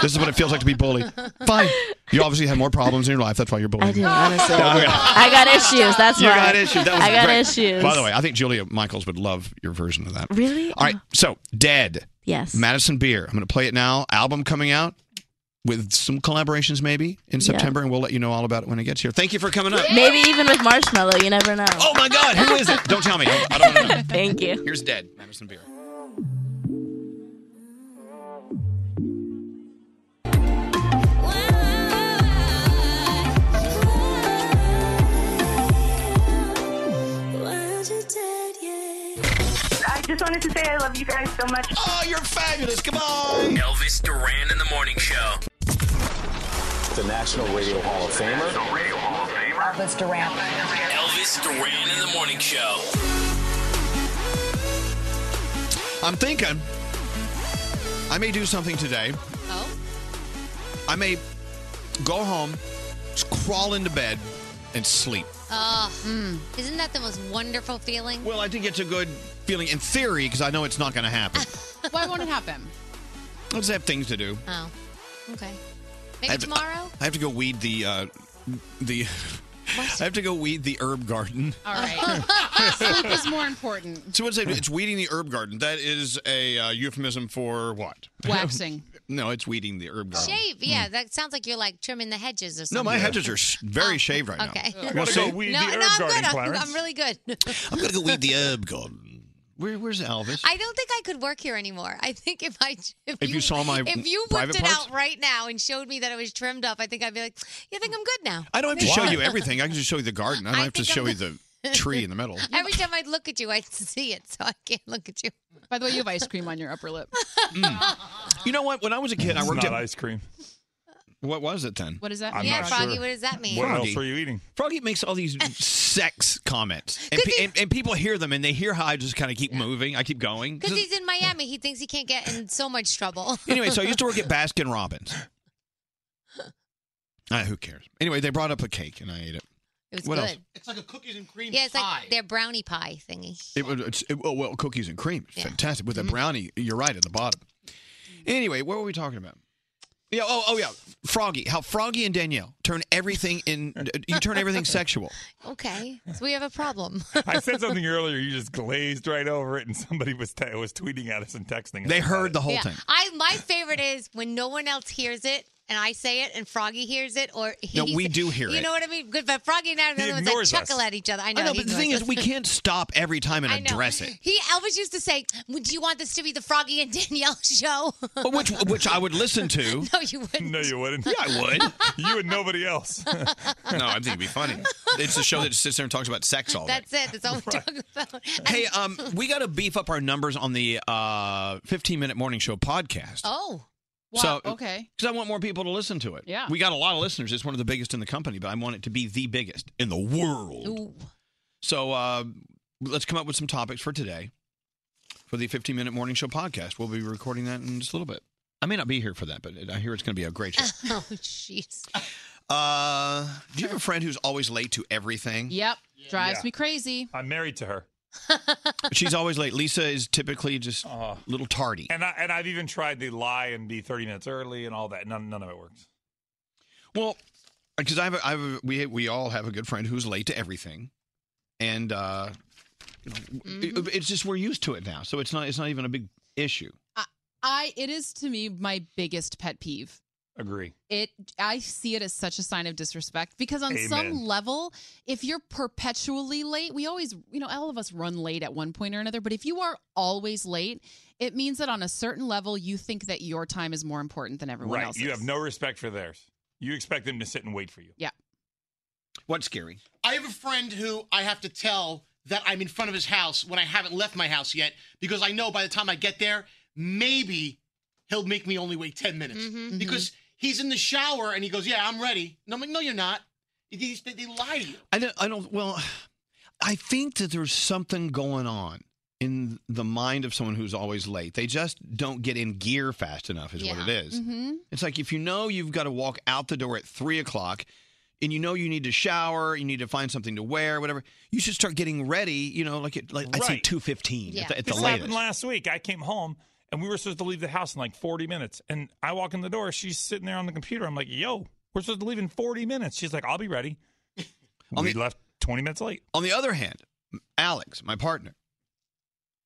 This is what it feels like to be bullied. Fine. You obviously had more problems in your life. That's why you're bullying. I do me. honestly. Okay. I got issues. That's you why. got issues. That was I got great. issues. By the way, I think Julia Michaels would love your version of that. Really? All right. So, Dead. Yes. Madison Beer. I'm going to play it now. Album coming out with some collaborations maybe in Yeah. September, and we'll let you know all about it when it gets here. Thank you for coming up. maybe even with marshmallow, you never know. Oh my God, who is it? Don't tell me. I don't want to know. Thank you. Here's Dead, Madison Beer. I just wanted to say I love you guys so much. Oh, you're fabulous. Come on. Elvis Duran in the morning show. The National Radio Hall of Famer. Elvis Duran. Elvis Duran in the morning show. I'm thinking I may do something today. Oh. I may go home, just crawl into bed, and sleep. Oh, isn't that the most wonderful feeling? Well, I think it's a good feeling in theory because I know it's not going to happen. Why won't it happen? I just have things to do. Oh, okay. I Maybe have to- tomorrow. I have to go weed the uh, the. I have to go weed the herb garden. All right. Sleep is more important. So what's it? It's weeding the herb garden. That is a uh, euphemism for what? Waxing. no, it's weeding the herb garden. Shave, yeah. That sounds like you're like trimming the hedges or something. Oh, No, my hedges are sh- very shaved right Okay. now. Wanna see? no, no, I'm good. I'm- I'm, really good. I'm gonna go weed the herb garden. Where, where's Elvis? I don't think I could work here anymore. I think if I if, If you saw my if you private whipped it parts? out right now and showed me that it was trimmed up, I think I'd be like, you think I'm good now? I don't have to show you everything. I can just show you the garden. I don't have to show you the tree in the middle. Every time I'd look at you, I'd see it, so I can't look at you. By the way, you have ice cream on your upper lip. You know what? When I was a kid, I It's worked not at ice cream. What was it then? What does that I'm mean? not Yeah, Froggy, sure. What does that mean? you eating? Froggy makes all these sex comments, and, pe- and, and people hear them, and they hear how I just kind of keep moving. I keep going. Because he's in Miami, he thinks he can't get in so much trouble. anyway, so I used to work at Baskin Robbins. Uh, who cares? Anyway, they brought up a cake, and I ate it. It was what good. else? It's like a cookies and cream yeah, it's like their brownie pie thingy. Mm-hmm. It was it's, it, oh, well, cookies and cream. It's Fantastic with a brownie. You're right at the bottom. Anyway, what were we talking about? Yeah. Oh, oh, yeah. Froggy. How Froggy and Danielle turn everything in. You turn everything sexual. Okay, so we have a problem. I said something earlier. You just glazed right over it, and somebody was te- was tweeting at us and texting. us They about heard it. the whole yeah. I my favorite is when no one else hears it and I say it and Froggy hears it or he No, we do hear you it. know what I mean? Good, but Froggy and I are the He other ones that ignores us. chuckle at each other. I I know. know, he but the thing ignores is, we us. can't stop every time and I know. address it. He Elvis used to say, "Would you want this to be the Froggy and Danielle show?" But which which I would listen to. no, you wouldn't. No, you wouldn't. Yeah, I would. you and nobody else. no, I think it'd be funny. It's a show that just sits there and talks about sex all day. That's it. That's all we're talking about. Hey, um, we got to beef up our numbers on the uh, 15 minute morning show podcast. Oh. So- Wow. okay. Because I want more people to listen to it. Yeah. We got a lot of listeners. It's one of the biggest in the company, but I want it to be the biggest in the world. So uh, let's come up with some topics for today for the 15 minute morning show podcast. We'll be recording that in just a little bit. I may not be here for that, but I hear it's going to be a Uh, great show. Oh, jeez. Uh, do you have a friend who's always late to everything? Yep. Drives Yeah. me crazy. I'm married to her. She's always late. Lisa is typically just Ah. a little tardy. And I and I've even tried the lie and be 30 minutes early and all that. None none of it works. Well, because I have, a, I have a, we we all have a good friend who's late to everything, and uh, you know, it- it's just we're used to it now, so it's not it's not even a big issue. I it is to me my biggest pet peeve. Agree. It I see it as such a sign of disrespect because on some Amen. level, if you're perpetually late, we always you know, all of us run late at one point or another, but if you are always late, it means that on a certain level you think that your time is more important than everyone right. else's. You have no respect for theirs. You expect them to sit and wait for you. Yeah. What's scary? I have a friend who I have to tell that I'm in front of his house when I haven't left my house yet because I know by the time I get there, maybe he'll make me only wait 10 minutes Mhm. because he's in the shower and he goes, Yeah, I'm ready. And I'm like, No, you're not. They, they- they lie to you. I don't, I don't. Well, I think that there's something going on in the mind of someone who's always late. They just don't get in gear fast enough, is what it is. Mm-hmm. It's like if you know you've got to walk out the door at three o'clock and you know you need to shower, you need to find something to wear, whatever, you should start getting ready, you know, like at like I'd say Right. two fifteen at the, at the this latest. happened last week. I came home and we were supposed to leave the house in like 40 minutes. And I walk in the door. She's sitting there on the computer. I'm like, yo, we're supposed to leave in 40 minutes. She's like, I'll be ready. we left 20 minutes late. On the other hand, Alex, my partner,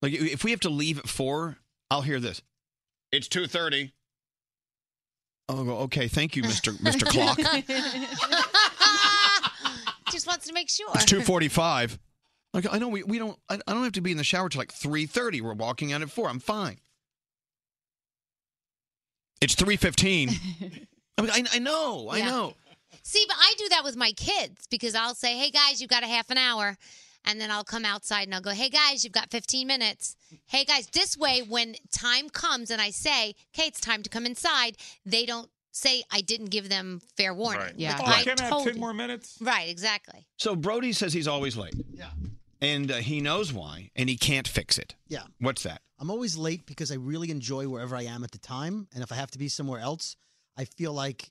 like if we have to leave at four, I'll hear this. It's two thirty. I'll go, okay, thank you, Mr. Mr. Clock. Just wants to make sure. It's two forty five. Like I know we, we don't I, I don't have to be in the shower till like three thirty. We're walking out at four. I'm fine. It's three fifteen. I, mean, I I know I Yeah. know. See, but I do that with my kids because I'll say, "Hey guys, you've got a half an hour," and then I'll come outside and I'll go, "Hey guys, you've got 15 minutes." Hey guys, this way when time comes and I say, "Okay, it's time to come inside," they don't say I didn't give them fair warning. Yeah. Like, Oh, I can I have told 10 you. more minutes? Right, exactly. So Brody says he's always late. Yeah. And uh, he knows why, and he can't fix it. Yeah. What's that? I'm always late because I really enjoy wherever I am at the time. And if I have to be somewhere else, I feel like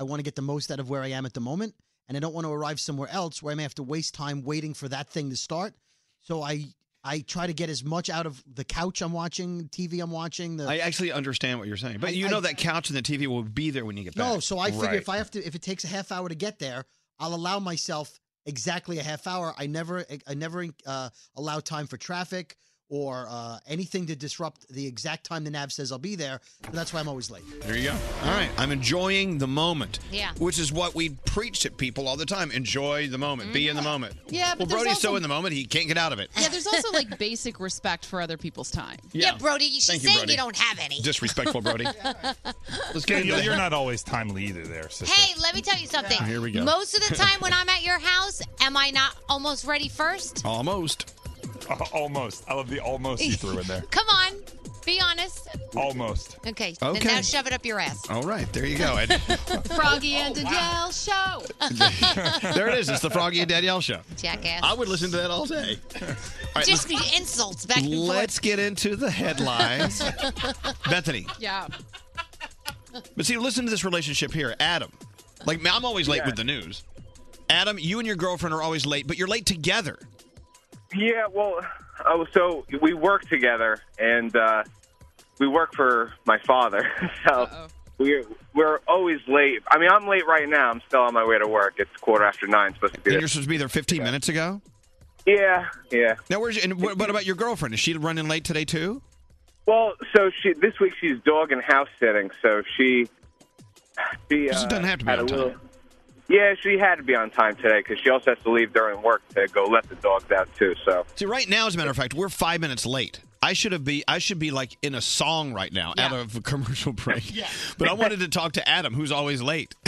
I want to get the most out of where I am at the moment. And I don't want to arrive somewhere else where I may have to waste time waiting for that thing to start. So I I try to get as much out of the couch I'm watching, TV I'm watching. The I actually understand what you're saying, but I- you know I- that couch and the TV will be there when you get back. No, so I figure Right. if I have to, if it takes a half hour to get there, I'll allow myself exactly a half hour. I never, I never uh, allow time for traffic or uh, anything to disrupt the exact time the nav says I'll be there. And that's why I'm always late. There you go. All right. I'm enjoying the moment. Yeah. Which is what we preach at people all the time. Enjoy the moment. Be in the moment. Yeah, but Well, there's Brody's so also- in the moment, he can't get out of it. Yeah, there's also like basic respect for other people's time. Yeah. Yeah, Brody, you- she's Thank you, saying Brody. you don't have any. Disrespectful, Brody. Let's get into Danielle, the- You're not always timely either there, sister. Hey, let me tell you something. Here we go. Most of the time when I'm at your house, am I not almost ready first? Almost. almost. I love the almost you threw in there. Come on, be honest. Almost. Okay, Okay. Then now shove it up your ass. All right. There you go. And Froggy Oh, and Danielle show. there it is. It's the Froggy and Danielle show. Jackass. I would listen to that all day. All right. Just the insults back and forth. Let's get into the headlines. Bethany. Yeah. But see, listen to this relationship here. Adam. Like, I'm always late Yeah. with the news. Adam, you and your girlfriend are always late, but you're late together. Yeah, well, oh, so we work together, and uh, we work for my father, so we're we're always late. I mean, I'm late right now. I'm still on my way to work. It's quarter after nine. Supposed to be And there. you're supposed to be there 15 minutes ago. Yeah, yeah. Now, where's and what, what about your girlfriend? Is she running late today too? Well, so she this week she's dog and house sitting, so she she uh, doesn't have to be on time. yeah, she had to be on time today because she also has to leave during work to go let the dogs out too. So See, right now, as a matter of fact, we're five minutes late. I should have be I should be like in a song right now, out of a commercial break. But I wanted to talk to Adam, who's always late.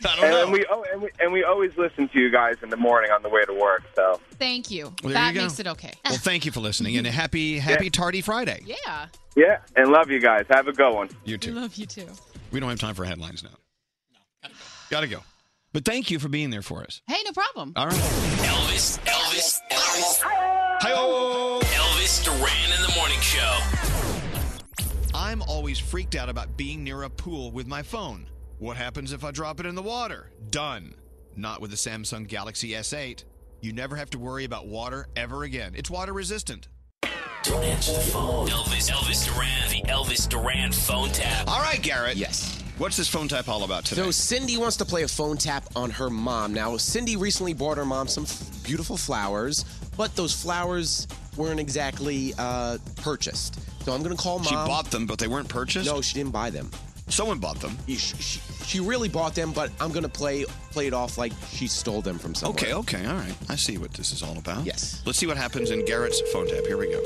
I don't and know. then we oh, and we and we always listen to you guys in the morning on the way to work. So Thank you. Well, there that you go. makes it okay. Well, thank you for listening, and a happy happy tardy Friday. Yeah. yeah, and love you guys. Have a good one. You too. Love you too. We don't have time for headlines now. gotta go. But thank you for being there for us. Hey, no problem. All right. Elvis, Elvis, Elvis. Elvis Duran in the morning show. I'm always freaked out about being near a pool with my phone. What happens if I drop it in the water? Done. Not with the Samsung Galaxy S8. You never have to worry about water ever again. It's water resistant. Don't answer the phone. Elvis, Elvis Duran, the Elvis Duran phone tap. All right, Garrett. Yes. What's this phone tap all about today? So Cindy wants to play a phone tap on her mom. Now Cindy recently bought her mom some f- beautiful flowers, but those flowers weren't exactly uh, purchased. So I'm gonna call mom. She bought them, but they weren't purchased. No, she didn't buy them. Someone bought them. She, she, she really bought them, but I'm gonna play play it off like she stole them from someone. Okay, okay, all right. I see what this is all about. Yes. Let's see what happens in Garrett's phone tap. Here we go.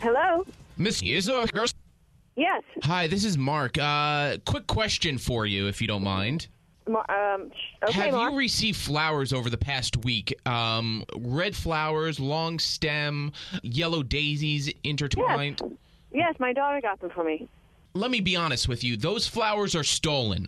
Hello. Miss Izzo, girls. Yes. Hi, this is Mark. Uh, quick question for you, if you don't mind. Ma- um. sh- Okay, Have Mark. you received flowers over the past week? Um, red flowers, long stem, yellow daisies intertwined. yes, my daughter got them for me. Let me be honest with you. Those flowers are stolen.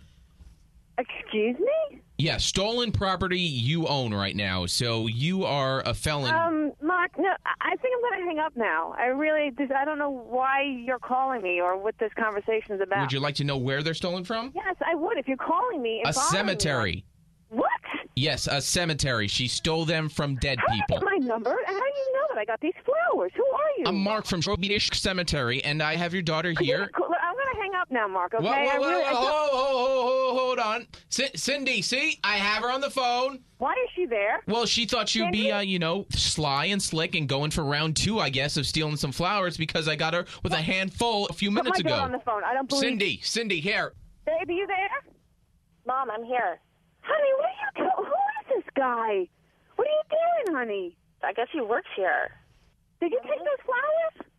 Excuse me. Yeah, stolen property you own right now. So you are a felon. Um, Mark. No, I- I think I'm gonna hang up now. I really, this, I don't know why you're calling me or what this conversation's about. Would you like to know where they're stolen from? Yes, I would if you're calling me. and a bothering me. cemetery. What? Yes, a cemetery. She stole them from dead How did you people. get Oh my number? How do you know that I got these flowers? Who are you? I'm Mark from Shrobedish Cemetery, and I have your daughter here. Cool, look, I'm gonna hang up now, Mark. Okay. Whoa, I whoa, whoa, really- I whoa, don't- Oh, ho, ho, ho, ho, hold on. C- Cindy, see? I have her on the phone. Why is she there? Well, she thought you'd be, uh, you know, sly and slick and going for round two, I guess, of stealing some flowers because I got her with a handful a few Put minutes my ago. daughter on the phone. I don't believe. Cindy, Cindy, here. Baby, you there? Mom, I'm here. Honey, what are you? Do- Who is this guy? What are you doing, honey? I guess he works here. Did you take those flowers?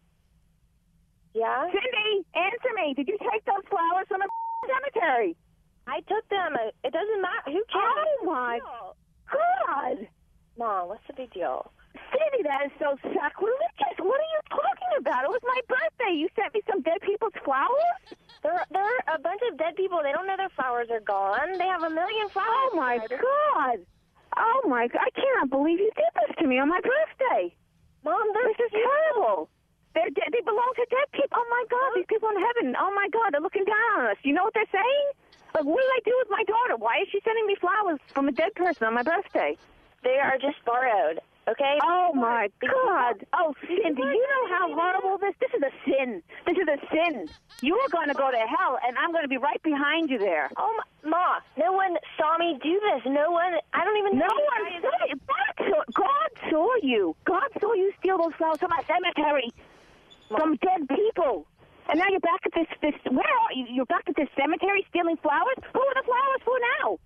Yeah. Cindy, answer me. Did you take those flowers from a cemetery? I took them. It doesn't matter. Who cares? Oh my God! Mom, what's the big deal? Cindy, that is so sacrilegious. What are you talking about? It was my birthday. You sent me some dead people's flowers? There, there are a bunch of dead people. They don't know their flowers are gone. They have a million flowers. Oh my God! Oh my God! I cannot believe you did this to me on my birthday. Mom, this is terrible. They're de- they belong to dead people. Oh my God! These people in heaven. Oh my God! They're looking down on us. You know what they're saying? Like, what did I do with my daughter? Why is she sending me flowers from a dead person on my birthday? They are just borrowed. Okay. Oh my God! Oh, Cindy, you know how horrible this. This is a sin. This is a sin. You are going to go to hell, and I'm going to be right behind you there. Oh, my, Ma! No one saw me do this. No one. I don't even. No one saw you. God saw, God saw you. God saw you steal those flowers from my cemetery, from dead people. And now you're back at this. This where are you? You're back at this cemetery stealing flowers. Who are the flowers for now?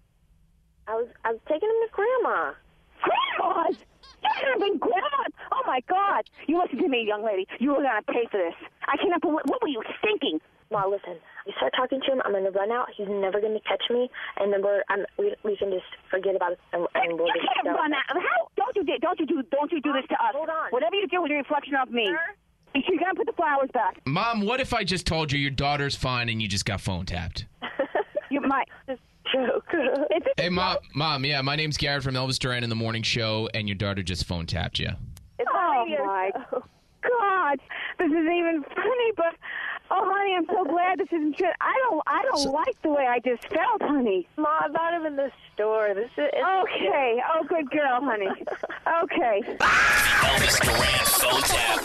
I was I was taking them to Grandma. Grandma's? You should have been grandma's. Oh my God! You listen to me, young lady. You are gonna pay for this. I cannot believe. What were you thinking? Ma, listen. You start talking to him, I'm gonna run out. He's never gonna catch me, and then we're I'm, we we can just forget about it, and, and we'll You just can't go. run out. How? Don't you do? Don't you do? Don't you do this to us? Hold on. Whatever you do with your reflection of me, you're gonna put the flowers back. Mom, what if I just told you your daughter's fine and you just got phone tapped? You might. Joke. Hey, mom, mom, yeah, my name's Garrett from Elvis Duran in the Morning Show, and your daughter just phone tapped you. oh my God! This isn't even funny, but oh, honey, I'm so glad this isn't true. I don't, I don't like the way I just felt, honey. Ma, I bought him in the store. This is okay. Oh, good girl, honey. okay. Elvis Duran phone tap.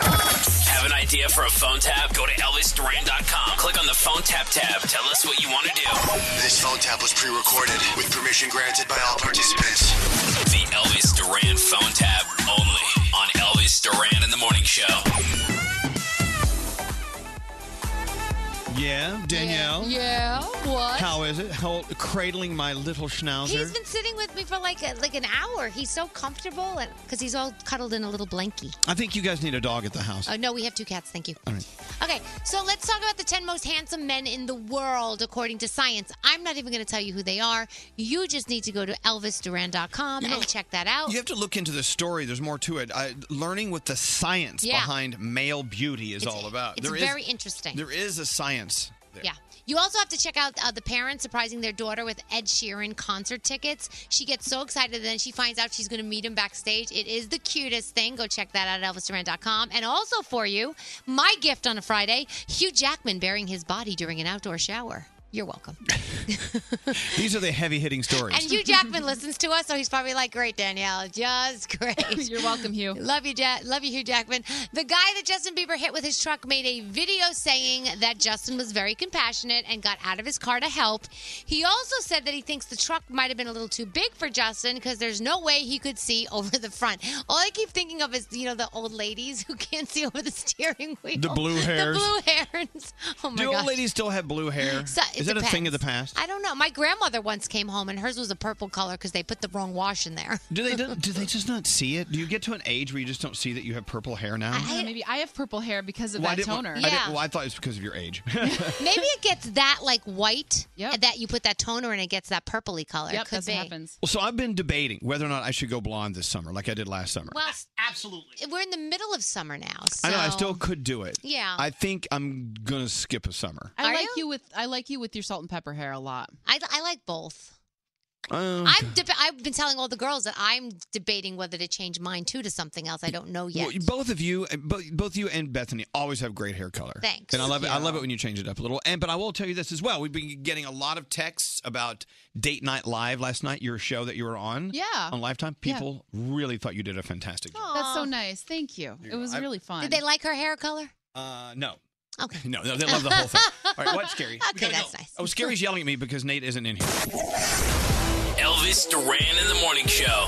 Have an idea for a phone tap? Go to ElvisDuran.com. Click on the phone tap tab. Tell us what you want to do. This phone tap was pre-recorded with permission granted by all participants. The Elvis Duran phone tap only on Elvis Duran in the Morning Show. Yeah, Danielle. Yeah. What? How is it? How cradling my little schnauzer? He's been sitting with me for like a, like an hour. He's so comfortable and because he's all cuddled in a little blankie. I think you guys need a dog at the house. Oh no, we have two cats. Thank you. All right. Okay, so let's talk about the 10 most handsome men in the world according to science. I'm not even going to tell you who they are. You just need to go to elvisduran.com and check that out. You have to look into the story. There's more to it. I, learning what the science Yeah. behind male beauty is It's- all about. it's There is- very interesting. There is a science. There. Yeah. You also have to check out uh, the parents surprising their daughter with Ed Sheeran concert tickets. She gets so excited, and then she finds out she's going to meet him backstage. It is the cutest thing. Go check that out at elvisduran.com. And also for you, my gift on a Friday Hugh Jackman burying his body during an outdoor shower. You're welcome. These are the heavy hitting stories. And Hugh Jackman listens to us, so he's probably like, "Great, Danielle, just great." You're welcome, Hugh. Love you, ja- love you, Hugh Jackman. The guy that Justin Bieber hit with his truck made a video saying that Justin was very compassionate and got out of his car to help. He also said that he thinks the truck might have been a little too big for Justin because there's no way he could see over the front. All I keep thinking of is you know the old ladies who can't see over the steering wheel. The blue hairs. The blue hairs. Oh my Do gosh. old ladies still have blue hair? So, it is that a thing depends. of the past? I don't know. My grandmother once came home and hers was a purple color because they put the wrong wash in there. Do they do they just not see it? Do you get to an age where you just don't see that you have purple hair now? I don't know, maybe I have purple hair because of Well, I that didn't- toner. I didn't- well, I thought it was because of your age. Maybe it gets that like white that you put that toner and it gets that purpley color. Yep, it could that's be. what happens. Well, so I've been debating whether or not I should go blonde this summer, like I did last summer. Well, absolutely. We're in the middle of summer now. So. I know I still could do it. Yeah. I think I'm gonna skip a summer. I like you? with I like you with your salt and pepper hair a lot. I, I like both. Um, I'm deb- I've been telling all the girls that I'm debating whether to change mine too to something else. I don't know yet. well, both of you, both, both you and Bethany, always have great hair color. Thanks. And I love it. I love it when you change it up a little. And but I will tell you this as well. We've been getting a lot of texts about date night live last night. Your show that you were on. Yeah. On Lifetime, Yeah. people really thought you did a fantastic job. That's so nice. Thank you. It was I- really fun. Did they like her hair color? Uh, no. Oh. Okay. No, no, they love the whole thing. All right, what's scary? Okay, that's nice. Oh, Scary's yelling at me because Nate isn't in here. Elvis Duran in the Morning Show.